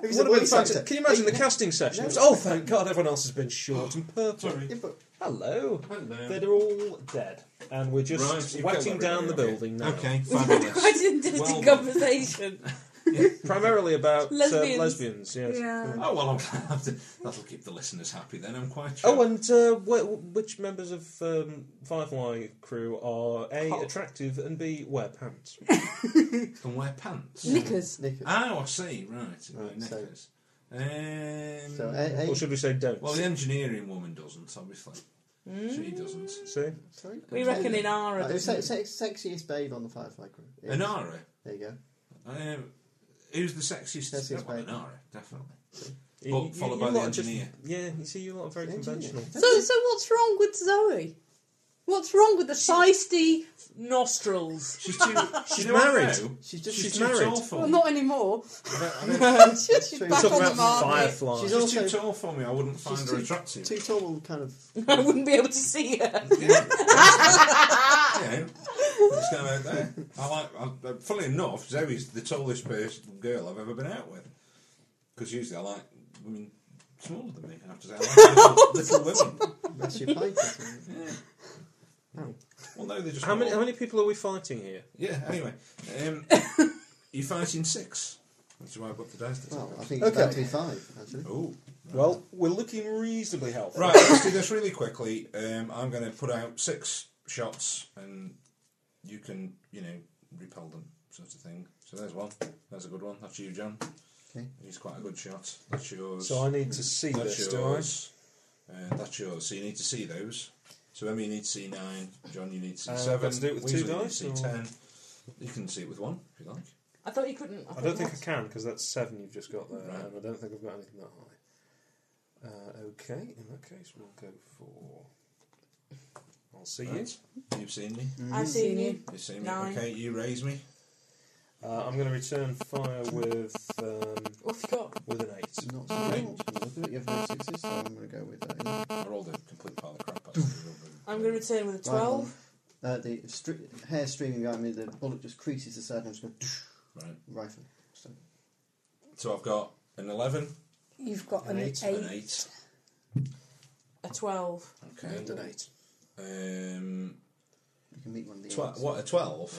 Speaker 3: been. It was a
Speaker 5: Would've been
Speaker 3: voice
Speaker 5: fantastic.
Speaker 3: actor.
Speaker 5: Can you imagine the casting session? It was, oh, thank God, everyone else has been short and purple.
Speaker 3: Yeah, but
Speaker 5: Hello.
Speaker 4: Hello.
Speaker 5: They're all dead. And we're just
Speaker 4: Um, you've
Speaker 5: wetting
Speaker 4: killed everybody,
Speaker 5: down the
Speaker 4: okay.
Speaker 5: building now.
Speaker 4: Okay,
Speaker 6: Quite
Speaker 4: fabulous.
Speaker 6: an interesting
Speaker 4: Well-
Speaker 6: conversation.
Speaker 5: Primarily about lesbians,
Speaker 6: Lesbians.
Speaker 5: uh, lesbians yes.
Speaker 2: Yeah.
Speaker 4: oh well, I'm glad that- that'll keep the listeners happy. Then I'm quite sure.
Speaker 5: Oh, and uh, wh- which members of um, Firefly crew are A,
Speaker 4: Hot.
Speaker 5: attractive, and B, wear pants?
Speaker 4: can wear pants.
Speaker 6: Knickers.
Speaker 3: Knickers.
Speaker 4: Oh, I see. Right, right
Speaker 3: so-
Speaker 4: knickers. Um,
Speaker 3: So, a, a,
Speaker 5: Or should we say don't?
Speaker 4: well, the engineering woman doesn't, obviously. She doesn't.
Speaker 5: See?
Speaker 3: sorry?
Speaker 6: We reckon in
Speaker 3: Uh,
Speaker 6: our
Speaker 3: who's se- se- sexiest babe on the Firefly crew? Is-
Speaker 4: Anara.
Speaker 3: There you go.
Speaker 4: Um, who's the sexiest?
Speaker 3: Sexiest
Speaker 4: That one,
Speaker 3: babe.
Speaker 4: Anara, definitely.
Speaker 5: You-
Speaker 4: Well,
Speaker 5: you-
Speaker 4: followed
Speaker 5: you
Speaker 4: by the
Speaker 5: lot are just-
Speaker 4: engineer.
Speaker 5: yeah, you see, you lot are very
Speaker 3: The engineer.
Speaker 5: conventional.
Speaker 8: So, so what's wrong with Zoe? What's wrong with the feisty?
Speaker 6: nostrils.
Speaker 4: She's too. she's
Speaker 5: married.
Speaker 3: She's just.
Speaker 4: She's,
Speaker 5: She's
Speaker 4: too
Speaker 5: married.
Speaker 4: tall for
Speaker 8: Well,
Speaker 4: me.
Speaker 8: not anymore.
Speaker 3: That's
Speaker 8: She's
Speaker 3: true.
Speaker 8: back
Speaker 5: Talking
Speaker 8: on the
Speaker 5: about
Speaker 8: market.
Speaker 3: She's
Speaker 5: Firefly.
Speaker 4: She's too
Speaker 3: also
Speaker 4: tall for me. I wouldn't find
Speaker 3: she's
Speaker 4: her
Speaker 3: too-
Speaker 4: attractive.
Speaker 3: too tall, kind of.
Speaker 6: I wouldn't be able to see her.
Speaker 4: Yeah. yeah. Let's go out there. I like. I, I- funnily enough, Zoe's the tallest person girl I've ever been out with. Because usually I like women smaller than me. I have to say, I like little, little women.
Speaker 3: That's your pint. isn't it?
Speaker 4: Well, no, they're just
Speaker 5: How many,
Speaker 4: small.
Speaker 5: how many people are we fighting here?
Speaker 4: Yeah. Anyway, um, you're fighting six. That's why I've got the dice. that's
Speaker 3: Well, I
Speaker 4: up.
Speaker 3: think it's
Speaker 5: Okay.
Speaker 3: about to be five, actually.
Speaker 4: Oh.
Speaker 5: Well, we're looking reasonably healthy.
Speaker 4: Right, let's do this really quickly. Um, I'm going to put out six shots, and you can, you know, repel them, sort of thing. So there's one. There's a good one. That's you, John.
Speaker 3: Okay.
Speaker 4: He's quite a good shot. That's yours.
Speaker 5: So I need to see
Speaker 4: that's
Speaker 5: this, do I?
Speaker 4: yours. Uh, that's yours. So you need to see those. So Emma, you need to see nine. John, you need to see
Speaker 5: Uh,
Speaker 4: seven.
Speaker 5: let's do it with two
Speaker 4: Weasley, you need to
Speaker 5: dice,
Speaker 4: see
Speaker 5: or-
Speaker 4: ten. You can see it with one if you like.
Speaker 6: I thought you couldn't.
Speaker 5: I don't think I
Speaker 6: you
Speaker 5: can because that's seven you've just got there,
Speaker 4: Right.
Speaker 5: and I don't think I've got anything that high. Uh, okay, in that case, we'll go for. I'll see you.
Speaker 4: Right. You've seen me.
Speaker 5: Mm.
Speaker 6: could. I've seen you.
Speaker 4: You've seen me.
Speaker 6: Nine.
Speaker 4: Okay, you raise me.
Speaker 5: Uh, I'm going to return fire with um,
Speaker 6: What have you got?
Speaker 5: with an eight.
Speaker 3: Not so good. You have no sixes, so I'm going to go with that.
Speaker 4: I rolled a complete pile of crap. actually.
Speaker 6: I'm going to return with a 12.
Speaker 3: Uh, the stri- hair streaming behind me, the bullet just creases the side, and I'm just going
Speaker 4: Right.
Speaker 3: rifle. So,
Speaker 4: So I've got an eleven.
Speaker 2: You've got an,
Speaker 5: An
Speaker 2: eight.
Speaker 5: eight,
Speaker 4: An eight.
Speaker 6: A 12.
Speaker 4: Okay.
Speaker 3: and an eight.
Speaker 4: Um,
Speaker 3: You can meet one of the
Speaker 4: tw-
Speaker 3: eights.
Speaker 4: what a twelve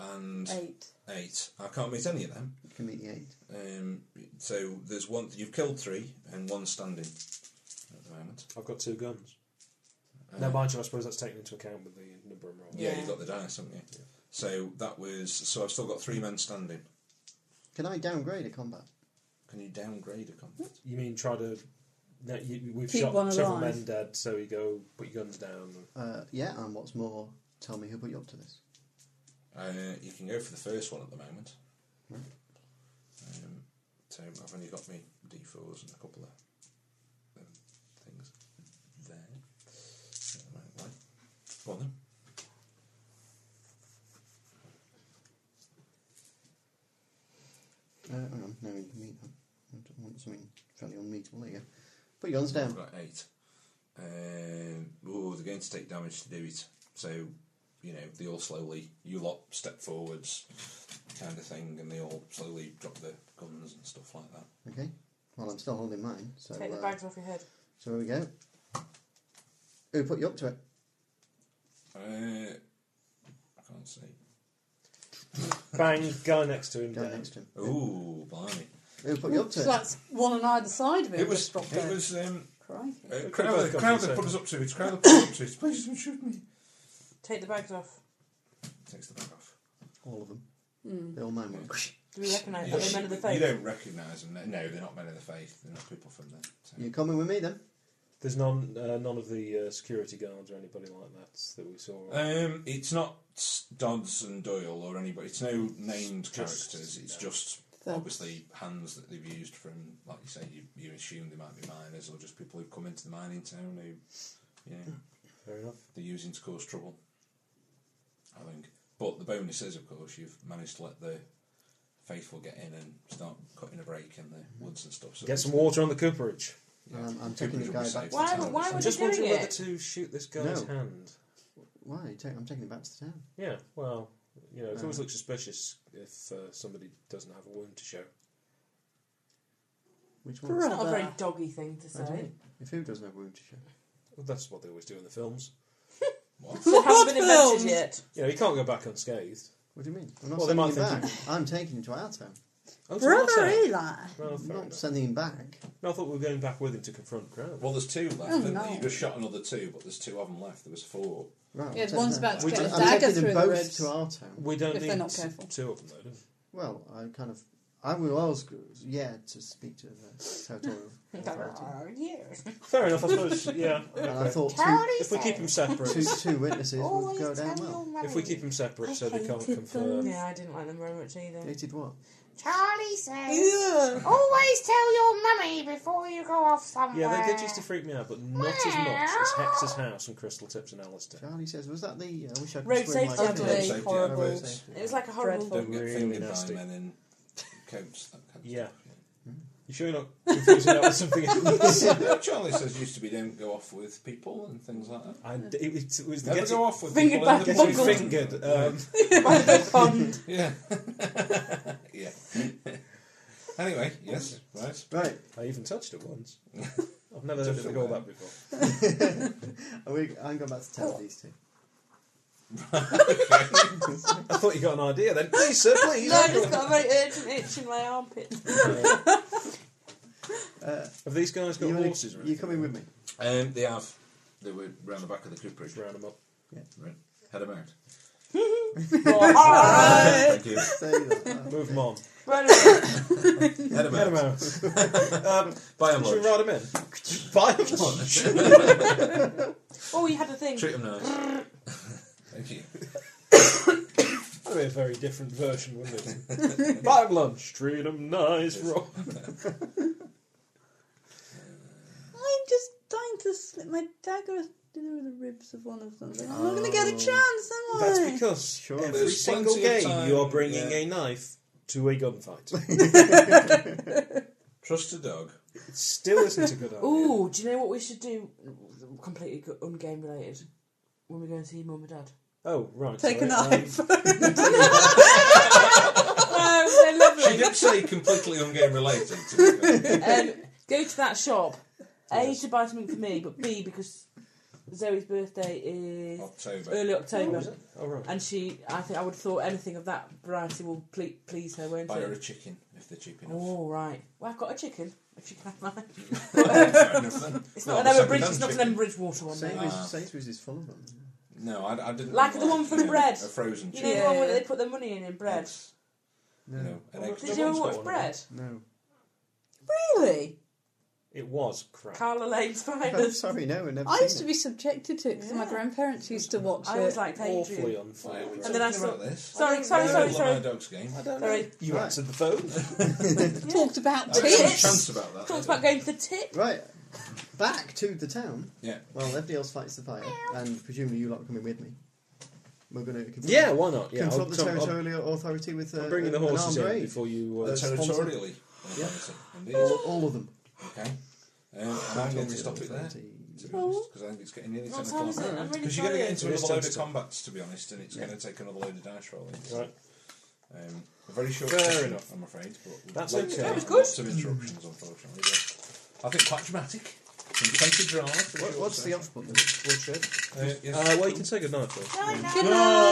Speaker 4: and
Speaker 2: Eight.
Speaker 4: eight. I can't meet any of them.
Speaker 3: You can meet the eight.
Speaker 4: Um, so there's one. You've killed three and one standing at the moment.
Speaker 5: I've got two guns.
Speaker 8: Uh,
Speaker 5: now, mind you, I suppose that's taken into account with the number and roll.
Speaker 4: Yeah,
Speaker 6: Yeah.
Speaker 4: you got the dice, haven't you? So that was. So I've still got three men standing.
Speaker 3: Can I downgrade a combat?
Speaker 4: Can you downgrade a combat?
Speaker 5: You mean try to? No, you, we've
Speaker 2: Keep
Speaker 5: shot
Speaker 2: one
Speaker 5: several
Speaker 2: alive.
Speaker 5: men dead, so you go put your guns down.
Speaker 3: Uh, yeah, and what's more, tell me who put you up to this.
Speaker 4: Uh, you can go for the first one at the moment. Um, so I've only got me D4s and a couple of um, things there. So I might like- Go on then.
Speaker 3: Uh, hang on, no, you can meet that. I don't want something fairly unmeetable. There you go. Put your guns
Speaker 4: I've
Speaker 3: down.
Speaker 4: got eight. Um, oh, they're going to take damage to do it. So, you know, they all slowly, you lot step forwards, kind of thing, and they all slowly drop their guns and stuff like that.
Speaker 3: Okay. Well, I'm still holding mine. So,
Speaker 6: Take the
Speaker 3: uh,
Speaker 6: bags off your head.
Speaker 3: so here we go. Who put you up to it?
Speaker 4: Uh, I can't see.
Speaker 5: Bang! Guy next to him.
Speaker 3: Guy
Speaker 5: down.
Speaker 3: next to him.
Speaker 4: Ooh, blimey.
Speaker 3: Who put you up to
Speaker 2: So
Speaker 3: it?
Speaker 2: that's one on either side of it.
Speaker 4: It was.
Speaker 2: just dropped
Speaker 4: It
Speaker 2: dead.
Speaker 4: was. Um,
Speaker 2: Crikey.
Speaker 4: uh,
Speaker 5: Crowther
Speaker 4: Crowther,
Speaker 5: got
Speaker 4: Crowther
Speaker 5: it,
Speaker 4: put
Speaker 5: so-
Speaker 4: us up to it. It's Crowther put us up to it. Please don't shoot me.
Speaker 6: Take the bags off.
Speaker 4: Takes the bag off.
Speaker 3: All of them.
Speaker 6: Hmm.
Speaker 3: They all mine went.
Speaker 6: Do we recognise
Speaker 4: You
Speaker 6: them? Are they men of the faith?
Speaker 4: You don't recognise them. No, they're not men of the faith. They're not people from there. So.
Speaker 3: You coming with me then?
Speaker 5: There's none, uh, none of the uh, security guards or anybody like that that we saw.
Speaker 4: Um, it's not Dodds and Doyle or anybody. It's no named
Speaker 5: just-
Speaker 4: characters. It's just
Speaker 2: Them.
Speaker 4: obviously hands that they've used from, like you say, you, you assume they might be miners or just people who've come into the mining town who, you know,
Speaker 5: Fair enough.
Speaker 4: they're using to cause trouble. I think. But the bonus is, of course, you've managed to let the faithful get in and start cutting a break in the woods and stuff. So
Speaker 5: Get some water on the cooperage.
Speaker 4: Yeah,
Speaker 3: Um, I'm
Speaker 4: Cooperage
Speaker 3: taking the
Speaker 4: will be
Speaker 3: guy
Speaker 4: safe
Speaker 3: back
Speaker 4: for
Speaker 6: Why-
Speaker 4: the time
Speaker 6: why
Speaker 4: being.
Speaker 6: would
Speaker 5: just
Speaker 6: you doing
Speaker 5: wondering whether
Speaker 6: it?
Speaker 5: to shoot this guy's
Speaker 3: No.
Speaker 5: hand.
Speaker 3: Why? You take, I'm taking it back to town.
Speaker 5: Yeah, well, you know, it
Speaker 3: Uh.
Speaker 5: always looks suspicious if uh, somebody doesn't have a wound to show.
Speaker 3: Which one?
Speaker 6: It's not a
Speaker 2: Brother.
Speaker 6: very doggy thing to
Speaker 3: I don't
Speaker 6: say.
Speaker 3: know. If who doesn't have a wound to show?
Speaker 5: Well, that's what they always do in the films.
Speaker 6: It hasn't been invented
Speaker 2: films?
Speaker 6: yet.
Speaker 5: You know, you can't go back unscathed.
Speaker 3: What do you mean? I'm not
Speaker 5: Well, they
Speaker 3: sending him
Speaker 5: might
Speaker 3: back. I'm taking him to our town.
Speaker 5: Oh, so what's
Speaker 2: Brother
Speaker 5: that?
Speaker 2: Eli.
Speaker 5: Well,
Speaker 3: I'm
Speaker 5: fair
Speaker 3: not
Speaker 5: enough.
Speaker 3: sending him back.
Speaker 5: No, I thought we were going back with him to confront Crown.
Speaker 4: Well, there's two left.
Speaker 2: Oh,
Speaker 4: didn't
Speaker 2: no.
Speaker 4: there? You just shot another two, but there's two of them left. There was four.
Speaker 3: Right.
Speaker 2: Yeah,
Speaker 3: I'll take
Speaker 2: one's
Speaker 3: him
Speaker 2: about to
Speaker 3: back.
Speaker 2: get
Speaker 3: I'm
Speaker 2: his dagger
Speaker 3: taking them
Speaker 2: through the
Speaker 3: both
Speaker 2: ribs.
Speaker 3: to our town.
Speaker 5: we don't
Speaker 2: if they're
Speaker 5: need
Speaker 2: not
Speaker 5: t-
Speaker 2: careful.
Speaker 5: two of them, though, do we?
Speaker 3: Well, I kind of. I will ask, yeah, to speak to the territorial authority.
Speaker 5: Fair enough, I suppose. yeah.
Speaker 3: And I thought two,
Speaker 7: Tony
Speaker 5: If we keep them
Speaker 3: two,
Speaker 5: separate,
Speaker 3: two witnesses would
Speaker 7: always
Speaker 3: go down
Speaker 7: tell your
Speaker 3: well.
Speaker 7: mummy.
Speaker 5: if we keep them separate, so they can't
Speaker 2: hated
Speaker 5: confirm.
Speaker 6: Yeah, I didn't like them very much either.
Speaker 3: Dated what?
Speaker 7: Charlie says, always tell your mummy before you go off somewhere.
Speaker 5: Yeah, they did used to freak me out, but not as much as Hex's house and Crystal Tips and Alistair.
Speaker 3: Charlie says, was that the. uh, I wish I could
Speaker 2: Road
Speaker 3: swim
Speaker 2: safety
Speaker 3: like
Speaker 2: advert.
Speaker 3: this.
Speaker 4: Safety
Speaker 2: horrible.
Speaker 4: adverts.
Speaker 6: It was like a horrible.
Speaker 2: Dreadful.
Speaker 4: Don't get
Speaker 5: Really
Speaker 4: fingered
Speaker 5: nasty.
Speaker 4: by men in coats. That kind of
Speaker 5: Yeah.
Speaker 4: Stuff,
Speaker 5: You sure you're not confusing that with something else?
Speaker 4: yeah. No, Charlie says used to be don't go off with people and things like that.
Speaker 5: I, it, was- it was the
Speaker 4: Never
Speaker 5: getting,
Speaker 4: go off with
Speaker 6: Fingered
Speaker 4: people
Speaker 6: by
Speaker 4: in the
Speaker 6: the
Speaker 5: getting
Speaker 4: woods.
Speaker 6: Uncle.
Speaker 5: fingered. Um,
Speaker 6: Fund.
Speaker 4: Yeah. yeah. anyway, yes, right.
Speaker 3: Right,
Speaker 5: I even touched it once. I've never heard it
Speaker 4: Different
Speaker 5: call
Speaker 4: way.
Speaker 5: that before.
Speaker 3: are we, I'm going back to tell
Speaker 2: Oh.
Speaker 3: these two.
Speaker 5: I thought you got an idea then. Please, sir, please.
Speaker 6: No, I just got a very urgent itch in my armpit.
Speaker 5: Have these guys got
Speaker 3: You wanna-
Speaker 5: horses or
Speaker 3: you
Speaker 5: anything?
Speaker 3: coming with me?
Speaker 4: Um, they have. They were round the back of the Cooperage.
Speaker 5: Round them up.
Speaker 4: Right. Head them out.
Speaker 6: Alright.
Speaker 4: Thank you.
Speaker 3: Say that.
Speaker 5: Move them on.
Speaker 6: Right,
Speaker 4: Head them
Speaker 5: Get
Speaker 4: out.
Speaker 5: them out. Should
Speaker 4: Buy them
Speaker 5: we
Speaker 4: lunch.
Speaker 5: ride them in? Buy them lunch.
Speaker 6: Oh, you had a thing.
Speaker 4: Treat them nice. Thank you.
Speaker 5: That'd be a very different version, wouldn't it? Buy them lunch. Treat them nice, Rob.
Speaker 2: I'm just dying to slip my dagger through the ribs of one of them. I'm not going to get a chance, am I?
Speaker 5: That's because
Speaker 3: Sure.
Speaker 5: every
Speaker 4: There's
Speaker 5: single
Speaker 4: plenty of
Speaker 5: game
Speaker 4: time,
Speaker 5: you are bringing
Speaker 4: yeah.
Speaker 5: a knife to a gunfight.
Speaker 4: Trust a dog.
Speaker 5: It still isn't a good idea.
Speaker 6: Ooh, do you know what we should do? Completely go- ungame related. When we go and see mum and dad.
Speaker 5: Oh, right.
Speaker 2: Take a
Speaker 5: sorry, um,
Speaker 2: knife.
Speaker 6: Oh, they're lovely.
Speaker 4: She did say completely ungame related. To be fair.
Speaker 6: um, go to that shop. A to buy something for me, but B because Zoe's birthday is
Speaker 4: October.
Speaker 6: early October,
Speaker 5: Oh, right.
Speaker 6: and she. I think I would have thought anything of that variety will ple- please her, won't
Speaker 4: Buy her a
Speaker 6: it?
Speaker 4: chicken if they're cheap enough.
Speaker 6: Oh right. Well, I've got a chicken. If you can have mine.
Speaker 4: Oh. Fair enough then.
Speaker 6: It's not
Speaker 4: Well,
Speaker 6: an
Speaker 4: second
Speaker 6: Bridge. It's
Speaker 4: hand
Speaker 6: not an
Speaker 4: chicken.
Speaker 6: Embridge water one. mate.
Speaker 3: Sainsbury's,
Speaker 4: Ah.
Speaker 3: Sainsbury's is full of them.
Speaker 4: No, I, I didn't.
Speaker 6: Like the one from
Speaker 4: yeah,
Speaker 6: Bread.
Speaker 4: A frozen
Speaker 6: You
Speaker 4: chicken.
Speaker 6: know the
Speaker 2: Yeah.
Speaker 6: one where they put their money in in bread.
Speaker 4: Eggs.
Speaker 3: No,
Speaker 4: No, an egg.
Speaker 6: Did you ever
Speaker 5: one's got
Speaker 6: watch
Speaker 5: one of
Speaker 6: Bread?
Speaker 3: no.
Speaker 6: Really?
Speaker 5: It was crap.
Speaker 6: Carla Lane
Speaker 3: I'm
Speaker 6: Spiders.
Speaker 3: sorry, no, I've never
Speaker 2: I
Speaker 3: seen
Speaker 2: used to
Speaker 3: it.
Speaker 2: be subjected to it because my
Speaker 6: Yeah.
Speaker 2: grandparents used to watch
Speaker 6: I
Speaker 2: it.
Speaker 6: always liked
Speaker 5: Awfully
Speaker 6: Adrian.
Speaker 5: on fire.
Speaker 6: And then I
Speaker 4: Talking
Speaker 6: saw.
Speaker 4: about this.
Speaker 6: Sorry, sorry,
Speaker 4: In the
Speaker 6: sorry,
Speaker 4: middle of
Speaker 6: sorry.
Speaker 4: my dog's game. I
Speaker 6: Sorry.
Speaker 5: You
Speaker 3: Right.
Speaker 5: answered the phone.
Speaker 2: Talked about
Speaker 4: had some
Speaker 2: tits.
Speaker 4: chance about that.
Speaker 6: Talked
Speaker 4: though.
Speaker 6: about going for tip.
Speaker 3: Right, back to the town.
Speaker 4: Yeah.
Speaker 3: Well, everybody else fights the fire, and presumably you lot are coming with me. We're going to confront,
Speaker 5: yeah, why not? Yeah, I'll,
Speaker 3: confront the
Speaker 5: I'll-
Speaker 3: territorial authority with uh,
Speaker 5: I'll bring the
Speaker 3: an armed
Speaker 5: horses in
Speaker 3: raid.
Speaker 5: before you. Uh,
Speaker 3: That's-
Speaker 4: Territorially.
Speaker 3: Yeah.
Speaker 4: Indeed.
Speaker 3: All, all of them.
Speaker 4: Okay. Um, and I'm going to stop it there.
Speaker 3: Authority.
Speaker 4: Because I think it's getting nearly 10
Speaker 6: What time
Speaker 4: o'clock.
Speaker 6: is it? I'm really
Speaker 4: Because you're going to
Speaker 6: tired.
Speaker 4: get into
Speaker 5: It is
Speaker 4: another load
Speaker 5: 10
Speaker 4: of
Speaker 5: o'clock.
Speaker 4: combats, to be honest, and it's going to take another load of dice rolling.
Speaker 5: right.
Speaker 4: Um, a very short
Speaker 5: Fair
Speaker 4: session,
Speaker 5: enough.
Speaker 4: I'm afraid. But
Speaker 5: That's
Speaker 4: lots
Speaker 5: okay.
Speaker 4: Of,
Speaker 5: That was
Speaker 6: good.
Speaker 4: Lots of interruptions, unfortunately. But I think quite dramatic. You can take a draw.
Speaker 3: What, what's the off button?
Speaker 5: What's it?
Speaker 4: Uh, yes.
Speaker 5: Uh, well, you can say goodnight first.
Speaker 7: No, no.
Speaker 2: Good night.